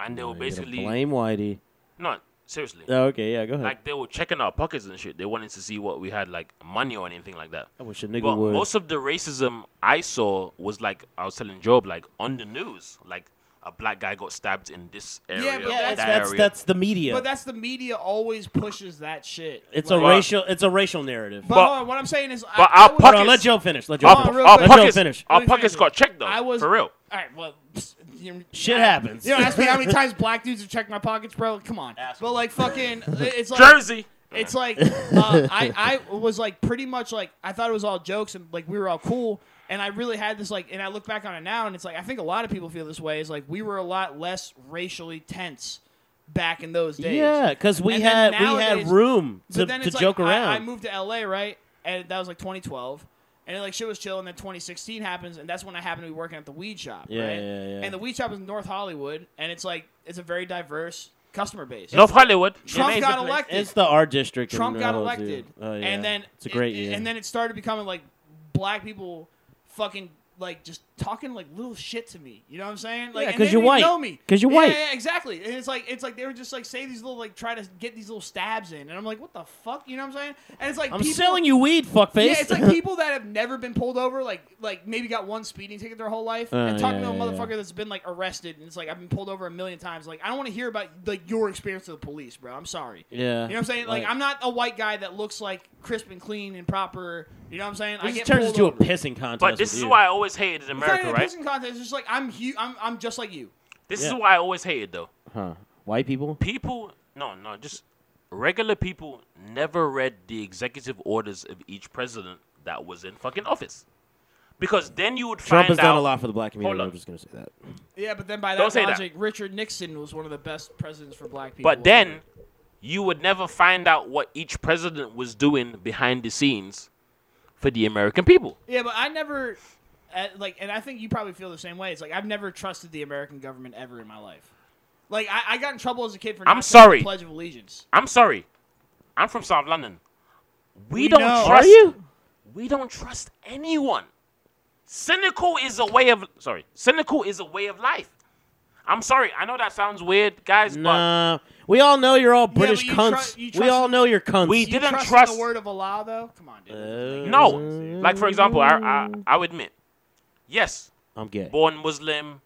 [SPEAKER 1] And they were
[SPEAKER 2] You're gonna
[SPEAKER 1] basically
[SPEAKER 2] blame Whitey.
[SPEAKER 1] no, seriously.
[SPEAKER 2] Oh, okay, yeah, go ahead.
[SPEAKER 1] Like they were checking our pockets and shit. They wanted to see what we had, like money or anything like that.
[SPEAKER 2] I wish a nigga
[SPEAKER 1] But
[SPEAKER 2] would.
[SPEAKER 1] most of the racism I saw was like I was telling Job, like on the news, like a black guy got stabbed in this area,
[SPEAKER 3] Yeah, but
[SPEAKER 1] that
[SPEAKER 2] that's that's,
[SPEAKER 1] area.
[SPEAKER 2] that's the media.
[SPEAKER 3] But that's the media always pushes that shit.
[SPEAKER 2] it's
[SPEAKER 3] Like-
[SPEAKER 2] a racial. It's a racial narrative.
[SPEAKER 3] But,
[SPEAKER 1] But-
[SPEAKER 3] hold on, what I'm saying is,
[SPEAKER 1] but
[SPEAKER 3] I, I
[SPEAKER 1] our
[SPEAKER 3] would-
[SPEAKER 1] pockets-
[SPEAKER 2] Hold on, let Joe finish. Let Joe
[SPEAKER 1] our,
[SPEAKER 3] Hold on,
[SPEAKER 2] finish.
[SPEAKER 3] real
[SPEAKER 1] our
[SPEAKER 3] quick.
[SPEAKER 2] Let Joe
[SPEAKER 1] pockets,
[SPEAKER 2] finish.
[SPEAKER 1] our
[SPEAKER 3] Let me
[SPEAKER 1] pockets
[SPEAKER 3] finish.
[SPEAKER 1] got checked though.
[SPEAKER 3] I was
[SPEAKER 1] for real.
[SPEAKER 3] All right, well, psst, you-
[SPEAKER 2] Shit
[SPEAKER 3] I-
[SPEAKER 2] happens.
[SPEAKER 3] You know, ask me how many times black dudes have checked my pockets, bro. Come on. But like, fucking, it's like
[SPEAKER 1] Jersey.
[SPEAKER 3] It's like uh, I I was like pretty much like I thought it was all jokes and like we were all cool and I really had this like and I look back on it now and it's like I think a lot of people feel this way is like we were a lot less racially tense back in those days.
[SPEAKER 2] Yeah, because we
[SPEAKER 3] And
[SPEAKER 2] had
[SPEAKER 3] then
[SPEAKER 2] we had
[SPEAKER 3] nowadays-
[SPEAKER 2] room
[SPEAKER 3] But
[SPEAKER 2] to,
[SPEAKER 3] then
[SPEAKER 2] to
[SPEAKER 3] it's like,
[SPEAKER 2] joke
[SPEAKER 3] I-
[SPEAKER 2] around.
[SPEAKER 3] I, moved to LA right and that was like 2012 and like shit was chill and then 2016 happens and that's when I happened to be working at the weed shop.
[SPEAKER 2] Yeah,
[SPEAKER 3] right?
[SPEAKER 2] yeah, yeah.
[SPEAKER 3] And the weed shop is in North Hollywood and it's like it's a very diverse customer base.
[SPEAKER 1] North Hollywood.
[SPEAKER 3] Trump
[SPEAKER 1] Amazing
[SPEAKER 3] got
[SPEAKER 1] place.
[SPEAKER 3] elected.
[SPEAKER 2] it's the art district. in
[SPEAKER 3] Trump got
[SPEAKER 2] Reynolds,
[SPEAKER 3] elected,
[SPEAKER 2] dude. Oh, yeah.
[SPEAKER 3] and then
[SPEAKER 2] it's a great
[SPEAKER 3] it-
[SPEAKER 2] year.
[SPEAKER 3] And then it started becoming like black people fucking like just talking like little shit to me. You know what I'm saying? Like,
[SPEAKER 2] Yeah,
[SPEAKER 3] and
[SPEAKER 2] 'cause
[SPEAKER 3] they
[SPEAKER 2] you're
[SPEAKER 3] didn't
[SPEAKER 2] white.
[SPEAKER 3] Know me
[SPEAKER 2] 'Cause you're
[SPEAKER 3] Yeah,
[SPEAKER 2] white.
[SPEAKER 3] Yeah, exactly. And it's like it's like they were just like say these little like try to get these little stabs in, and I'm like, what the fuck? You know what I'm saying? And it's like
[SPEAKER 2] I'm
[SPEAKER 3] people,
[SPEAKER 2] selling you weed, fuckface.
[SPEAKER 3] Yeah, it's like people that have never been pulled over, like like maybe got one speeding ticket their whole life, and
[SPEAKER 2] Uh,
[SPEAKER 3] talking
[SPEAKER 2] yeah,
[SPEAKER 3] to a
[SPEAKER 2] yeah, yeah.
[SPEAKER 3] motherfucker that's been like arrested, and it's like I've been pulled over a million times. Like I don't want to hear about like your experience with the police, bro. I'm sorry.
[SPEAKER 2] yeah.
[SPEAKER 3] You know what I'm saying? Like, I'm not a white guy that looks like crisp and clean and proper. You know what I'm saying? I
[SPEAKER 2] This
[SPEAKER 3] get
[SPEAKER 2] turns
[SPEAKER 3] pulled
[SPEAKER 2] into
[SPEAKER 3] over.
[SPEAKER 2] a pissing contest.
[SPEAKER 1] But this
[SPEAKER 2] with
[SPEAKER 1] is
[SPEAKER 2] you.
[SPEAKER 1] why I always hated
[SPEAKER 3] It's not
[SPEAKER 1] America,
[SPEAKER 3] even
[SPEAKER 1] right?
[SPEAKER 3] a pissing contest. It's just like I'm huge. I'm, I'm just like you.
[SPEAKER 1] This
[SPEAKER 2] Yeah.
[SPEAKER 1] is why I always hated though.
[SPEAKER 2] Huh. White people.
[SPEAKER 1] People, no, no, just regular people never read the executive orders of each president that was in fucking office, because then you would find
[SPEAKER 2] Trump has
[SPEAKER 1] out.
[SPEAKER 2] done a lot for the black community.
[SPEAKER 1] Hold on.
[SPEAKER 2] I'm just gonna say that.
[SPEAKER 3] Yeah, but then by
[SPEAKER 1] Don't
[SPEAKER 3] that
[SPEAKER 1] say that.
[SPEAKER 3] logic, Richard Nixon was one of the best presidents for black people.
[SPEAKER 1] But then you would never find out what each president was doing behind the scenes for the American people.
[SPEAKER 3] yeah, but I never, uh, like, and I think you probably feel the same way. It's like I've never trusted the American government ever in my life. Like I, I got in trouble as a kid for not
[SPEAKER 1] I'm
[SPEAKER 3] saying
[SPEAKER 1] sorry.
[SPEAKER 3] the Pledge of Allegiance.
[SPEAKER 1] I'm sorry, I'm from South London. We,
[SPEAKER 3] We
[SPEAKER 1] don't
[SPEAKER 3] know.
[SPEAKER 1] trust.
[SPEAKER 2] Are you?
[SPEAKER 1] we don't trust anyone. Cynical is a way of sorry. Cynical is a way of life. I'm sorry. I know that sounds weird, guys,
[SPEAKER 2] Nah. We all know you're all British
[SPEAKER 3] you
[SPEAKER 2] cunts.
[SPEAKER 3] tru- you
[SPEAKER 2] we
[SPEAKER 3] trust-
[SPEAKER 2] all know you're cunts.
[SPEAKER 1] We
[SPEAKER 3] You
[SPEAKER 1] didn't
[SPEAKER 3] trust, in
[SPEAKER 1] trust-
[SPEAKER 3] the word of Allah, though. Come on, dude.
[SPEAKER 1] but
[SPEAKER 2] Uh,
[SPEAKER 3] Oh.
[SPEAKER 1] no. Like for example, I I, I would admit, yes,
[SPEAKER 2] I'm gay.
[SPEAKER 1] born Muslim,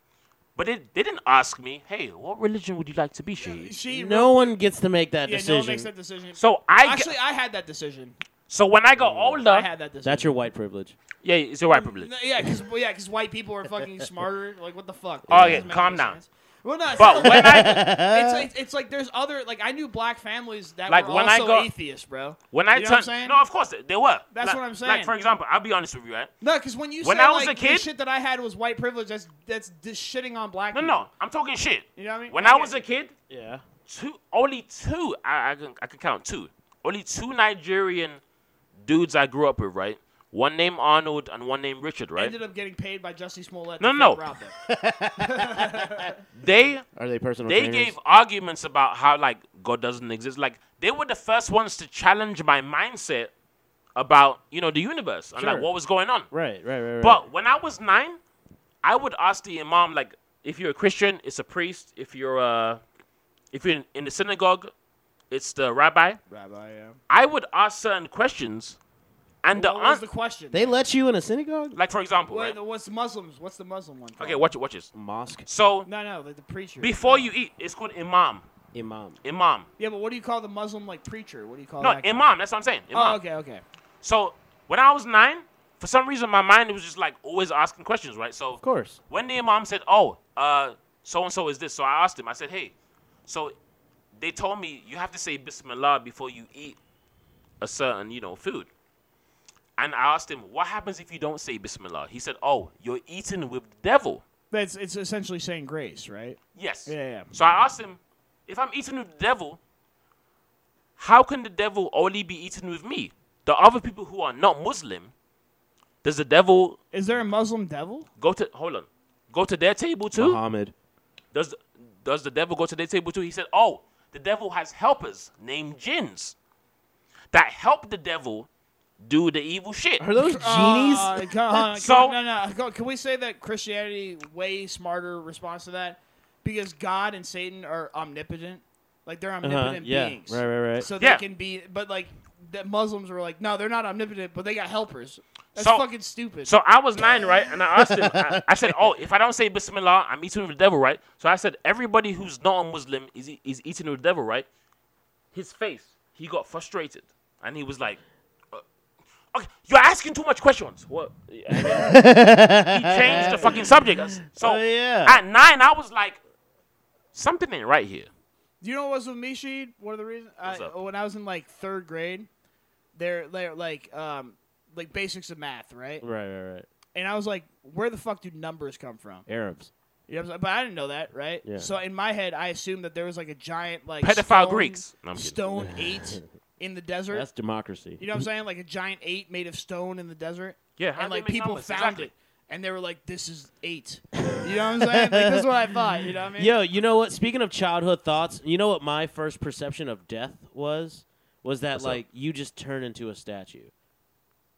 [SPEAKER 1] but it, they didn't ask me, hey, what religion would you like to be, Shahid?
[SPEAKER 3] she
[SPEAKER 2] No one gets to make that
[SPEAKER 3] yeah, no one
[SPEAKER 2] decision.
[SPEAKER 3] makes that decision.
[SPEAKER 1] So I g-
[SPEAKER 3] Actually, I had that decision.
[SPEAKER 1] so when I got
[SPEAKER 3] I
[SPEAKER 1] older,
[SPEAKER 3] had that decision.
[SPEAKER 2] That's your white privilege.
[SPEAKER 1] yeah, it's your white privilege.
[SPEAKER 3] No, yeah, because well, yeah, 'cause white people are fucking smarter. Like, what the fuck?
[SPEAKER 1] Oh,
[SPEAKER 3] It
[SPEAKER 1] yeah,
[SPEAKER 3] doesn't make
[SPEAKER 1] calm
[SPEAKER 3] any
[SPEAKER 1] down.
[SPEAKER 3] sense. Well, no, it's,
[SPEAKER 1] But
[SPEAKER 3] not-
[SPEAKER 1] when I
[SPEAKER 3] it's like it's like there's other like I knew black families that
[SPEAKER 1] Like,
[SPEAKER 3] were
[SPEAKER 1] when I
[SPEAKER 3] also
[SPEAKER 1] got-
[SPEAKER 3] atheists, bro.
[SPEAKER 1] when I
[SPEAKER 3] You know what I'm
[SPEAKER 1] turned
[SPEAKER 3] saying?
[SPEAKER 1] no, of course they, they were.
[SPEAKER 3] That's
[SPEAKER 1] Like-
[SPEAKER 3] what I'm
[SPEAKER 1] Like
[SPEAKER 3] saying.
[SPEAKER 1] for example, I'll be honest with you, right?
[SPEAKER 3] No, because when you
[SPEAKER 1] When
[SPEAKER 3] say,
[SPEAKER 1] I was
[SPEAKER 3] like,
[SPEAKER 1] a
[SPEAKER 3] the
[SPEAKER 1] kid-
[SPEAKER 3] shit that I had was white privilege. That's that's just shitting on black.
[SPEAKER 1] No,
[SPEAKER 3] people.
[SPEAKER 1] no, I'm talking shit.
[SPEAKER 3] You know what I mean?
[SPEAKER 1] When
[SPEAKER 3] I
[SPEAKER 1] I
[SPEAKER 3] get
[SPEAKER 1] was
[SPEAKER 3] it.
[SPEAKER 1] a kid,
[SPEAKER 2] Yeah.
[SPEAKER 1] two, only two. I I can, I can count two. Only two Nigerian dudes I grew up with, right? One named Arnold and one named Richard, right?
[SPEAKER 3] ended up getting paid by Jussie Smollett.
[SPEAKER 1] No,
[SPEAKER 3] to
[SPEAKER 1] no.
[SPEAKER 3] fake rob them.
[SPEAKER 1] they
[SPEAKER 2] Are they personal?
[SPEAKER 1] they gave arguments about how like God doesn't exist. Like they were the first ones to challenge my mindset about you know the universe and
[SPEAKER 2] Sure.
[SPEAKER 1] like what was going on.
[SPEAKER 2] Right, right, right, right.
[SPEAKER 1] But when I was nine, I would ask the imam like, if you're a Christian, it's a priest. If you're uh, if you're in, in the synagogue, it's the rabbi.
[SPEAKER 3] Rabbi, yeah.
[SPEAKER 1] I would ask certain questions And the
[SPEAKER 3] what was
[SPEAKER 1] aunt,
[SPEAKER 3] the question?
[SPEAKER 2] They let you in a synagogue?
[SPEAKER 1] like for example,
[SPEAKER 3] Wait,
[SPEAKER 1] right?
[SPEAKER 3] the- what's the Muslims? What's the Muslim one? called?
[SPEAKER 1] Okay, watch it, watch this.
[SPEAKER 2] Mosque
[SPEAKER 1] So
[SPEAKER 3] No, no, the, the preacher.
[SPEAKER 1] before you eat, it's called imam.
[SPEAKER 2] imam.
[SPEAKER 1] Imam.
[SPEAKER 3] yeah, but what do you call the Muslim like preacher? What do you call
[SPEAKER 1] No,
[SPEAKER 3] that? guy?
[SPEAKER 1] imam. That's what I'm saying. Imam.
[SPEAKER 3] Oh, okay, okay.
[SPEAKER 1] So when I was nine, for some reason my mind was just like always asking questions, right? So
[SPEAKER 2] Of course.
[SPEAKER 1] when the imam said, "Oh, uh, so and so is this," so I asked him. I said, "Hey," so they told me you have to say Bismillah before you eat a certain, you know, food. And I asked him, "What happens if you don't say Bismillah?" He said, "Oh, you're eating with the devil."
[SPEAKER 3] That's it's essentially saying grace, right?
[SPEAKER 1] Yes.
[SPEAKER 3] Yeah, yeah.
[SPEAKER 1] So I asked him, if I'm eating with the devil, how can the devil only be eaten with me? The other people who are not Muslim, does the devil
[SPEAKER 3] Is there a Muslim devil?
[SPEAKER 1] go to hold on, go to their table too?
[SPEAKER 3] Uh-huh.
[SPEAKER 2] Muhammad.
[SPEAKER 1] Does does the devil go to their table too? He said, oh, the devil has helpers named jinns that help the devil do the evil shit.
[SPEAKER 2] Are those genies?
[SPEAKER 3] Uh, come on,
[SPEAKER 1] So-
[SPEAKER 3] come on, no, no. Go- Can we say that Christianity way smarter response to that? Because God and Satan are omnipotent, like they're omnipotent
[SPEAKER 2] Uh-huh, yeah.
[SPEAKER 3] beings.
[SPEAKER 2] Right, right, right.
[SPEAKER 3] So
[SPEAKER 1] Yeah.
[SPEAKER 3] they can be, but like the Muslims were like, no, they're not omnipotent, but they got helpers. That's
[SPEAKER 1] So-
[SPEAKER 3] fucking stupid.
[SPEAKER 1] So I was nine, right? And I asked him, I, I said, Oh, if I don't say Bismillah, I'm eating with the devil, right? So I said, Everybody who's not a Muslim is, e- is eating with the devil, right? His face, he got frustrated. And he was like, "Uh, Okay, you're asking too much questions. What? And then he changed the fucking subject. So
[SPEAKER 2] Oh, yeah.
[SPEAKER 1] at nine, I was like, Something ain't right here.
[SPEAKER 3] Do you know what was with me, Sheed? One of the reasons I,
[SPEAKER 1] What's up?
[SPEAKER 3] when I was in like third grade, they're, they're like um like basics of math, right?
[SPEAKER 2] right, right, right.
[SPEAKER 3] And I was like, where the fuck do numbers come from?
[SPEAKER 2] Arabs.
[SPEAKER 3] You know what I'm saying? But I didn't know that, right?
[SPEAKER 2] Yeah.
[SPEAKER 3] So in my head, I assumed that there was like a giant like
[SPEAKER 1] Pedophile
[SPEAKER 3] stone-
[SPEAKER 1] Greeks. No, I'm kidding.
[SPEAKER 3] stone eight in the desert.
[SPEAKER 2] That's democracy.
[SPEAKER 3] you know what I'm saying? Like a giant eight made of stone in the desert.
[SPEAKER 1] Yeah, how
[SPEAKER 3] and
[SPEAKER 1] do they
[SPEAKER 3] like
[SPEAKER 1] make
[SPEAKER 3] people
[SPEAKER 1] numbers?
[SPEAKER 3] found
[SPEAKER 1] Exactly.
[SPEAKER 3] it, and they were like, "This is eight. You know what I'm saying? Like, this is what I thought. You know what I mean?
[SPEAKER 2] Yo, you know what? Speaking of childhood thoughts, you know what my first perception of death was? Was that
[SPEAKER 1] What's up?
[SPEAKER 2] like you just turn into a statue?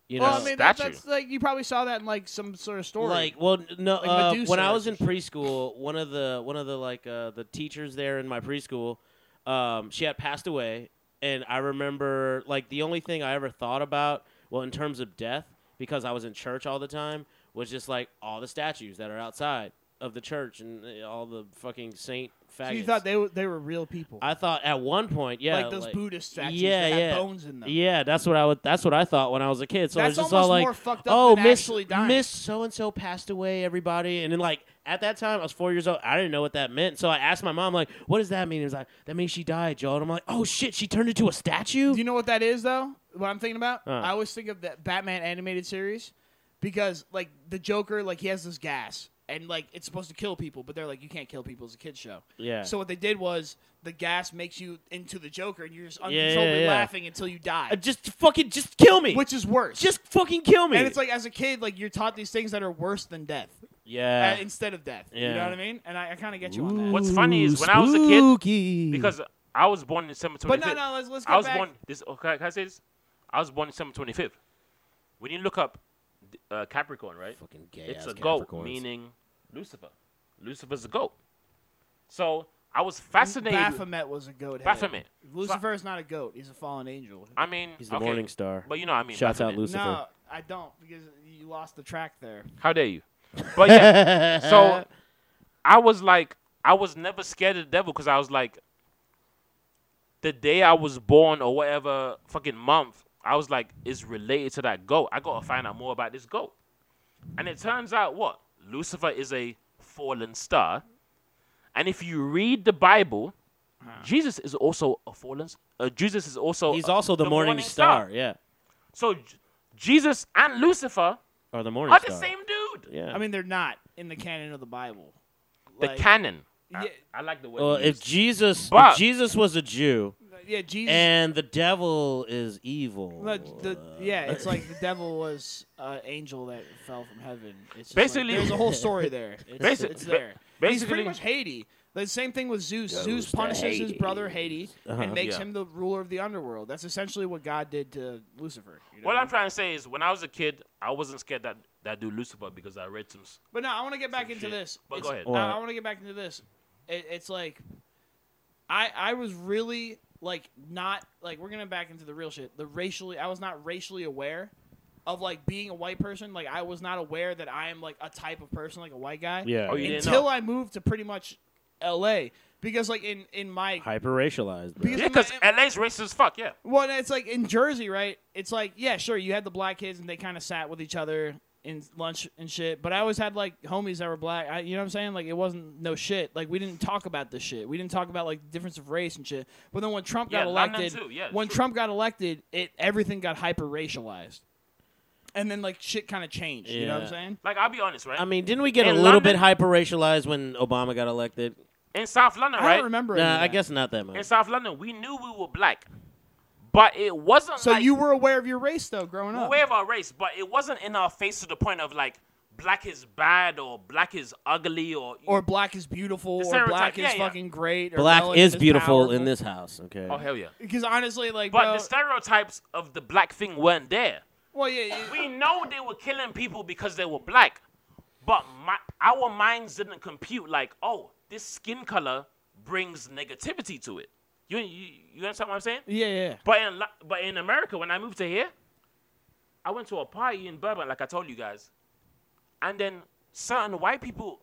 [SPEAKER 2] You know,
[SPEAKER 3] Well, I mean, that,
[SPEAKER 1] Statue.
[SPEAKER 3] that's like you probably saw that in like some sort of story.
[SPEAKER 2] like well, n- no.
[SPEAKER 3] Like
[SPEAKER 2] uh,
[SPEAKER 3] Medusa
[SPEAKER 2] when I
[SPEAKER 3] or
[SPEAKER 2] was
[SPEAKER 3] some
[SPEAKER 2] in preschool, one of the one of the like uh, the teachers there in my preschool, um, she had passed away, and I remember like the only thing I ever thought about, well, in terms of death, because I was in church all the time, was just like all the statues that are outside of the church and uh, all the fucking saint. Faggots.
[SPEAKER 3] so you thought they were, they were real people,
[SPEAKER 2] I thought at one point, yeah,
[SPEAKER 3] like those Buddhist statues that had bones in them.
[SPEAKER 2] Yeah, that's what I would. That's what I thought when I was a kid. So I was
[SPEAKER 3] That's
[SPEAKER 2] just all
[SPEAKER 3] almost
[SPEAKER 2] like,
[SPEAKER 3] more fucked up
[SPEAKER 2] "Oh,
[SPEAKER 3] than
[SPEAKER 2] Miss
[SPEAKER 3] actually dying.
[SPEAKER 2] Miss so and so passed away, everybody." And then like at that time, I was four years old. I didn't know what that meant, so I asked my mom, "Like, what does that mean?" It was like, "That means she died, Joe." And I'm like, "Oh shit, she turned into a statue."
[SPEAKER 3] Do you know what that is though? What I'm thinking about?
[SPEAKER 2] Huh.
[SPEAKER 3] I always think of that Batman animated series because like the Joker, like he has this gas and like it's supposed to kill people, but they're like you can't kill people. It's a kids show.
[SPEAKER 2] Yeah.
[SPEAKER 3] So what they did was the gas makes you into the Joker, and you're just
[SPEAKER 2] yeah,
[SPEAKER 3] uncontrollably
[SPEAKER 2] yeah.
[SPEAKER 3] laughing until you die,
[SPEAKER 2] Uh, just fucking, just kill me.
[SPEAKER 3] which is worse.
[SPEAKER 2] just fucking kill me.
[SPEAKER 3] and it's like as a kid, like you're taught these things that are worse than death
[SPEAKER 2] yeah,
[SPEAKER 3] uh, instead of death. You know
[SPEAKER 2] Yeah.
[SPEAKER 3] what I mean? And I, I kind of get you on that.
[SPEAKER 1] What's funny is when I was a kid,
[SPEAKER 2] Spooky.
[SPEAKER 1] Because I was born in December 25th.
[SPEAKER 3] But no, no, let's let's go
[SPEAKER 1] I was
[SPEAKER 3] back.
[SPEAKER 1] born this. Oh, can, I- can I say this? I was born December twenty fifth. When you look up uh, Capricorn, right?
[SPEAKER 2] fucking gay
[SPEAKER 1] It's
[SPEAKER 2] ass
[SPEAKER 1] a goat,
[SPEAKER 2] Capricorns.
[SPEAKER 1] meaning Lucifer. Lucifer's a goat. So I was fascinated. with-
[SPEAKER 3] Baphomet was a goat. head.
[SPEAKER 1] Baphomet.
[SPEAKER 3] Lucifer is not a goat. He's a fallen angel.
[SPEAKER 1] I mean,
[SPEAKER 2] He's the
[SPEAKER 1] okay,
[SPEAKER 2] morning star.
[SPEAKER 1] But you know, what I mean,
[SPEAKER 2] Shouts out
[SPEAKER 1] Baphomet.
[SPEAKER 2] Lucifer.
[SPEAKER 3] No, I don't because you lost the track there.
[SPEAKER 1] How dare you? But yeah, so I was like, I was never scared of the devil because I was like, the day I was born or whatever fucking month, I was like, it's related to that goat. I gotta find out more about this goat. And it turns out what? Lucifer is a fallen star. And if you read the Bible, Jesus is also a fallen. s- Uh, Jesus is also
[SPEAKER 2] He's
[SPEAKER 1] a-
[SPEAKER 2] also the, morning, star. Yeah,
[SPEAKER 1] So J- Jesus and Lucifer
[SPEAKER 2] or the morning
[SPEAKER 1] are
[SPEAKER 2] star.
[SPEAKER 1] the same dude.
[SPEAKER 2] Yeah.
[SPEAKER 3] I mean, they're not in the canon of the Bible.
[SPEAKER 1] the
[SPEAKER 3] Like,
[SPEAKER 1] canon. I,
[SPEAKER 3] Yeah.
[SPEAKER 1] I like the word.
[SPEAKER 2] Well,
[SPEAKER 1] you
[SPEAKER 2] if
[SPEAKER 1] used.
[SPEAKER 2] Jesus,
[SPEAKER 1] But-
[SPEAKER 2] if Jesus was a Jew,
[SPEAKER 3] yeah, Jesus.
[SPEAKER 2] and the devil is evil,
[SPEAKER 3] the- the- yeah, it's like the devil was an angel that fell from heaven. It's just
[SPEAKER 1] Basically-
[SPEAKER 3] like, there's a whole story there. It's,
[SPEAKER 1] Basi-
[SPEAKER 3] it's
[SPEAKER 1] ba-
[SPEAKER 3] there. He's
[SPEAKER 1] basically-
[SPEAKER 3] pretty much Haiti. The same thing with Zeus.
[SPEAKER 2] Goes
[SPEAKER 3] Zeus
[SPEAKER 2] to
[SPEAKER 3] punishes his brother Haiti
[SPEAKER 2] Uh-huh.
[SPEAKER 3] and makes
[SPEAKER 1] Yeah.
[SPEAKER 3] him the ruler of the underworld. That's essentially what God did to Lucifer. you know
[SPEAKER 1] what
[SPEAKER 3] what I
[SPEAKER 1] I'm trying to say is, when I was a kid, I wasn't scared that that dude Lucifer because I read some. s-
[SPEAKER 3] But no, I want to get back into
[SPEAKER 1] shit.
[SPEAKER 3] this.
[SPEAKER 1] But
[SPEAKER 3] It's-
[SPEAKER 1] go ahead.
[SPEAKER 3] I- I, want to get back into this. It, it's like, I I was really like not like we're gonna back into the real shit. The racially, I was not racially aware of like being a white person. Like I was not aware that I am like a type of person, like a white guy.
[SPEAKER 2] Yeah.
[SPEAKER 1] Oh, you didn't
[SPEAKER 3] Until
[SPEAKER 1] know.
[SPEAKER 3] I moved to pretty much L.A. Because like in in my
[SPEAKER 2] Hyper racialized.
[SPEAKER 3] Because-
[SPEAKER 1] Yeah, because
[SPEAKER 3] Am
[SPEAKER 1] LA's racist as fuck. Yeah.
[SPEAKER 3] well, and it's like in Jersey, right? It's like yeah, sure, you had the black kids and they kind of sat with each other in lunch and shit. But I always had like homies that were black. I, you know what I'm saying? Like it wasn't no shit. Like we didn't talk about this shit. We didn't talk about like difference of race and shit. But then when Trump
[SPEAKER 1] Yeah,
[SPEAKER 3] got
[SPEAKER 1] London
[SPEAKER 3] elected,
[SPEAKER 1] too. Yeah,
[SPEAKER 3] when
[SPEAKER 1] true.
[SPEAKER 3] Trump got elected, it everything got hyper racialized. And then like shit kind of changed. You know what I'm
[SPEAKER 2] Yeah.
[SPEAKER 3] saying?
[SPEAKER 1] Like I'll be honest, right?
[SPEAKER 2] I mean, didn't we get
[SPEAKER 1] In
[SPEAKER 2] a little
[SPEAKER 1] London-
[SPEAKER 2] bit hyper racialized when Obama got elected?
[SPEAKER 1] in South London,
[SPEAKER 3] I
[SPEAKER 1] right?
[SPEAKER 3] don't remember. any
[SPEAKER 2] Nah,
[SPEAKER 3] of
[SPEAKER 2] I
[SPEAKER 3] that.
[SPEAKER 2] guess not that
[SPEAKER 1] In
[SPEAKER 2] much.
[SPEAKER 1] South London, we knew we were black, but it wasn't.
[SPEAKER 3] So
[SPEAKER 1] like,
[SPEAKER 3] you were aware of your race though, growing
[SPEAKER 1] we're
[SPEAKER 3] up.
[SPEAKER 1] aware of our race, but it wasn't in our face to the point of like black is bad or black is ugly or
[SPEAKER 3] or black is beautiful,
[SPEAKER 1] The
[SPEAKER 3] or black
[SPEAKER 1] stereotype,
[SPEAKER 3] is
[SPEAKER 1] yeah, yeah.
[SPEAKER 3] fucking great. Or
[SPEAKER 2] Black
[SPEAKER 3] relative
[SPEAKER 2] is beautiful in
[SPEAKER 3] powerful.
[SPEAKER 2] this house. Okay.
[SPEAKER 1] oh hell yeah.
[SPEAKER 3] Because honestly, like,
[SPEAKER 1] But
[SPEAKER 3] bro,
[SPEAKER 1] the stereotypes of the black thing weren't there.
[SPEAKER 3] well, yeah, yeah,
[SPEAKER 1] We know they were killing people because they were black, but my, our minds didn't compute like, oh, this skin color brings negativity to it. You you, you understand what I'm saying?
[SPEAKER 3] yeah, yeah.
[SPEAKER 1] But in Lo- but in America, when I moved to here, I went to a party in Bourbon, like I told you guys, and then certain white people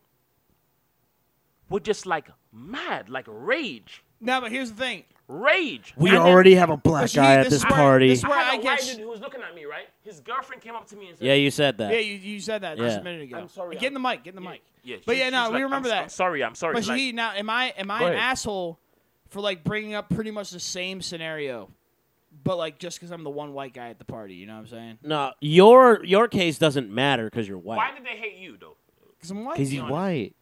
[SPEAKER 1] were just like mad, like rage,
[SPEAKER 3] No, but here's the thing.
[SPEAKER 1] rage.
[SPEAKER 2] We
[SPEAKER 1] And then
[SPEAKER 2] already have a black
[SPEAKER 3] But you-
[SPEAKER 2] guy at
[SPEAKER 3] this
[SPEAKER 2] this
[SPEAKER 3] is where-
[SPEAKER 2] party.
[SPEAKER 3] this is
[SPEAKER 1] I
[SPEAKER 3] where
[SPEAKER 1] had
[SPEAKER 3] I
[SPEAKER 1] a
[SPEAKER 3] get
[SPEAKER 1] white
[SPEAKER 3] sh-
[SPEAKER 1] dude who was looking at me, right? His girlfriend came up to me and said,
[SPEAKER 2] Yeah, you said that.
[SPEAKER 3] Yeah, you, you said that
[SPEAKER 2] Yeah.
[SPEAKER 3] just a minute ago.
[SPEAKER 1] I'm sorry,
[SPEAKER 3] Get in the
[SPEAKER 1] I'm-
[SPEAKER 3] mic. Get in the mic.
[SPEAKER 1] Yeah,
[SPEAKER 3] but
[SPEAKER 1] she-
[SPEAKER 3] yeah, no,
[SPEAKER 1] she's
[SPEAKER 3] we
[SPEAKER 1] like,
[SPEAKER 3] remember
[SPEAKER 1] I'm,
[SPEAKER 3] that.
[SPEAKER 1] I'm sorry, I'm sorry.
[SPEAKER 3] But
[SPEAKER 1] Like,
[SPEAKER 3] she now, am I am I
[SPEAKER 1] Go
[SPEAKER 3] an
[SPEAKER 1] ahead.
[SPEAKER 3] asshole for like bringing up pretty much the same scenario, but like just because I'm the one white guy at the party, you know what I'm saying?
[SPEAKER 2] No, your your case doesn't matter because you're
[SPEAKER 1] why
[SPEAKER 2] white.
[SPEAKER 1] did they hate you though?
[SPEAKER 3] Because I'm white.
[SPEAKER 2] Because he's
[SPEAKER 1] honest.
[SPEAKER 2] white.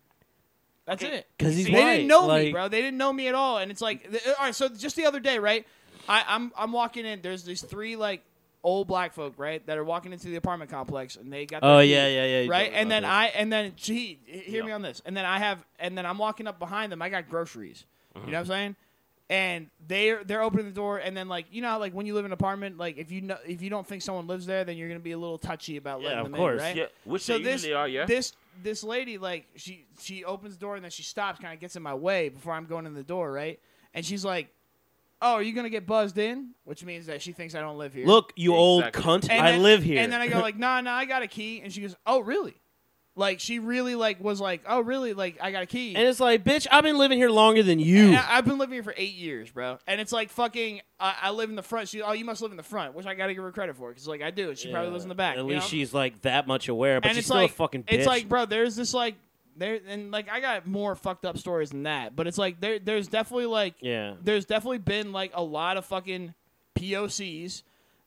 [SPEAKER 3] That's
[SPEAKER 1] Okay.
[SPEAKER 3] it.
[SPEAKER 2] Because he's
[SPEAKER 1] See,
[SPEAKER 3] they
[SPEAKER 2] white.
[SPEAKER 3] didn't know me,
[SPEAKER 2] like-
[SPEAKER 3] bro. They didn't know me at all. And it's like, th- uh, all right. So just the other day, right? I, I'm I'm walking in. There's these three like old black folk, right, that are walking into the apartment complex, and they got. their
[SPEAKER 2] Oh
[SPEAKER 3] key,
[SPEAKER 2] yeah, yeah, yeah. you
[SPEAKER 3] Right,
[SPEAKER 2] told me
[SPEAKER 3] and then
[SPEAKER 2] about
[SPEAKER 3] I and then she hear
[SPEAKER 1] Yeah.
[SPEAKER 3] me on this, and then I have and then I'm walking up behind them. I got groceries.
[SPEAKER 1] Mm-hmm.
[SPEAKER 3] You know what I'm saying? And they're they're opening the door, and then like you know, how, like when you live in an apartment, like if you know if you don't think someone lives there, then you're gonna be a little touchy about
[SPEAKER 2] Yeah,
[SPEAKER 3] letting
[SPEAKER 2] of
[SPEAKER 3] them
[SPEAKER 2] course.
[SPEAKER 3] in, right?
[SPEAKER 1] Yeah, which
[SPEAKER 3] so
[SPEAKER 1] they
[SPEAKER 3] this
[SPEAKER 1] usually are, yeah.
[SPEAKER 3] this this lady like she she opens the door and then she stops, kind of gets in my way before I'm going in the door, right? And she's like, "Oh, are you gonna get buzzed in?" Which means that she thinks I don't live here.
[SPEAKER 2] this. Look, you old
[SPEAKER 1] Exactly.
[SPEAKER 2] cunt.
[SPEAKER 3] And
[SPEAKER 2] I
[SPEAKER 3] then-
[SPEAKER 2] live here.
[SPEAKER 3] And then I go like, "Nah, nah, I got a key." And she goes, "Oh, really?" Like she really like was like, "Oh, really?" Like I got a key.
[SPEAKER 2] and it's like, bitch, I've been living here longer than you.
[SPEAKER 3] And I- I've been living here for eight years, bro. And it's like fucking. I, I live in the front. She, oh, you must live in the front, which I gotta give her credit for, because like I do, and she probably
[SPEAKER 2] Yeah.
[SPEAKER 3] lives in the back.
[SPEAKER 2] At
[SPEAKER 3] you
[SPEAKER 2] least
[SPEAKER 3] know?
[SPEAKER 2] she's like that much aware, but
[SPEAKER 3] and
[SPEAKER 2] she's
[SPEAKER 3] it's
[SPEAKER 2] still
[SPEAKER 3] like
[SPEAKER 2] a fucking bitch.
[SPEAKER 3] it's like bro there's this like there and like i got more fucked up stories than that but it's like there there's definitely like
[SPEAKER 2] yeah,
[SPEAKER 3] there's definitely been like a lot of fucking pocs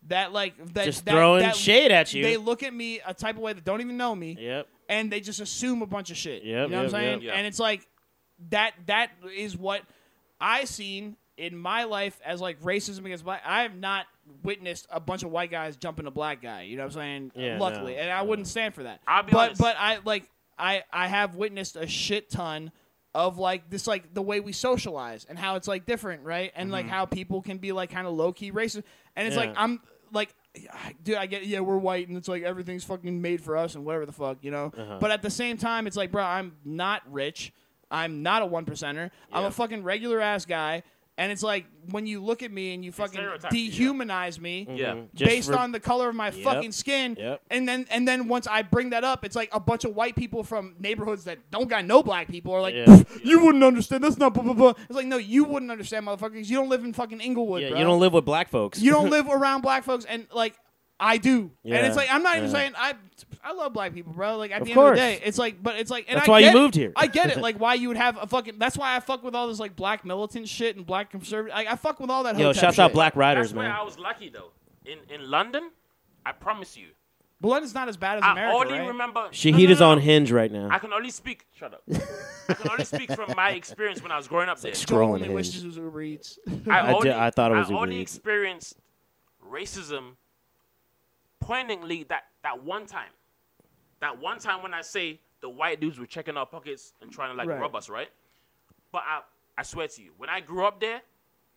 [SPEAKER 3] that like that
[SPEAKER 2] just
[SPEAKER 3] that-
[SPEAKER 2] throwing
[SPEAKER 3] that-
[SPEAKER 2] shade at you.
[SPEAKER 3] they look at me a type of way that don't even know me
[SPEAKER 2] yep.
[SPEAKER 3] and they just assume a bunch of shit you know
[SPEAKER 2] Yep,
[SPEAKER 3] what i'm
[SPEAKER 2] yep,
[SPEAKER 3] saying
[SPEAKER 1] yep. Yeah.
[SPEAKER 3] and it's like that that is what i seen in my life as like racism against black i have not witnessed a bunch of white guys jumping a black guy you know what i'm saying
[SPEAKER 2] Yeah,
[SPEAKER 3] luckily
[SPEAKER 2] no,
[SPEAKER 3] and i
[SPEAKER 2] no.
[SPEAKER 3] wouldn't stand for that
[SPEAKER 1] I'll be
[SPEAKER 3] but
[SPEAKER 1] honest.
[SPEAKER 3] but I like I I have witnessed a shit ton of like this like the way we socialize and how it's like different, right? And like how people can be like kind of low key racist. And it's like
[SPEAKER 2] Mm-hmm. Yeah.
[SPEAKER 3] I'm like dude, I get yeah, we're white and it's like everything's fucking made for us and whatever the fuck, you know.
[SPEAKER 2] Uh-huh.
[SPEAKER 3] But at the same time, it's like, bro, I'm not rich. I'm not a one percenter. I'm
[SPEAKER 2] Yeah.
[SPEAKER 3] a fucking regular ass guy. And it's like when you look at me and you fucking
[SPEAKER 1] stereotypes, yeah.
[SPEAKER 3] dehumanize me
[SPEAKER 1] Yeah.
[SPEAKER 2] Mhm. Just
[SPEAKER 3] based
[SPEAKER 2] re-
[SPEAKER 3] on the color of my fucking skin.
[SPEAKER 2] Yep.
[SPEAKER 3] And then and then once I bring that up, it's like a bunch of white people from neighborhoods that don't got no black people are like,
[SPEAKER 2] Yeah.
[SPEAKER 3] "Pff, you wouldn't understand. That's not blah blah blah. It's like, no, you wouldn't understand, motherfuckers. You don't live in fucking Inglewood.
[SPEAKER 2] yeah,
[SPEAKER 3] bro.
[SPEAKER 2] you don't live with black folks.
[SPEAKER 3] You don't live around black folks, and like I do. And
[SPEAKER 2] Yeah,
[SPEAKER 3] it's like I'm not even
[SPEAKER 2] yeah.
[SPEAKER 3] saying I. I love black people, bro. Like at
[SPEAKER 2] Of
[SPEAKER 3] the
[SPEAKER 2] course.
[SPEAKER 3] end of the day, it's like, but it's like, and
[SPEAKER 2] That's
[SPEAKER 3] I
[SPEAKER 2] why you
[SPEAKER 3] get it.
[SPEAKER 2] moved here.
[SPEAKER 3] I get it, like why you would have a fucking. That's why I fuck with all this like black militant shit and black conservative. Like I fuck with all that.
[SPEAKER 2] Yo,
[SPEAKER 3] hotep
[SPEAKER 2] shouts
[SPEAKER 3] shit.
[SPEAKER 2] out Black Riders,
[SPEAKER 1] That's
[SPEAKER 2] man.
[SPEAKER 1] where I was lucky though. In in London, I promise you,
[SPEAKER 3] Bloods not as bad as
[SPEAKER 1] I
[SPEAKER 3] America,
[SPEAKER 1] only
[SPEAKER 3] right?
[SPEAKER 1] remember. No,
[SPEAKER 2] Shahid
[SPEAKER 1] no,
[SPEAKER 2] is
[SPEAKER 1] no,
[SPEAKER 2] on
[SPEAKER 1] no.
[SPEAKER 2] hinge right now.
[SPEAKER 1] I can only speak. Shut up. I can only speak from my experience when I was growing up there.
[SPEAKER 2] Scrolling
[SPEAKER 3] only
[SPEAKER 2] Hinge.
[SPEAKER 3] wishes was Uber Eats.
[SPEAKER 1] I,
[SPEAKER 2] I
[SPEAKER 1] only,
[SPEAKER 2] did- I thought it was
[SPEAKER 1] I
[SPEAKER 2] Uber
[SPEAKER 1] only
[SPEAKER 2] Eats.
[SPEAKER 1] experienced racism poignantly that, that one time. That one time when I say the white dudes were checking our pockets and trying to like
[SPEAKER 3] Right.
[SPEAKER 1] rob us, right? But I, I swear to you, when I grew up there,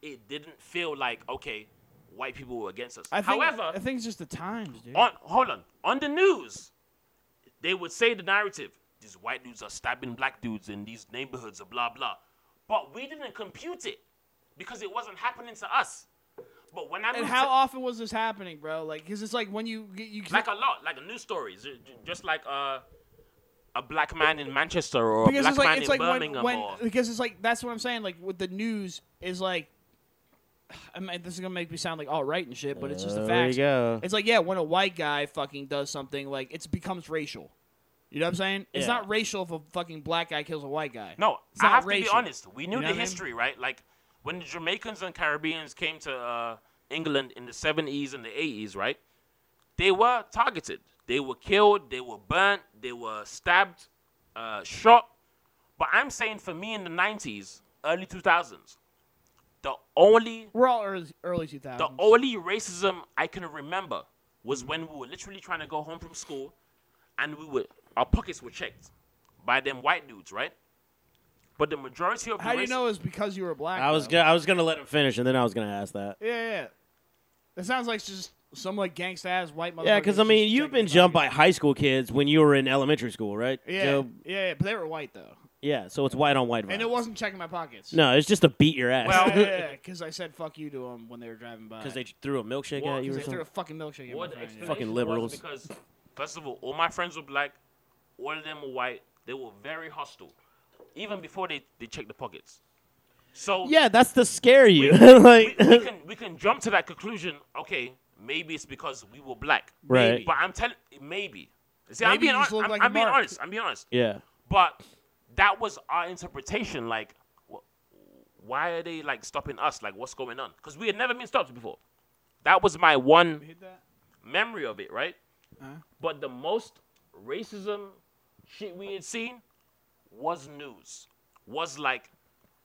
[SPEAKER 1] it didn't feel like okay, white people were against us.
[SPEAKER 3] I think,
[SPEAKER 1] However,
[SPEAKER 3] I think it's just the times, dude.
[SPEAKER 1] on hold on on the news, they would say the narrative: these white dudes are stabbing black dudes in these neighborhoods, of blah blah. But we didn't compute it because it wasn't happening to us. But when I
[SPEAKER 3] And
[SPEAKER 1] moved
[SPEAKER 3] how
[SPEAKER 1] to-
[SPEAKER 3] often was this happening, bro? Like, because it's like when you you
[SPEAKER 1] like a lot, like news stories, Ju- ju- just like uh, a black man in Manchester or a
[SPEAKER 3] because
[SPEAKER 1] black
[SPEAKER 3] it's like
[SPEAKER 1] man
[SPEAKER 3] it's
[SPEAKER 1] in
[SPEAKER 3] like when,
[SPEAKER 1] Birmingham
[SPEAKER 3] when
[SPEAKER 1] or
[SPEAKER 3] because it's like that's what I'm saying. Like with the news is like, I mean, this is gonna make me sound like all right and shit, but it's just a
[SPEAKER 2] There
[SPEAKER 3] fact.
[SPEAKER 2] you go.
[SPEAKER 3] It's like yeah, when a white guy fucking does something, like it becomes racial. You know what I'm saying? It's
[SPEAKER 2] Yeah.
[SPEAKER 3] not racial if a fucking black guy kills a white guy.
[SPEAKER 1] no,
[SPEAKER 3] it's
[SPEAKER 1] I
[SPEAKER 3] not
[SPEAKER 1] have to
[SPEAKER 3] racial.
[SPEAKER 1] be honest. We knew
[SPEAKER 3] know what I
[SPEAKER 1] the
[SPEAKER 3] mean?
[SPEAKER 1] history, right? Like when the Jamaicans and Caribbeans came to uh, England in the seventies and the eighties, right? They were targeted. They were killed. They were burnt. They were stabbed, uh, shot. But I'm saying for me in the nineties, early two thousands, the only
[SPEAKER 3] We're all early early 2000s.
[SPEAKER 1] The only racism I can remember was when we were literally trying to go home from school, and we were our pockets were checked by them white dudes, right? But the majority of the
[SPEAKER 3] How do you
[SPEAKER 1] raci-
[SPEAKER 3] know it's because you were black?
[SPEAKER 2] I was
[SPEAKER 3] though?
[SPEAKER 2] gonna, I was gonna let him finish, and then I was gonna ask that.
[SPEAKER 3] Yeah, yeah, yeah. That sounds like just some like gangsta ass white motherfucker.
[SPEAKER 2] Yeah, because I
[SPEAKER 3] that's
[SPEAKER 2] mean,
[SPEAKER 3] just
[SPEAKER 2] you've
[SPEAKER 3] checking
[SPEAKER 2] been
[SPEAKER 3] the
[SPEAKER 2] jumped by
[SPEAKER 3] pockets.
[SPEAKER 2] high school kids when you were in elementary school, right?
[SPEAKER 3] Yeah,
[SPEAKER 2] So,
[SPEAKER 3] yeah, yeah, but they were white though,
[SPEAKER 2] yeah. So it's white on white.
[SPEAKER 3] and it
[SPEAKER 2] violence.
[SPEAKER 3] wasn't checking my pockets.
[SPEAKER 2] No, it's just to beat your ass.
[SPEAKER 1] Well-
[SPEAKER 3] yeah, yeah, because I said fuck you to them when they were driving by.
[SPEAKER 2] because they threw a milkshake
[SPEAKER 1] Well,
[SPEAKER 2] at you or
[SPEAKER 3] 'Cause they threw
[SPEAKER 2] something.
[SPEAKER 3] a fucking milkshake. in
[SPEAKER 1] What the
[SPEAKER 3] my front, yeah.
[SPEAKER 1] explanation
[SPEAKER 2] Fucking
[SPEAKER 1] was
[SPEAKER 2] liberals.
[SPEAKER 1] Because first of all, all my friends were black, all of them were white. They were very hostile, even before they they checked the pockets. So
[SPEAKER 2] Yeah, that's to scare you. like,
[SPEAKER 1] we, we can we can jump to that conclusion. Okay, maybe it's because we were black,
[SPEAKER 2] Right.
[SPEAKER 1] Maybe. But I'm telling maybe. See,
[SPEAKER 3] Maybe
[SPEAKER 1] I'm being
[SPEAKER 3] you
[SPEAKER 1] honest.
[SPEAKER 3] just look
[SPEAKER 1] I'm,
[SPEAKER 3] like a
[SPEAKER 1] I'm being
[SPEAKER 3] mark.
[SPEAKER 1] honest. I'm being honest.
[SPEAKER 2] yeah,
[SPEAKER 1] But that was our interpretation. Like, wh- why are they like stopping us? Like, what's going on? Because we had never been stopped before. That was my one
[SPEAKER 3] Hit that?
[SPEAKER 1] memory of it, right?
[SPEAKER 3] Uh-huh.
[SPEAKER 1] But the most racism shit we had seen was news. Was like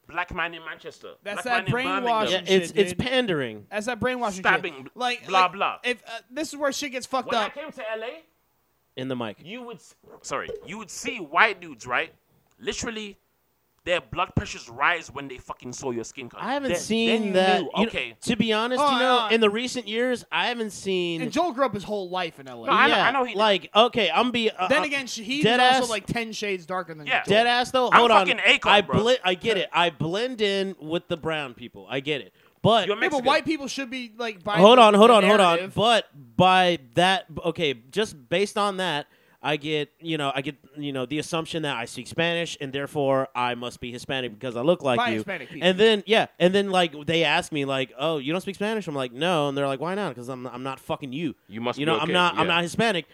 [SPEAKER 1] black man in Manchester,
[SPEAKER 3] That's
[SPEAKER 1] black
[SPEAKER 3] that
[SPEAKER 1] man in
[SPEAKER 3] brainwashing
[SPEAKER 1] Birmingham.
[SPEAKER 2] yeah.
[SPEAKER 3] shit,
[SPEAKER 2] It's it's
[SPEAKER 3] dude.
[SPEAKER 2] pandering.
[SPEAKER 3] That's that brainwashing. shit.
[SPEAKER 1] Stabbing, bl-
[SPEAKER 3] Like
[SPEAKER 1] blah,
[SPEAKER 3] like,
[SPEAKER 1] blah.
[SPEAKER 3] If uh, this is where shit gets fucked
[SPEAKER 1] When I
[SPEAKER 3] up.
[SPEAKER 1] came to LA,
[SPEAKER 2] in the mic.
[SPEAKER 1] you would s- sorry, you would see white dudes, right? Literally, their blood pressures rise when they fucking saw your skin color.
[SPEAKER 2] I haven't
[SPEAKER 1] They- they
[SPEAKER 2] seen that.
[SPEAKER 1] knew,
[SPEAKER 2] you know,
[SPEAKER 1] okay,
[SPEAKER 2] to be honest,
[SPEAKER 3] Oh,
[SPEAKER 2] you know,
[SPEAKER 3] uh,
[SPEAKER 2] in the recent years, I haven't seen.
[SPEAKER 3] And Joel grew up his whole life in L.A.
[SPEAKER 1] No, I know-
[SPEAKER 2] yeah,
[SPEAKER 1] I know he did.
[SPEAKER 2] like okay, I'm be. Uh,
[SPEAKER 3] then
[SPEAKER 2] uh,
[SPEAKER 3] again, sh- he's
[SPEAKER 2] dead
[SPEAKER 3] also
[SPEAKER 2] ass-
[SPEAKER 3] like ten shades darker than
[SPEAKER 1] Yeah.
[SPEAKER 3] Joel.
[SPEAKER 2] Dead ass though.
[SPEAKER 1] I'm
[SPEAKER 2] Hold on.
[SPEAKER 1] fucking Akon,
[SPEAKER 2] I
[SPEAKER 1] bro.
[SPEAKER 2] I get it. I blend in with the brown people. I get it. But
[SPEAKER 1] You're
[SPEAKER 3] Yeah, but
[SPEAKER 1] Mexican.
[SPEAKER 3] white people should be like. By
[SPEAKER 2] hold
[SPEAKER 3] the-
[SPEAKER 2] on, hold
[SPEAKER 3] the
[SPEAKER 2] on, hold on.
[SPEAKER 3] narrative.
[SPEAKER 2] But by that, okay, just based on that, I get you know I get you know the assumption that I speak Spanish and therefore I must be Hispanic because I look like
[SPEAKER 3] By
[SPEAKER 2] you.
[SPEAKER 3] Hispanic people.
[SPEAKER 2] And then yeah, and then like they ask me like, oh, you don't speak Spanish? I'm like, no, and they're like, why not? Because I'm I'm not fucking you.
[SPEAKER 1] You must
[SPEAKER 2] You
[SPEAKER 1] be
[SPEAKER 2] know, I'm
[SPEAKER 1] okay,
[SPEAKER 2] not I'm
[SPEAKER 1] yeah.
[SPEAKER 2] not Hispanic.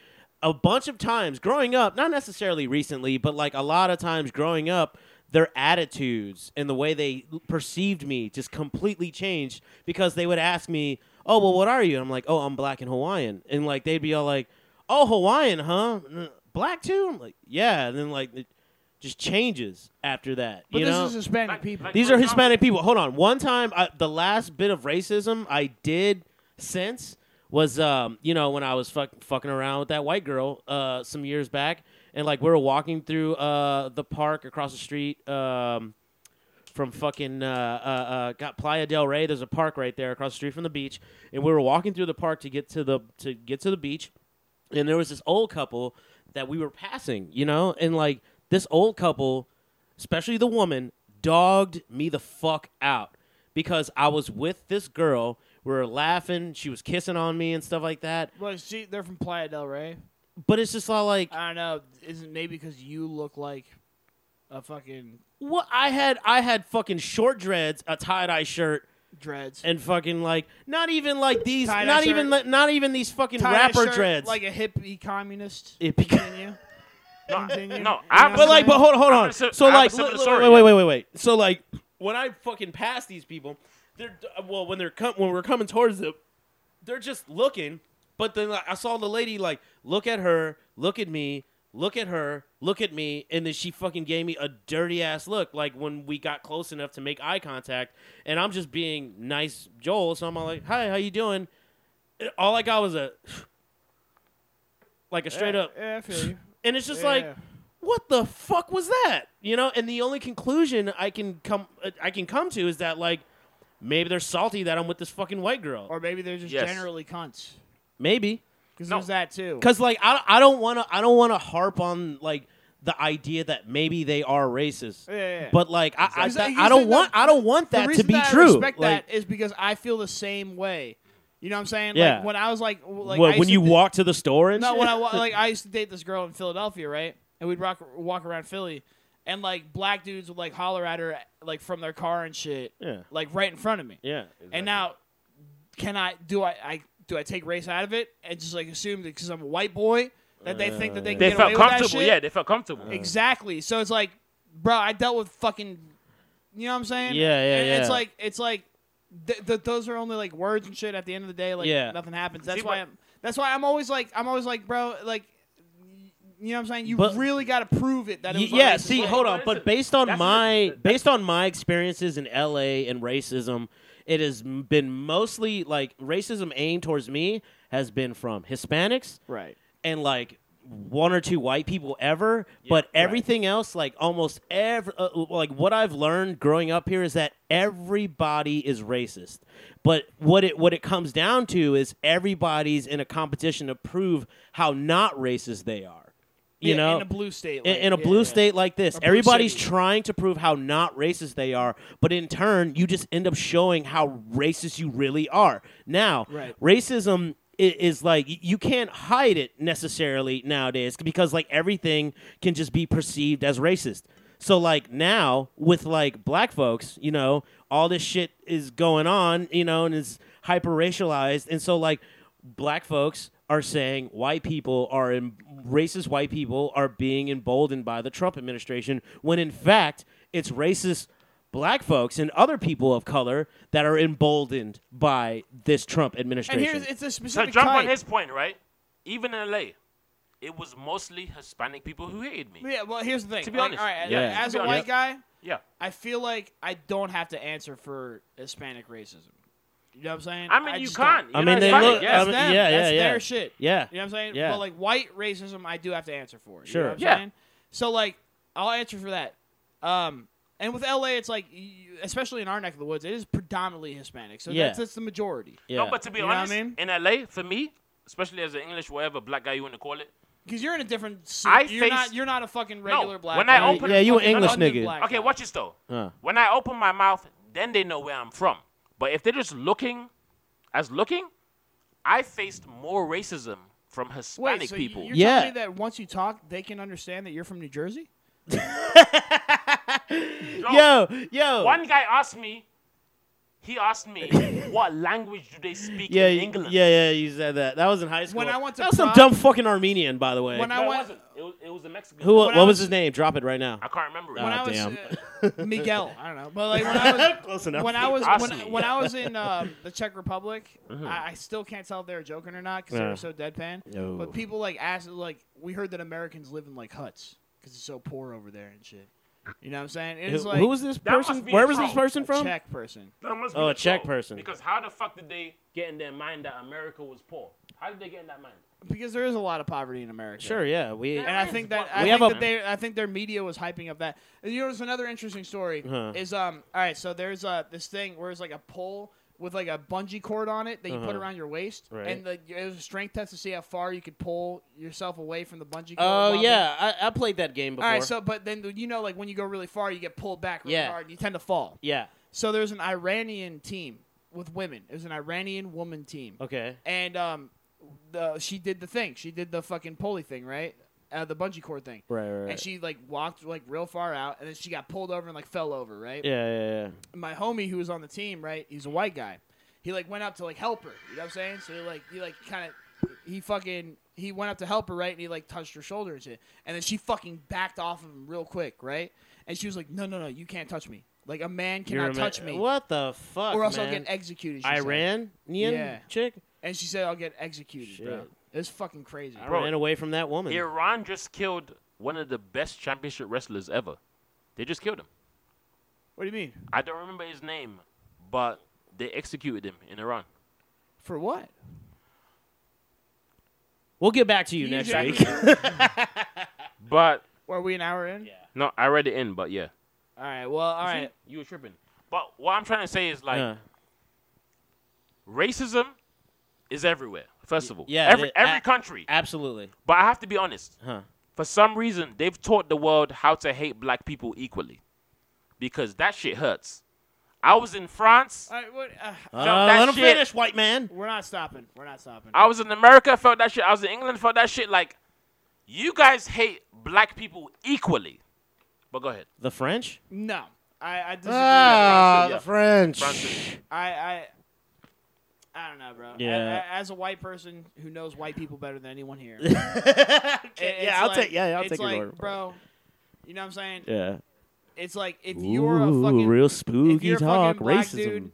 [SPEAKER 2] A bunch of times growing up, not necessarily recently, but like a lot of times growing up, their attitudes and the way they l- perceived me just completely changed because they would ask me, "Oh, well, what are you?" And I'm like, "Oh, I'm black and Hawaiian," and like they'd be all like, "Oh, Hawaiian, huh? Mm, Black too?" I'm like, "Yeah," and then like it just changes after that.
[SPEAKER 3] But
[SPEAKER 2] you
[SPEAKER 3] this
[SPEAKER 2] know?
[SPEAKER 3] is Hispanic
[SPEAKER 1] Like-
[SPEAKER 3] people.
[SPEAKER 1] like-
[SPEAKER 2] These
[SPEAKER 1] For
[SPEAKER 2] are
[SPEAKER 1] example-
[SPEAKER 2] Hispanic people. Hold on. One time, I, the last bit of racism I did sense was, um, you know, when I was fuck, fucking around with that white girl uh, some years back, and like we were walking through uh, the park across the street um, from fucking uh, uh, uh, got Playa del Rey. There's a park right there across the street from the beach, and we were walking through the park to get to the to get to the beach and there was this old couple that we were passing, you know, and like this old couple, especially the woman, dogged me the fuck out because I was with this girl. We were laughing. She was kissing on me and stuff like that.
[SPEAKER 3] Well, she, they're from Playa del Rey.
[SPEAKER 2] But it's just all like,
[SPEAKER 3] I don't know. Isn't maybe because you look like a fucking
[SPEAKER 2] what I had, I had fucking short dreads, a tie dye shirt,
[SPEAKER 3] dreads.
[SPEAKER 2] and fucking like, not even like these,
[SPEAKER 3] Tie-dye
[SPEAKER 2] not even,
[SPEAKER 3] shirt.
[SPEAKER 2] li- not even these fucking
[SPEAKER 3] Tie-dye
[SPEAKER 2] rapper
[SPEAKER 3] shirt,
[SPEAKER 2] dreads.
[SPEAKER 3] like a hippie communist.
[SPEAKER 2] It beca-
[SPEAKER 3] Continue.
[SPEAKER 1] no,
[SPEAKER 3] Continue.
[SPEAKER 1] no,
[SPEAKER 3] You know
[SPEAKER 1] I'm-
[SPEAKER 3] what
[SPEAKER 2] But like,
[SPEAKER 3] I'm saying?
[SPEAKER 2] but hold, hold
[SPEAKER 1] I'm
[SPEAKER 2] on.
[SPEAKER 1] a si-
[SPEAKER 2] So
[SPEAKER 1] I'm a
[SPEAKER 2] like,
[SPEAKER 1] similar
[SPEAKER 2] li-
[SPEAKER 1] story,
[SPEAKER 2] wait, wait,
[SPEAKER 1] yeah.
[SPEAKER 2] wait, wait, wait. So like, when I fucking pass these people, they're uh, well when they're com- when we're coming towards them, they're just looking. But then like, I saw the lady like look at her, look at me, look at her, look at me, and then she fucking gave me a dirty ass look. Like when we got close enough to make eye contact, and I'm just being nice, Joel. So I'm all like, "Hi, how you doing?" All I got was a like a straight
[SPEAKER 3] Yeah,
[SPEAKER 2] up,
[SPEAKER 3] Yeah, I feel you.
[SPEAKER 2] and it's just
[SPEAKER 3] Yeah.
[SPEAKER 2] like what the fuck was that? You know, and the only conclusion I can come uh, I can come to is that like maybe they're salty that I'm with this fucking white girl.
[SPEAKER 3] or maybe they're just
[SPEAKER 1] Yes.
[SPEAKER 3] generally cunts.
[SPEAKER 2] maybe
[SPEAKER 3] Because
[SPEAKER 1] No.
[SPEAKER 3] there's that too.
[SPEAKER 2] cuz like I, I don't want to I don't want to harp on like the idea that maybe they are racist.
[SPEAKER 3] Yeah, yeah, yeah.
[SPEAKER 2] But like, I, I,
[SPEAKER 3] Exactly.
[SPEAKER 2] that-
[SPEAKER 3] You
[SPEAKER 2] I don't
[SPEAKER 3] said
[SPEAKER 2] want,
[SPEAKER 3] that-
[SPEAKER 2] I don't want
[SPEAKER 3] the
[SPEAKER 2] that to
[SPEAKER 3] reason
[SPEAKER 2] be
[SPEAKER 3] that
[SPEAKER 2] true.
[SPEAKER 3] I respect
[SPEAKER 2] Like,
[SPEAKER 3] that is because I feel the same way. You know what I'm saying?
[SPEAKER 2] Yeah.
[SPEAKER 3] Like when I was like, w- like
[SPEAKER 2] what,
[SPEAKER 3] I used
[SPEAKER 2] when
[SPEAKER 3] to
[SPEAKER 2] you
[SPEAKER 3] d-
[SPEAKER 2] walk to the store and
[SPEAKER 3] No,
[SPEAKER 2] shit?
[SPEAKER 3] when I wa- like I used to date this girl in Philadelphia, right? And we'd rock, walk around Philly, and like black dudes would like holler at her like from their car and shit,
[SPEAKER 2] yeah,
[SPEAKER 3] like right in front of me.
[SPEAKER 2] yeah,
[SPEAKER 3] And now, can I do I, I do I take race out of it and just like assume that because I'm a white boy that they think that Uh, they,
[SPEAKER 1] They
[SPEAKER 3] get
[SPEAKER 1] felt
[SPEAKER 3] away with that
[SPEAKER 1] comfortable.
[SPEAKER 3] shit? Uh.
[SPEAKER 1] Yeah, they felt comfortable.
[SPEAKER 3] Exactly. So it's like, bro, I dealt with fucking, you know what I'm saying?
[SPEAKER 2] Yeah, yeah,
[SPEAKER 3] and It's
[SPEAKER 2] yeah.
[SPEAKER 3] like it's like, th- th- those are only like words and shit. At the end of the day, like
[SPEAKER 2] Yeah.
[SPEAKER 3] nothing happens. That's
[SPEAKER 1] See,
[SPEAKER 3] why
[SPEAKER 1] but-
[SPEAKER 3] I'm. That's why I'm always like I'm always like, bro, like, you know what I'm saying? You
[SPEAKER 2] But-
[SPEAKER 3] really got to prove it that it
[SPEAKER 2] Y-
[SPEAKER 3] was a
[SPEAKER 2] yeah,
[SPEAKER 3] racist
[SPEAKER 2] see,
[SPEAKER 3] thing.
[SPEAKER 2] hold on,
[SPEAKER 1] But
[SPEAKER 2] but
[SPEAKER 1] it's-
[SPEAKER 2] based on
[SPEAKER 1] that's
[SPEAKER 2] my
[SPEAKER 1] the-
[SPEAKER 2] based on my experiences in LA and racism, it has m- been mostly like racism aimed towards me has been from Hispanics
[SPEAKER 3] Right.
[SPEAKER 2] and like one or two white people ever, but everything else like almost every uh, like what I've learned growing up here is that everybody is racist. But what it what it comes down to is everybody's in a competition to prove how not racist they are. You
[SPEAKER 3] Yeah,
[SPEAKER 2] know,
[SPEAKER 3] in a blue state,
[SPEAKER 2] in,
[SPEAKER 3] like,
[SPEAKER 2] in a
[SPEAKER 3] yeah,
[SPEAKER 2] blue
[SPEAKER 3] yeah.
[SPEAKER 2] state like this,
[SPEAKER 3] A blue
[SPEAKER 2] everybody's
[SPEAKER 3] city.
[SPEAKER 2] trying to prove how not racist they are, but in turn, you just end up showing how racist you really are. Now,
[SPEAKER 3] Right.
[SPEAKER 2] racism i- is like y- you can't hide it necessarily nowadays because like everything can just be perceived as racist. So like now with like black folks, you know, all this shit is going on, you know, and is hyper racialized, and so like black folks are saying white people are in, racist white people are being emboldened by the Trump administration when in fact it's racist black folks and other people of color that are emboldened by this Trump
[SPEAKER 3] And
[SPEAKER 2] administration.
[SPEAKER 3] here's it's a
[SPEAKER 1] So
[SPEAKER 3] specific
[SPEAKER 1] jump
[SPEAKER 3] type.
[SPEAKER 1] on his point, right? Even in LA, it was mostly Hispanic people who hated me.
[SPEAKER 3] yeah. Well, here's the thing.
[SPEAKER 1] To be
[SPEAKER 3] Like,
[SPEAKER 1] honest.
[SPEAKER 3] all right,
[SPEAKER 2] Yeah.
[SPEAKER 3] like, as
[SPEAKER 1] To
[SPEAKER 3] a
[SPEAKER 1] be
[SPEAKER 3] white
[SPEAKER 1] honest.
[SPEAKER 3] guy,
[SPEAKER 1] Yeah.
[SPEAKER 3] I feel like I don't have to answer for Hispanic racism. You know what I'm saying?
[SPEAKER 1] I mean, you
[SPEAKER 3] just
[SPEAKER 1] can't.
[SPEAKER 3] don't.
[SPEAKER 2] I
[SPEAKER 1] You're
[SPEAKER 2] mean,
[SPEAKER 1] not
[SPEAKER 2] they
[SPEAKER 1] Hispanic,
[SPEAKER 2] look-
[SPEAKER 1] yeah.
[SPEAKER 2] I
[SPEAKER 3] That's
[SPEAKER 2] mean,
[SPEAKER 3] them.
[SPEAKER 2] yeah, yeah,
[SPEAKER 3] That's
[SPEAKER 2] yeah.
[SPEAKER 3] their shit.
[SPEAKER 2] yeah.
[SPEAKER 3] You know what I'm saying?
[SPEAKER 2] Yeah.
[SPEAKER 3] But like white racism, I do have to answer for. You
[SPEAKER 2] Sure.
[SPEAKER 3] know what I'm
[SPEAKER 1] Yeah.
[SPEAKER 3] saying? So like, I'll answer for that. Um, and with LA, it's like, you, especially in our neck of the woods, it is predominantly Hispanic. So
[SPEAKER 2] Yeah.
[SPEAKER 3] that's, that's the majority.
[SPEAKER 2] yeah.
[SPEAKER 1] No, but to be
[SPEAKER 3] You know what I
[SPEAKER 1] honest,
[SPEAKER 3] mean?
[SPEAKER 1] in LA, for me, especially as an English, whatever black guy you want to call it.
[SPEAKER 3] Because you're in a different. s-
[SPEAKER 1] I
[SPEAKER 3] you're
[SPEAKER 1] face-
[SPEAKER 3] not. You're not a fucking regular black.
[SPEAKER 1] when I
[SPEAKER 3] guy.
[SPEAKER 1] open-
[SPEAKER 2] yeah, you an
[SPEAKER 3] Fucking
[SPEAKER 2] English
[SPEAKER 3] London
[SPEAKER 2] nigga.
[SPEAKER 3] black
[SPEAKER 1] Okay,
[SPEAKER 3] guy.
[SPEAKER 1] watch this though.
[SPEAKER 2] Huh.
[SPEAKER 1] When I open my mouth, then they know where I'm from. But if they're just looking, as looking, I faced more racism from Hispanic
[SPEAKER 3] Wait, so
[SPEAKER 1] people.
[SPEAKER 3] You're
[SPEAKER 2] Yeah.
[SPEAKER 3] telling me that once you talk, they can understand that you're from New Jersey.
[SPEAKER 1] Yo,
[SPEAKER 2] Yo, yo.
[SPEAKER 1] One guy asked me. He asked me, "What language do they speak
[SPEAKER 2] yeah,
[SPEAKER 1] in
[SPEAKER 2] y-
[SPEAKER 1] England?"
[SPEAKER 2] yeah, yeah. You said that. That was in high school.
[SPEAKER 3] When I went to
[SPEAKER 2] that was some
[SPEAKER 3] prom-
[SPEAKER 2] dumb fucking Armenian, by the way.
[SPEAKER 3] When I
[SPEAKER 1] No, it
[SPEAKER 3] went-
[SPEAKER 1] wasn't. It was, it was a Mexican.
[SPEAKER 2] Who?
[SPEAKER 1] guy.
[SPEAKER 2] What
[SPEAKER 3] I
[SPEAKER 2] was
[SPEAKER 3] was-
[SPEAKER 2] his name? Drop it right now.
[SPEAKER 1] I can't remember. it.
[SPEAKER 3] when I was
[SPEAKER 2] damn.
[SPEAKER 3] uh, Miguel, I don't know, but like when I was
[SPEAKER 2] Close enough.
[SPEAKER 3] when I was
[SPEAKER 1] Ossie.
[SPEAKER 3] when, when I was in um, the Czech Republic,
[SPEAKER 1] Mm-hmm.
[SPEAKER 3] I, I still can't tell if they were joking or not because they
[SPEAKER 2] Yeah.
[SPEAKER 3] were so deadpan.
[SPEAKER 2] No.
[SPEAKER 3] But people like asked, like we heard that Americans live in like huts because it's so poor over there and shit. You know what I'm saying? It's
[SPEAKER 2] Who-
[SPEAKER 3] like
[SPEAKER 2] who was this
[SPEAKER 1] That
[SPEAKER 2] person?
[SPEAKER 1] must be a
[SPEAKER 2] Where was
[SPEAKER 1] troll.
[SPEAKER 2] this person
[SPEAKER 3] a
[SPEAKER 2] from?
[SPEAKER 3] Czech person.
[SPEAKER 1] That must be
[SPEAKER 2] Oh,
[SPEAKER 1] the
[SPEAKER 2] a Czech
[SPEAKER 1] troll.
[SPEAKER 2] person.
[SPEAKER 1] Because how the fuck did they get in their mind that America was poor? How did they get in that mind?
[SPEAKER 3] Because there is a lot of poverty in America.
[SPEAKER 2] Sure. Yeah. We.
[SPEAKER 3] And I think that I
[SPEAKER 2] We
[SPEAKER 3] think
[SPEAKER 2] have a-
[SPEAKER 3] that they I think their media was hyping up that. And you know, there's another interesting story.
[SPEAKER 2] Huh.
[SPEAKER 3] Is um all right, so there's uh this thing where it's like a pole with like a bungee cord on it that you put
[SPEAKER 2] Uh-huh.
[SPEAKER 3] around your waist,
[SPEAKER 2] Right.
[SPEAKER 3] and the, it was a strength test to see how far you could pull yourself away from the bungee cord.
[SPEAKER 2] Oh
[SPEAKER 3] while being-
[SPEAKER 2] yeah, I, I played that game before.
[SPEAKER 3] All right, so but then you know, like when you go really far, you get pulled back really
[SPEAKER 2] Yeah.
[SPEAKER 3] hard. And you tend to fall.
[SPEAKER 2] yeah.
[SPEAKER 3] So there's an Iranian team with women. It was an Iranian woman team
[SPEAKER 2] Okay.
[SPEAKER 3] and um, the she did the thing. She did the fucking pulley thing, right? Uh, the bungee cord thing.
[SPEAKER 2] Right. Right.
[SPEAKER 3] And she like walked like real far out, and then she got pulled over and like fell over, right?
[SPEAKER 2] yeah. Yeah. Yeah.
[SPEAKER 3] My homie who was on the team, right? He's a white guy. He like went up to like help her. You know what I'm saying? So he like he like kind of he fucking he went up to help her, right? And he like touched her shoulder and shit, and then she fucking backed off of him real quick, right? And she was like, "No, no, no, you can't touch me. Like a man
[SPEAKER 2] You're
[SPEAKER 3] cannot
[SPEAKER 2] a ma-
[SPEAKER 3] touch me,
[SPEAKER 2] What the fuck?
[SPEAKER 3] or else I'll
[SPEAKER 2] man?
[SPEAKER 3] get executed." she said.
[SPEAKER 2] Iranian
[SPEAKER 3] Yeah.
[SPEAKER 2] chick.
[SPEAKER 3] And she said, "I'll get executed, bro."
[SPEAKER 2] Shit.
[SPEAKER 3] It was fucking crazy.
[SPEAKER 2] I
[SPEAKER 1] Bro.
[SPEAKER 2] ran away from that woman.
[SPEAKER 1] Iran just killed one of the best championship wrestlers ever. They just killed him.
[SPEAKER 3] What do you mean?
[SPEAKER 1] I don't remember his name, but they executed him in Iran.
[SPEAKER 3] For what?
[SPEAKER 2] We'll get back to you
[SPEAKER 3] You
[SPEAKER 2] next
[SPEAKER 3] jack-
[SPEAKER 2] week.
[SPEAKER 1] But
[SPEAKER 3] Were we an hour in? Yeah.
[SPEAKER 1] no, I read it in. But yeah,
[SPEAKER 3] All right. Well, all right.
[SPEAKER 1] you were tripping. But what I'm trying to say is like
[SPEAKER 2] Uh,
[SPEAKER 1] racism is everywhere. First of all,
[SPEAKER 2] yeah,
[SPEAKER 1] every
[SPEAKER 2] it-
[SPEAKER 1] every
[SPEAKER 2] a-
[SPEAKER 1] country.
[SPEAKER 2] absolutely.
[SPEAKER 1] But I have to be honest.
[SPEAKER 2] Huh.
[SPEAKER 1] For some reason, they've taught the world how to hate black people equally, because that shit hurts. I was in France.
[SPEAKER 3] All right, what, uh,
[SPEAKER 2] Uh,
[SPEAKER 1] that
[SPEAKER 2] let him
[SPEAKER 1] shit-
[SPEAKER 2] finish, white man.
[SPEAKER 3] we're not stopping. We're not stopping.
[SPEAKER 1] I was in America, felt that shit. I was in England, felt that shit. Like, you guys hate black people equally. But go ahead.
[SPEAKER 2] The French?
[SPEAKER 3] no, I, I disagree.
[SPEAKER 2] Ah,
[SPEAKER 1] Francis, yeah.
[SPEAKER 2] the French.
[SPEAKER 1] Francis.
[SPEAKER 3] I, I, I don't know, bro.
[SPEAKER 2] Yeah.
[SPEAKER 3] A- a- As, a white person who knows white people better than anyone here, it-
[SPEAKER 2] yeah,
[SPEAKER 3] it's
[SPEAKER 2] I'll
[SPEAKER 3] like-
[SPEAKER 2] take. Yeah, I'll
[SPEAKER 3] it's
[SPEAKER 2] take
[SPEAKER 3] like,
[SPEAKER 2] your word.
[SPEAKER 3] bro. You know what I'm saying?
[SPEAKER 2] Yeah.
[SPEAKER 3] It's like if you're a fucking
[SPEAKER 2] real
[SPEAKER 3] if
[SPEAKER 2] spooky
[SPEAKER 3] you're a
[SPEAKER 2] talk,
[SPEAKER 3] fucking black
[SPEAKER 2] racism.
[SPEAKER 3] dude,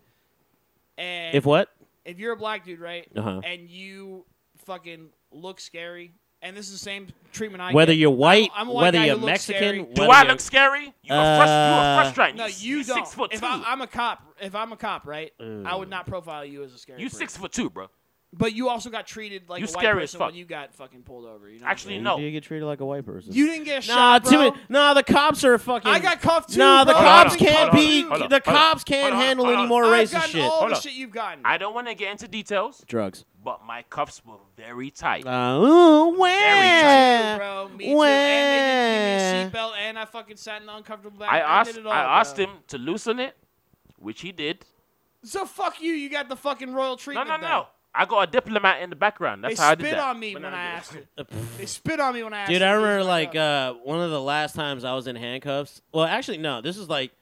[SPEAKER 3] and
[SPEAKER 2] if what?
[SPEAKER 3] if you're a black dude, right,
[SPEAKER 2] Uh-huh.
[SPEAKER 3] and you fucking look scary, and this is the same treatment I
[SPEAKER 2] Whether
[SPEAKER 3] get.
[SPEAKER 2] you're white,
[SPEAKER 3] I'm a white
[SPEAKER 2] whether
[SPEAKER 3] guy
[SPEAKER 2] you're
[SPEAKER 3] who looks
[SPEAKER 2] Mexican,
[SPEAKER 3] scary.
[SPEAKER 1] Do
[SPEAKER 2] whether
[SPEAKER 1] I
[SPEAKER 2] you're-
[SPEAKER 1] look scary? You are,
[SPEAKER 2] Uh,
[SPEAKER 1] frust- you are frustrating.
[SPEAKER 3] No, you,
[SPEAKER 1] you
[SPEAKER 3] don't.
[SPEAKER 1] six foot
[SPEAKER 3] if
[SPEAKER 1] two.
[SPEAKER 3] I, I'm a cop, if I'm a cop, right, I
[SPEAKER 2] Ugh.
[SPEAKER 3] would not profile you as a scary.
[SPEAKER 1] you
[SPEAKER 3] person.
[SPEAKER 1] six foot two, bro.
[SPEAKER 3] but you also got treated like
[SPEAKER 1] You
[SPEAKER 3] a white
[SPEAKER 1] scary as
[SPEAKER 3] person
[SPEAKER 1] fuck.
[SPEAKER 3] when you got fucking pulled over. You know what I'm
[SPEAKER 1] Actually,
[SPEAKER 3] saying?
[SPEAKER 2] You
[SPEAKER 1] no.
[SPEAKER 2] do get treated like a white person.
[SPEAKER 3] you didn't get
[SPEAKER 2] nah,
[SPEAKER 3] shot,
[SPEAKER 2] too
[SPEAKER 3] bro.
[SPEAKER 2] many- nah, the cops are fucking.
[SPEAKER 3] I got cuffed too.
[SPEAKER 2] Nah, the
[SPEAKER 3] bro.
[SPEAKER 1] Hold on,
[SPEAKER 2] cops
[SPEAKER 1] hold on,
[SPEAKER 2] can't
[SPEAKER 1] hold on,
[SPEAKER 2] be.
[SPEAKER 1] hold on,
[SPEAKER 2] the
[SPEAKER 1] hold on,
[SPEAKER 2] cops can't
[SPEAKER 1] hold on,
[SPEAKER 2] handle
[SPEAKER 1] hold
[SPEAKER 2] any
[SPEAKER 1] on.
[SPEAKER 2] more
[SPEAKER 3] I've
[SPEAKER 2] racist
[SPEAKER 3] gotten
[SPEAKER 2] shit.
[SPEAKER 3] all
[SPEAKER 1] Hold
[SPEAKER 3] the
[SPEAKER 1] on.
[SPEAKER 3] shit you've gotten.
[SPEAKER 1] I don't want to get into details,
[SPEAKER 2] Drugs.
[SPEAKER 1] but my cuffs were very tight.
[SPEAKER 2] Uh, ooh,
[SPEAKER 3] Me too,
[SPEAKER 2] where?
[SPEAKER 3] bro. Me too. And they didn't give me a seatbelt, and I fucking sat in the uncomfortable back.
[SPEAKER 1] I
[SPEAKER 3] did
[SPEAKER 1] asked,
[SPEAKER 3] it all,
[SPEAKER 1] I asked
[SPEAKER 3] bro.
[SPEAKER 1] him to loosen it, which he did.
[SPEAKER 3] So fuck you. You got the fucking royal
[SPEAKER 1] No,
[SPEAKER 3] treatment.
[SPEAKER 1] no,
[SPEAKER 3] though.
[SPEAKER 1] no. I got a diplomat in the background. That's
[SPEAKER 3] they
[SPEAKER 1] how I did
[SPEAKER 3] spit
[SPEAKER 1] that.
[SPEAKER 3] on me when, I asked it. They spit on me when I asked.
[SPEAKER 2] Dude,
[SPEAKER 3] it.
[SPEAKER 2] I
[SPEAKER 3] It was
[SPEAKER 2] remember
[SPEAKER 3] like
[SPEAKER 2] like uh, one of the last times I was in handcuffs. Well, actually, no. This is like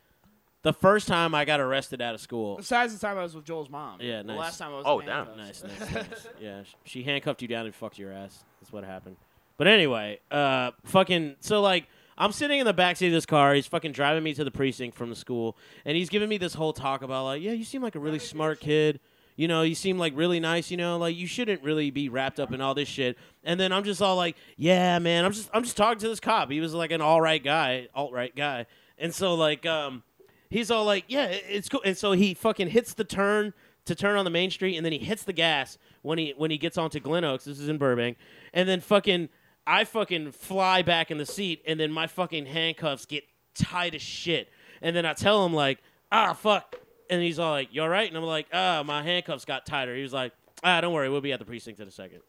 [SPEAKER 2] the first time I got arrested out of school.
[SPEAKER 3] Besides the time I was with Joel's mom.
[SPEAKER 2] Yeah,
[SPEAKER 3] The
[SPEAKER 2] nice.
[SPEAKER 3] last time I was.
[SPEAKER 1] Oh,
[SPEAKER 3] in
[SPEAKER 1] damn.
[SPEAKER 3] handcuffs.
[SPEAKER 2] Nice, nice, nice. Yeah, sh- she handcuffed you down and fucked your ass. That's what happened. But anyway, uh, fucking. So like, I'm sitting in the backseat of this car. He's fucking driving me to the precinct from the school, and he's giving me this whole talk about like, yeah, you seem like a really smart kid. You know, you seem like really nice. You know, like you shouldn't really be wrapped up in all this shit. And then I'm just all like, yeah, man. I'm just, I'm just talking to this cop. He was like an all right guy, alt right guy. And so like, um, he's all like, "Yeah, it- it's cool." And so he fucking hits the turn to turn on the main street, and then he hits the gas when he when he gets onto Glen Oaks. This is in Burbank, and then fucking I fucking fly back in the seat, and then my fucking handcuffs get tight as shit, and then I tell him like, "Ah, fuck," and he's all like, "You all right?" And I'm like, "Ah, my handcuffs got tighter." He was like, "Ah, don't worry, we'll be at the precinct in a second.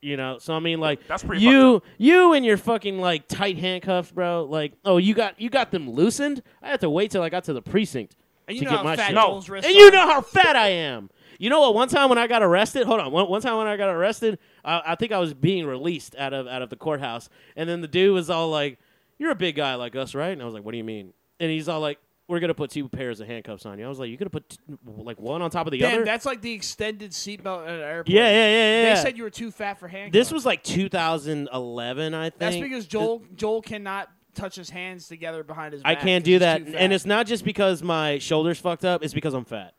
[SPEAKER 2] You know, so I mean, like,
[SPEAKER 1] That's pretty
[SPEAKER 2] you, you and your fucking like tight handcuffs, bro. Like, oh, you got you got them loosened. I had to wait till I got to the precinct
[SPEAKER 3] And you
[SPEAKER 2] to
[SPEAKER 3] know
[SPEAKER 2] get
[SPEAKER 3] how
[SPEAKER 2] my
[SPEAKER 3] fat
[SPEAKER 2] shit.
[SPEAKER 3] Joel's wrists
[SPEAKER 2] and you
[SPEAKER 3] are.
[SPEAKER 2] know how fat I am. You know what? One time when I got arrested, hold on. One, one time when I got arrested, I, I think I was being released out of out of the courthouse, and then the dude was all like, "You're a big guy like us, right?" And I was like, "What do you mean?" And he's all like, "We're gonna put two pairs of handcuffs on you." I was like, "You gonna put t- like one on top of the
[SPEAKER 3] Damn,
[SPEAKER 2] other?"
[SPEAKER 3] that's like the extended seatbelt at an airport.
[SPEAKER 2] yeah, yeah, yeah, yeah.
[SPEAKER 3] They said you were too fat for handcuffs.
[SPEAKER 2] This was like 2011, I think.
[SPEAKER 3] That's because Joel Joel cannot touch his hands together behind his.
[SPEAKER 2] I
[SPEAKER 3] back
[SPEAKER 2] can't
[SPEAKER 3] 'cause
[SPEAKER 2] do
[SPEAKER 3] he's
[SPEAKER 2] that,
[SPEAKER 3] too fat.
[SPEAKER 2] and it's not just because my shoulders fucked up. It's because I'm fat.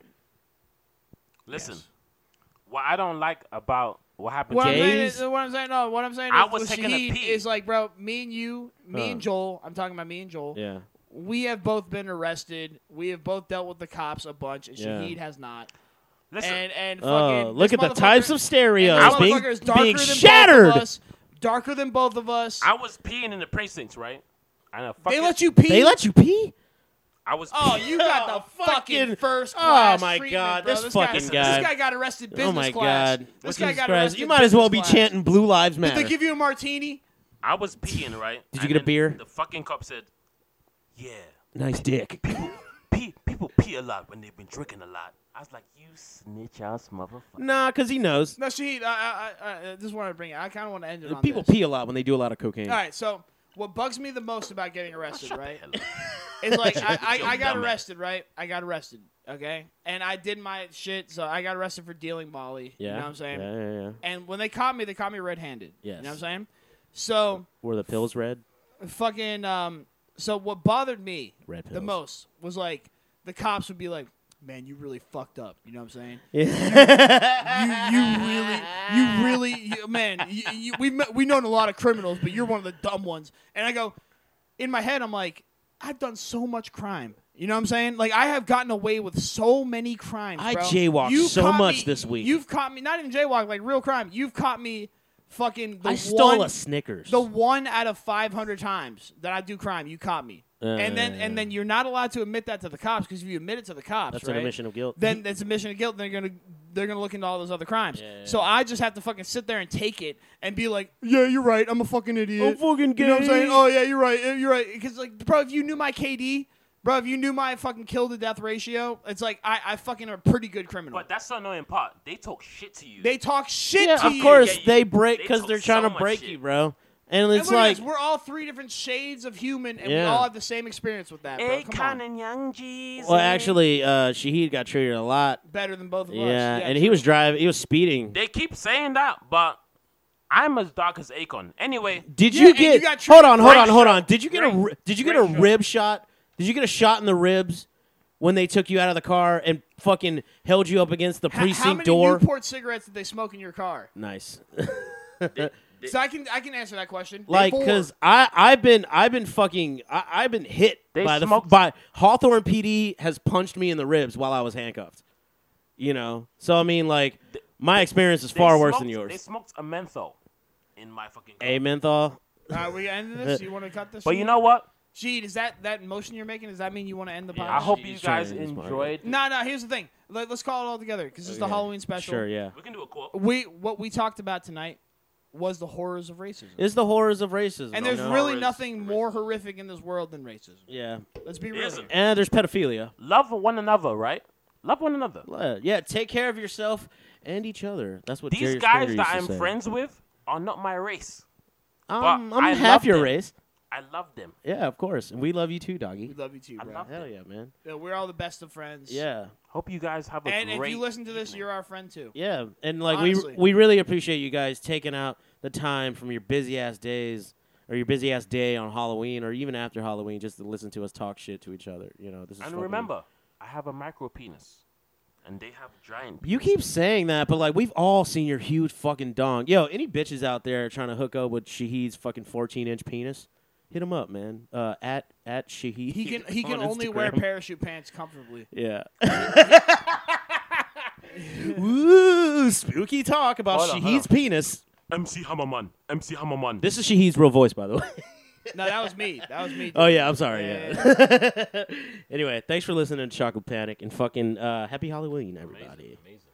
[SPEAKER 1] Listen, what I don't like about what happened
[SPEAKER 3] What
[SPEAKER 1] to
[SPEAKER 3] I'm,
[SPEAKER 1] me,
[SPEAKER 2] Gay?
[SPEAKER 3] saying
[SPEAKER 2] Gays?
[SPEAKER 3] is, what I'm saying, no, what I'm saying is,
[SPEAKER 1] I was
[SPEAKER 3] with
[SPEAKER 1] taking a
[SPEAKER 3] Shahid
[SPEAKER 1] pee.
[SPEAKER 3] is like, bro, me and you, me
[SPEAKER 2] Huh.
[SPEAKER 3] and Joel, I'm talking about me and Joel.
[SPEAKER 2] Yeah.
[SPEAKER 3] We have both been arrested. We have both dealt with the cops a bunch, and
[SPEAKER 2] Yeah.
[SPEAKER 3] Shahid has not.
[SPEAKER 1] listen,
[SPEAKER 3] and and fucking
[SPEAKER 2] Oh, look
[SPEAKER 3] this
[SPEAKER 2] at the types
[SPEAKER 3] motherfucker-
[SPEAKER 2] of stereos
[SPEAKER 3] and this
[SPEAKER 2] being,
[SPEAKER 3] motherfucker is darker
[SPEAKER 2] being
[SPEAKER 3] than both of
[SPEAKER 2] shattered.
[SPEAKER 3] us, darker than both of us.
[SPEAKER 1] I was peeing in the precincts, right? And a fucking,
[SPEAKER 3] they let you pee.
[SPEAKER 2] They let you pee?
[SPEAKER 1] I was.
[SPEAKER 3] Oh,
[SPEAKER 1] peeing.
[SPEAKER 3] you got the
[SPEAKER 2] Oh,
[SPEAKER 3] fucking,
[SPEAKER 2] fucking-
[SPEAKER 3] first
[SPEAKER 2] oh
[SPEAKER 3] class
[SPEAKER 2] my
[SPEAKER 3] treatment,
[SPEAKER 2] God,
[SPEAKER 3] bro.
[SPEAKER 2] this
[SPEAKER 3] guy,
[SPEAKER 2] fucking
[SPEAKER 3] This
[SPEAKER 2] guy.
[SPEAKER 3] guy got arrested business
[SPEAKER 2] oh my
[SPEAKER 3] class.
[SPEAKER 2] god!
[SPEAKER 3] This
[SPEAKER 2] Jesus
[SPEAKER 3] guy got
[SPEAKER 2] Christ.
[SPEAKER 3] arrested
[SPEAKER 2] You might as well
[SPEAKER 3] business
[SPEAKER 2] be
[SPEAKER 3] class.
[SPEAKER 2] chanting "Blue Lives
[SPEAKER 3] Did
[SPEAKER 2] Matter."
[SPEAKER 3] they give you a martini?
[SPEAKER 1] I was peeing, right?
[SPEAKER 2] Did you
[SPEAKER 1] And
[SPEAKER 2] get a
[SPEAKER 1] then
[SPEAKER 2] beer?
[SPEAKER 1] The fucking cop said, "Yeah,
[SPEAKER 2] nice dick.
[SPEAKER 1] pee, people pee a lot when they've been drinking a lot." I was like, "You snitch ass motherfucker."
[SPEAKER 2] nah, because he knows
[SPEAKER 3] No, Shahid, I, I, I, I just want to bring it. I kind of want to end it on
[SPEAKER 2] people
[SPEAKER 3] this.
[SPEAKER 2] pee a lot when they do a lot of cocaine.
[SPEAKER 3] All right, so what bugs me the most about getting arrested, right?
[SPEAKER 1] Hello.
[SPEAKER 3] It's like I, I,
[SPEAKER 1] Yo,
[SPEAKER 3] I got
[SPEAKER 1] dumbass.
[SPEAKER 3] arrested, right? I got arrested, okay? And I did my shit, so I got arrested for dealing Molly.
[SPEAKER 2] Yeah.
[SPEAKER 3] You know what I'm saying?
[SPEAKER 2] Yeah, yeah, yeah.
[SPEAKER 3] And when they caught me, they caught me red handed. You
[SPEAKER 2] Yes.
[SPEAKER 3] know what I'm saying? So,
[SPEAKER 2] Were the pills red?
[SPEAKER 3] fucking, um, so what bothered me
[SPEAKER 2] Red
[SPEAKER 3] the
[SPEAKER 2] pills.
[SPEAKER 3] most was like the cops would be like, man, you really fucked up. You know what I'm saying? you you really you really you, man you, you, we met- we known a lot of criminals but you're one of the dumb ones and i go in my head i'm like i've done so much crime you know what i'm saying like i have gotten away with so many crimes
[SPEAKER 2] I
[SPEAKER 3] bro.
[SPEAKER 2] jaywalked
[SPEAKER 3] You've
[SPEAKER 2] so
[SPEAKER 3] caught
[SPEAKER 2] much
[SPEAKER 3] me-
[SPEAKER 2] this week.
[SPEAKER 3] you've caught me not even jaywalk like real crime you've caught me fucking the
[SPEAKER 2] I stole
[SPEAKER 3] one,
[SPEAKER 2] a Snickers.
[SPEAKER 3] the one out of 500 times that i do crime you caught me
[SPEAKER 2] Yeah,
[SPEAKER 3] and then
[SPEAKER 2] yeah, yeah.
[SPEAKER 3] and then you're not allowed to admit that to the cops because if you admit it to the cops
[SPEAKER 2] That's
[SPEAKER 3] right,
[SPEAKER 2] an admission of guilt.
[SPEAKER 3] then that's admission of guilt. They're gonna they're gonna look into all those other crimes.
[SPEAKER 2] Yeah, yeah,
[SPEAKER 3] so I just have to fucking sit there and take it and be like, yeah, you're right. I'm a fucking idiot.
[SPEAKER 2] I'm fucking
[SPEAKER 3] You know what I'm saying?
[SPEAKER 2] gay.
[SPEAKER 3] Oh yeah, you're right. eh, You're right. Because like, bro, if you knew my KD, bro, if you knew my fucking kill to death ratio, it's like I, I fucking am a pretty good criminal.
[SPEAKER 1] But that's the annoying part. They talk shit to you.
[SPEAKER 3] they talk shit
[SPEAKER 2] yeah,
[SPEAKER 3] to
[SPEAKER 2] of
[SPEAKER 3] you.
[SPEAKER 2] course
[SPEAKER 1] Yeah, you-
[SPEAKER 2] they break
[SPEAKER 1] they
[SPEAKER 2] because
[SPEAKER 1] talk
[SPEAKER 2] they're trying
[SPEAKER 1] so
[SPEAKER 2] to
[SPEAKER 1] much
[SPEAKER 2] break
[SPEAKER 1] shit.
[SPEAKER 2] you, bro. And
[SPEAKER 3] And
[SPEAKER 2] it's
[SPEAKER 3] look at
[SPEAKER 2] like,
[SPEAKER 3] this, we're all three different shades of human, and we
[SPEAKER 2] Yeah.
[SPEAKER 3] all have the same experience with that. Bro.
[SPEAKER 1] Hey,
[SPEAKER 3] Come on.
[SPEAKER 1] Conan Young Jesus.
[SPEAKER 2] well, actually, uh, Shahid got treated a lot.
[SPEAKER 3] better than both of
[SPEAKER 2] Yeah,
[SPEAKER 3] us.
[SPEAKER 2] and he was driving. He was speeding.
[SPEAKER 1] They keep saying that, but I'm as dark as Akon. Anyway,
[SPEAKER 2] Did
[SPEAKER 3] Yeah,
[SPEAKER 2] you
[SPEAKER 3] and
[SPEAKER 2] get?
[SPEAKER 3] you got
[SPEAKER 2] hold on, hold
[SPEAKER 1] Great
[SPEAKER 2] on, hold
[SPEAKER 1] shot.
[SPEAKER 2] on. Did you get a?
[SPEAKER 1] Great-
[SPEAKER 2] ri- Did you get a
[SPEAKER 1] great shot.
[SPEAKER 2] rib shot? Did you get a shot in the ribs when they took you out of the car and fucking held you up against the
[SPEAKER 3] H-
[SPEAKER 2] precinct
[SPEAKER 3] how many
[SPEAKER 2] door?
[SPEAKER 3] Newport cigarettes did they smoke in your car?
[SPEAKER 2] nice.
[SPEAKER 3] So I can I can answer that question.
[SPEAKER 2] like,
[SPEAKER 3] Four.
[SPEAKER 2] cause I I've been I've been fucking I, I've been hit
[SPEAKER 1] They
[SPEAKER 2] by the
[SPEAKER 1] smoked-
[SPEAKER 2] by Hawthorne PD has punched me in the ribs while I was handcuffed. You know, so I mean, like my experience is
[SPEAKER 1] they
[SPEAKER 2] far worse
[SPEAKER 1] smoked-
[SPEAKER 2] than
[SPEAKER 1] They
[SPEAKER 2] yours.
[SPEAKER 1] smoked a menthol in my fucking. Car.
[SPEAKER 2] Hey, menthol.
[SPEAKER 3] All right, we ending this. You want to cut this?
[SPEAKER 1] But you know what?
[SPEAKER 3] Gene, is that that motion you're making? Does that mean you want to end the podcast?
[SPEAKER 2] Yeah,
[SPEAKER 1] I hope
[SPEAKER 2] She's
[SPEAKER 1] you
[SPEAKER 2] trying
[SPEAKER 1] guys
[SPEAKER 2] to use my-
[SPEAKER 1] enjoyed.
[SPEAKER 3] No, no. Here's the thing. Let, us call it all together because it's the
[SPEAKER 2] Okay.
[SPEAKER 3] Halloween special.
[SPEAKER 2] Sure, yeah.
[SPEAKER 1] We can do a quote.
[SPEAKER 3] We what we talked about tonight was the horrors of racism,
[SPEAKER 2] It's the horrors of racism.
[SPEAKER 3] and there's
[SPEAKER 2] no?
[SPEAKER 3] really
[SPEAKER 1] Horrors.
[SPEAKER 3] nothing more horrific in this world than racism.
[SPEAKER 2] yeah,
[SPEAKER 3] Let's be real.
[SPEAKER 1] Isn't-
[SPEAKER 3] here.
[SPEAKER 2] and there's pedophilia.
[SPEAKER 1] Love one another, right? Love one another.
[SPEAKER 2] Uh, Yeah, take care of yourself and each other. That's what
[SPEAKER 1] These
[SPEAKER 2] Jerry
[SPEAKER 1] guys
[SPEAKER 2] Springer
[SPEAKER 1] that I'm
[SPEAKER 2] used to say.
[SPEAKER 1] friends with are not my race.
[SPEAKER 2] Um,
[SPEAKER 1] but
[SPEAKER 2] I'm
[SPEAKER 1] I
[SPEAKER 2] half
[SPEAKER 1] love
[SPEAKER 2] your
[SPEAKER 1] them.
[SPEAKER 2] race.
[SPEAKER 1] I love them.
[SPEAKER 2] Yeah, of course, and we love you too,
[SPEAKER 3] We
[SPEAKER 2] doggy.
[SPEAKER 3] love you too,
[SPEAKER 1] I
[SPEAKER 3] bro.
[SPEAKER 1] love-
[SPEAKER 2] Hell yeah, man.
[SPEAKER 3] Yeah, we're all the best of friends.
[SPEAKER 2] Yeah,
[SPEAKER 1] Hope you guys have a
[SPEAKER 3] And if
[SPEAKER 1] great.
[SPEAKER 3] you listen to this, you're our friend too.
[SPEAKER 2] yeah, and like
[SPEAKER 3] Honestly.
[SPEAKER 2] we we really appreciate you guys taking out the time from your busy ass days or your busy ass day on Halloween or even after Halloween just to listen to us talk shit to each other. You know, this is
[SPEAKER 1] and
[SPEAKER 2] fucking-
[SPEAKER 1] remember, I have a micro penis, and they have giant.
[SPEAKER 2] You keep saying that, but like we've all seen your huge fucking dong. Yo, any bitches out there trying to hook up with Shahid's fucking fourteen inch penis? Hit him up, man. Uh, at at Shahid.
[SPEAKER 3] He can he
[SPEAKER 2] on
[SPEAKER 3] can only wear
[SPEAKER 2] Instagram.
[SPEAKER 3] parachute pants comfortably.
[SPEAKER 2] Yeah. Woo! Spooky talk about
[SPEAKER 1] Hold on, hold
[SPEAKER 2] Shahid's
[SPEAKER 1] on.
[SPEAKER 2] penis.
[SPEAKER 1] MC Hammerman. MC Hammerman.
[SPEAKER 2] This is Shahid's real voice, by the way.
[SPEAKER 3] No, that was me. That was me.
[SPEAKER 2] oh yeah, I'm sorry.
[SPEAKER 3] Yeah,
[SPEAKER 2] Yeah. anyway, thanks for listening to Chocolate Panic and fucking uh, happy Halloween, everybody.
[SPEAKER 1] amazing.